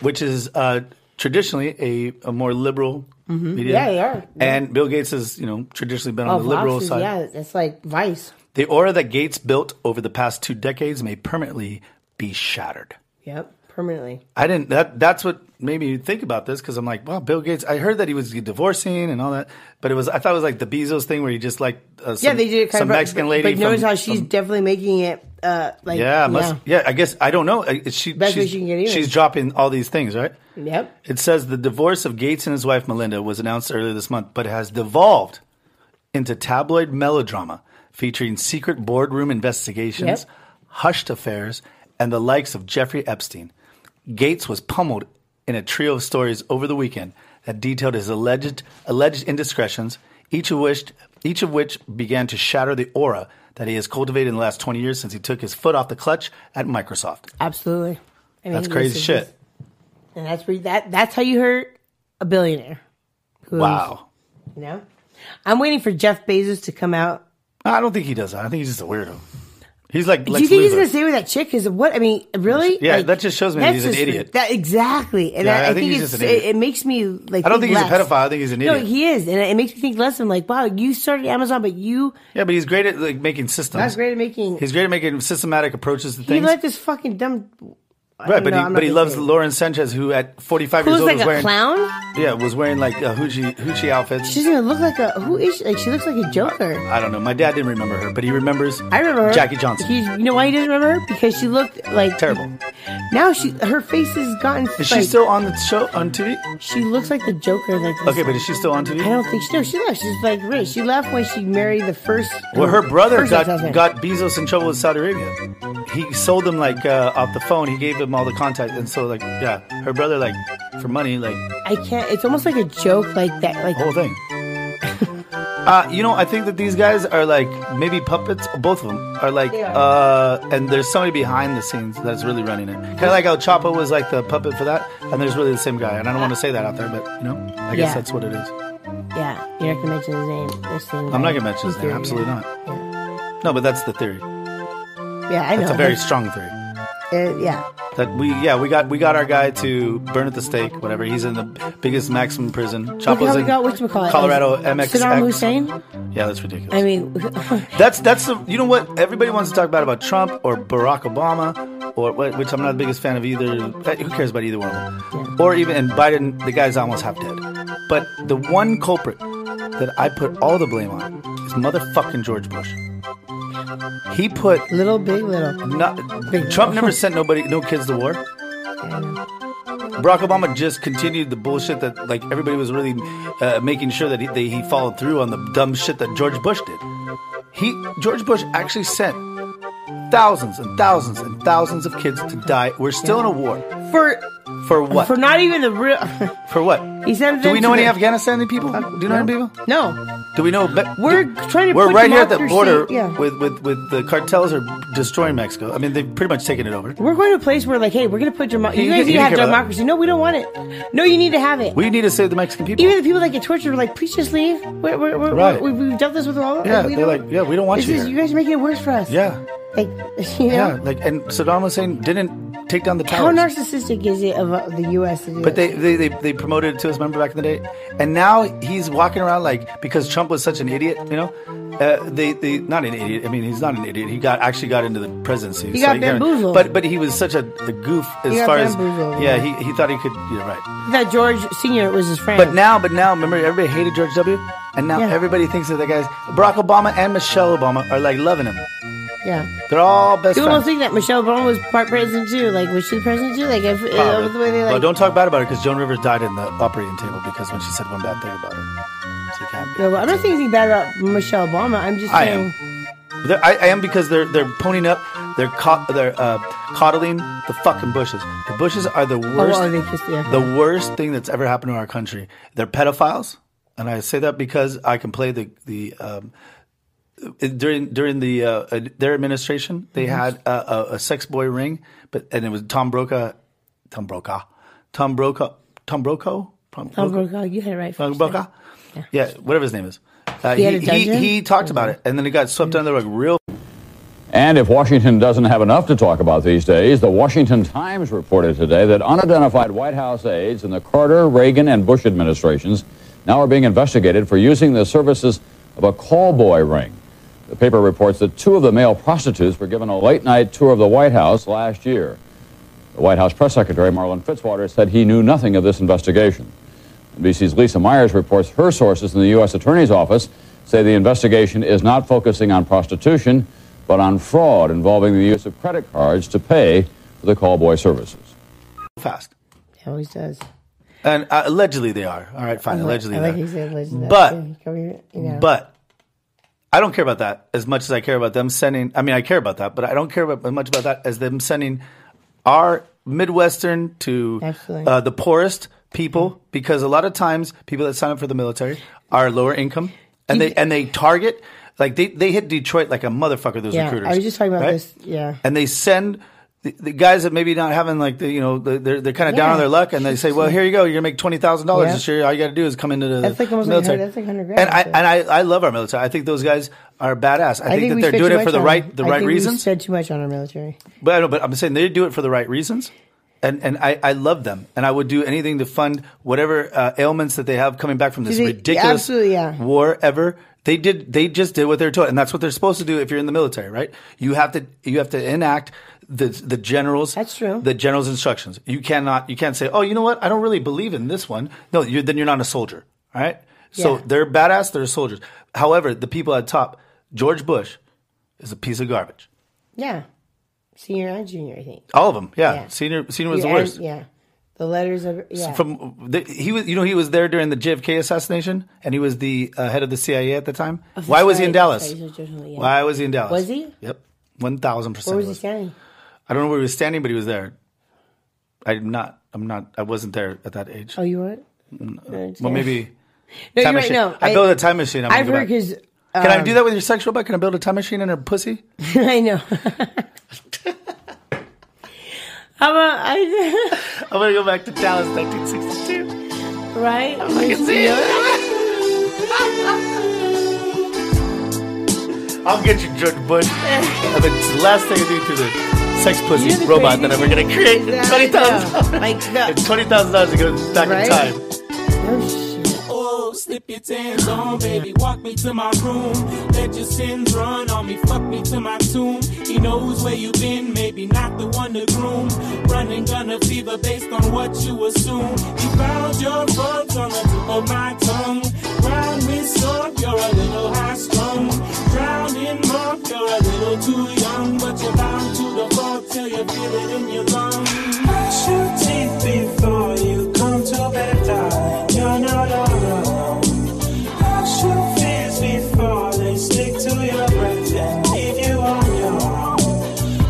D: which is uh, traditionally a, a more liberal media.
G: Mm-hmm. Yeah, they are.
D: And Bill Gates has, you know, traditionally been on
G: Oh,
D: the liberal
G: Vox is-
D: side.
G: Yeah, that's like Vice.
D: The aura that Gates built over the past two decades may permanently be shattered.
G: Yep. Permanently.
D: I didn't. That that's what made me think about this because I'm like, wow, Bill Gates. I heard that he was divorcing and all that, but it was I thought it was like the Bezos thing where he just like uh, some,
G: yeah, they did it kind
D: some
G: of.
D: Mexican
G: but,
D: lady.
G: But notice
D: from-
G: how she's
D: from-
G: definitely making it. Uh, like
D: yeah, must, yeah. I guess I don't know. I- She
G: Best way
D: she's,
G: she can get even.
D: she's dropping all these things, right?
G: Yep.
D: It says the divorce of Gates and his wife Melinda was announced earlier this month, but has devolved into tabloid melodrama featuring secret boardroom investigations,
G: Yep.
D: hushed affairs, and the likes of Jeffrey Epstein. Gates was pummeled in a trio of stories over the weekend that detailed his alleged alleged indiscretions, each of which each of which began to shatter the aura that he has cultivated in the last 20 years since he took his foot off the clutch at Microsoft.
G: Absolutely. I mean,
D: That's
G: this
D: crazy
G: is-
D: shit.
G: And that's where that that's how you hurt a billionaire. Who's,
D: Wow.
G: You know? I'm waiting for Jeff Bezos to come out.
D: I don't think he does that. I think he's just a weirdo. He's like
G: Do you
D: Lex
G: think he's
D: Luthor.
G: gonna stay with that chick? Is what I mean, really?
D: Yeah, that just shows me that
G: that's
D: he's an
G: just-
D: idiot.
G: That exactly. And
D: Yeah,
G: I, I think,
D: he's
G: it's,
D: just an idiot.
G: It, it makes me like
D: I don't think he's a
G: less.
D: pedophile. I think he's an
G: No,
D: idiot.
G: he is, and it makes me think less. I'm like, wow, you started Amazon, but you
D: yeah, but he's great at like making systems.
G: not great at making.
D: He's great at making systematic approaches to
G: He
D: things.
G: let this fucking dumb.
D: right, but
G: no,
D: he,
G: I'm not
D: but he
G: gonna
D: loves
G: say it.
D: Lauren Sanchez, who at 45
G: Who looks
D: years old
G: like
D: was
G: a
D: wearing
G: clown?
D: yeah was wearing like uh, hoochie hoochie outfits.
G: She doesn't even look like a. Who is she? Like she looks like a Joker.
D: I don't know. My dad didn't remember her, but he remembers.
G: I remember her.
D: Jackie Johnson.
G: He, you know why he doesn't remember her? Because she looked like
D: Terrible.
G: Now she her face has gotten.
D: Is she
G: like,
D: still on the show on TV?
G: She looks like the Joker. Like this.
D: Okay, but is she still on TV?
G: I don't think she. No, she left. She's like rich. She left when she married the first.
D: Well, her brother
G: first
D: got
G: ex-husband.
D: got Bezos in trouble with Saudi Arabia. He sold them like uh, off the phone. He gave him all the contact, and so like yeah, her brother like for money like
G: I can't. It's almost like a joke, like that. Like
D: whole thing. uh, you know, I think that these guys are like maybe puppets. Both of them are like, uh, and there's somebody behind the scenes that's really running it. Kind of like how Choppa was like the puppet for that, and there's really the same guy. And I don't want to say that out there, but you know, I guess
G: Yeah.
D: that's what it is.
G: yeah, you're not gonna mention his name. This thing,
D: I'm not
G: right?
D: gonna mention his name.
G: Theory,
D: Absolutely
G: yeah.
D: not. No, but that's the theory.
G: Yeah, I know.
D: That's a very strong theory.
G: Uh, yeah,
D: That we yeah we got we got our guy to burn at the stake whatever he's in the biggest maximum prison.
G: look
D: Choppa's
G: how we
D: in
G: got whatchamacallit.
D: Colorado
G: Saddam
D: MXX.
G: Hussein.
D: Yeah, that's ridiculous.
G: I mean, (laughs)
D: That's that's the you know what everybody wants to talk about about Trump or Barack Obama or what- which I'm not the biggest fan of either. Eh, Who cares about either one of them? Or even and Biden, the guy's almost half dead. But the one culprit that I put all the blame on is motherfucking George Bush. He put
G: little big little.
D: not,
G: Big-
D: Trump never sent nobody no
G: (laughs)
D: kids to war. Barack Obama just continued the bullshit that like everybody was really uh, making sure that he, they, he followed through on the dumb shit that George Bush did. He George Bush actually sent thousands and thousands and thousands of kids to die. We're still in a war
G: For
D: for what?
G: for
D: For,
G: not
D: (laughs)
G: even the real.
D: what?
G: he sent.
D: Do
G: them
D: we know
G: to
D: any
G: the- Uh,
D: Afghanistani people? Do you know any people?
G: No,
D: Do we know? But
G: We're
D: do-
G: trying to
D: We're
G: put
D: right
G: them
D: here
G: off
D: at the
G: their
D: border
G: seat, yeah.
D: with, with with the cartels are destroying Mexico. I mean, they've pretty much taken it over.
G: we're going to a place where like, hey, we're going to put democracy.
D: He
G: You guys
D: didn't- he
G: need to
D: didn't
G: have
D: care about that.
G: democracy. No, we don't want it. No, you need to have it.
D: We need to save the Mexican people.
G: Even the people that get tortured are like, please just leave. We're, we're, we're,
D: Right.
G: we we've dealt this with all.
D: Yeah,
G: we
D: they're
G: don't-
D: like, yeah, we don't want
G: this
D: you
G: Is,
D: here.
G: you guys are making it worse for us.
D: yeah,
G: Like, (laughs) you know,
D: yeah. Like, and Saddam Hussein didn't take down the
G: how
D: towers.
G: narcissistic is it of uh, the U.S. to do
D: but
G: this?
D: they, they, they, they promoted it to us, remember back in the day? And now he's walking around like, because Trump was such an idiot, you know? Uh, they, they, not an idiot. I mean, he's not an idiot. He got actually got into the presidency.
G: He got
D: you know,
G: bamboozled.
D: But but he was such a, a goof as
G: got
D: far as
G: bamboozled,
D: yeah.
G: yeah.
D: He, he thought he could. Yeah, right.
G: that George Senior was his friend.
D: But now but now remember everybody hated George W. And now
G: Yeah.
D: everybody thinks that the guys Barack Obama and Michelle Obama are like loving him.
G: yeah,
D: They're all best
G: people don't
D: friends.
G: think that Michelle Obama was part president too. Like, was she the president too? Like, if, uh, the way they like.
D: well, don't talk bad about it because Joan Rivers died in the operating table because when she said one bad thing about it, so you can't.
G: No, but I'm not saying anything bad about Michelle Obama. I'm just
D: I
G: saying.
D: They're- I, I am because they're they're ponying up, they're ca- they're uh, coddling the fucking bushes. The bushes are the
G: Oh,
D: worst,
G: oh, they kissed, yeah.
D: the worst thing that's ever happened to our country. They're pedophiles, and I say that because I can play the the. Um, during during the uh, uh, their administration, they
G: Mm-hmm.
D: had a, a, a sex boy ring, but and it was Tom Brokaw, Tom Brokaw, Tom Brokaw, Tom Brokaw,
G: Tom Brokaw, Oh, you had it right.
D: Uh,
G: first time.
D: Brokaw? Yeah. whatever his name is. Uh,
G: He had
D: he,
G: a
D: he,
G: dungeon? Oh, Mm.
D: he talked about it, and then it got swept under the rug real
K: And if Washington doesn't have enough to talk about these days, the Washington Times reported today that unidentified White House aides in the Carter, Reagan, and Bush administrations now are being investigated for using the services of a call boy ring. The paper reports that two of the male prostitutes were given a late night tour of the White House last year. The White House press secretary, Marlon Fitzwater, said he knew nothing of this investigation. NBC's Lisa Myers reports her sources in the U.S. Attorney's Office say the investigation is not focusing on prostitution, but on fraud involving the use of credit cards to pay for the callboy services.
D: fast.
G: He always does.
D: And uh, allegedly they are. All right, fine. Allegedly
G: I like
D: they
G: he
D: are.
G: said allegedly.
D: But-
G: that, too. He covered it, you know.
D: But I don't care about that as much as I care about them sending. I mean, I care about that, but I don't care about, as much about that as them sending our Midwestern to
G: Absolutely.
D: uh, the poorest people because a lot of times people that sign up for the military are lower income and they and they target like they, they hit Detroit like a motherfucker. Those
G: Yeah,
D: recruiters.
G: I was just talking about
D: right?
G: this. Yeah.
D: and they send the, the guys that maybe not having like the, you know the, they're they're kind of down
G: Yeah.
D: on their luck, and they say, "Well, here you go. You're gonna make twenty thousand dollars
G: Yeah.
D: this year. All you got to do is come into the
G: That's like almost like a
D: military."
G: hundred- that's like a hundred grand,
D: and I
G: so.
D: and I, I love our military. I think those guys are badass.
G: we
D: I, think, that
G: spend
D: they're doing
G: too
D: it for
G: much
D: the
G: on-
D: right the
G: I
D: right
G: think We
D: reasons.
G: spend too much on our military.
D: But I know, but I'm saying they do it for the right reasons, and and I, I love them, and I would do anything to fund whatever uh, ailments that they have coming back from this
G: they- yeah,
D: ridiculous
G: absolutely, yeah.
D: war ever. They did. They just did what they're told, and that's what they're supposed to do. If you're in the military, right? You have to you have to enact the the general's
G: That's true.
D: the general's instructions. You cannot you can't say, oh, you know what? I don't really believe in this one. No, you're, then you're not a soldier. All right. So
G: Yeah.
D: they're badass. They're soldiers. However, the people at top, George Bush, is a piece of garbage.
G: Yeah. Senior and junior, I think.
D: All of them. Yeah.
G: Yeah.
D: Senior senior was
G: yeah,
D: the worst.
G: and- yeah. The letters of yeah.
D: from the, he was you know he was there during the JFK assassination and he was the uh, head of the CIA at the time. Why was he in
G: Right,
D: Dallas?
G: right, so definitely, yeah.
D: Why was he in Dallas?
G: Was he?
D: Yep, one thousand
G: Where
D: percent.
G: was he standing?
D: I don't know where he was standing, but he was there. I'm not. I'm not. I wasn't there at that age. Mm,
G: Oh, you were. (laughs) No,
D: well, maybe.
G: No, you're
D: time
G: right.
D: machine.
G: No,
D: I, build a time machine. I'm
G: I've
D: gonna go
G: heard
D: back.
G: his.
D: Can I do that with your sexual butt? Can I build a time machine in her pussy?
G: (laughs) I know. How about I?
D: (laughs)
G: (laughs)
D: I'm gonna go back to Dallas, 1962.
G: right?
D: I can see it. (laughs) I'll get you, George Bush. And the last thing I do to the sex pussy
G: You're the
D: robot that
G: craziest-
D: I'm going to create in
G: Yeah,
D: twenty thousand
G: I know. Like
D: It's
G: the.
D: twenty thousand dollars to go back
G: Right?
D: in time.
G: Oh, shit.
E: Oh, slip your tans on, baby. Walk me to my room. Let your sins run on me. Fuck me to my tomb. He knows where you've been, maybe not the one to groom. Running gunna fever based on what you assume. You found your bugs on the tip of my tongue. Ground with soap, you're a little high strung. Drowned in muck, you're a little too young. But you're bound to the fault till you feel it in your lungs. Brush your teeth before you come to bed, darling. You're not alone. Brush your fears before they stick to your breath and leave you on your own.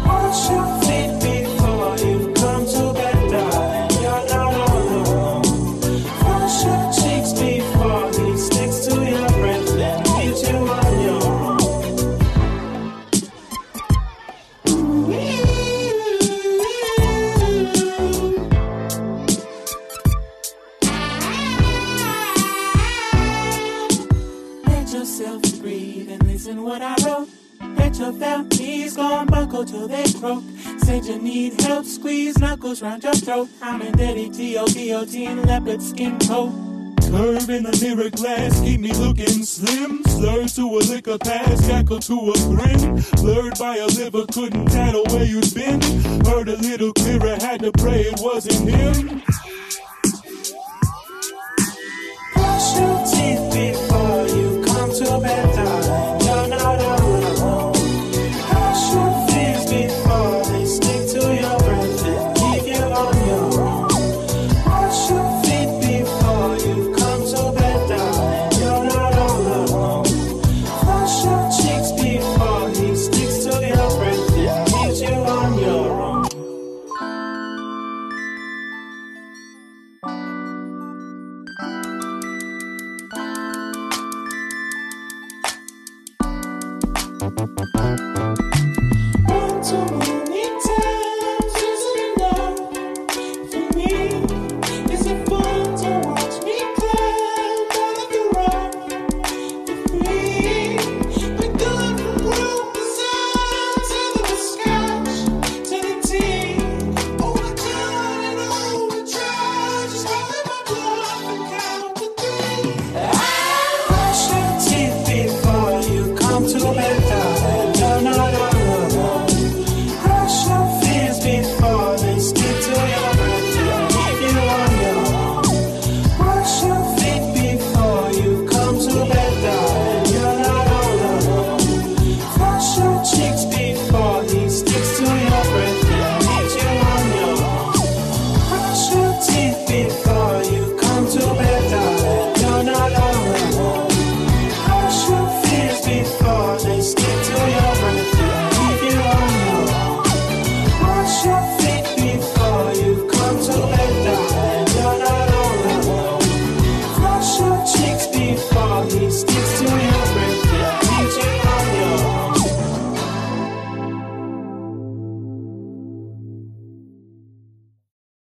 E: Wash your feet before you come to bed, darling. You're not alone. Brush your cheeks before he sticks to your breath and leaves you on your own. Let yourself breathe and listen what I wrote. Let your fat knees go and buckle till they croak. Said you need help, squeeze knuckles round your throat. I'm in dirty T.O. guillotine leopard skin coat. Curve in the mirror glass, keep me looking slim. Slurred to a liquor pass, shackled to a grin. Blurred by a liver, couldn't tattle where you'd been. Heard a little clearer, had to pray it wasn't him. Brush your teeth before you come to bed, darling. You're not alone. Brush your fears before they stick to your breath and keep you on your own. Brush your feet before you come to bed, darling. You're not alone. Brush your cheeks before he sticks to your breath and keeps you on your own. oh, Lord, they still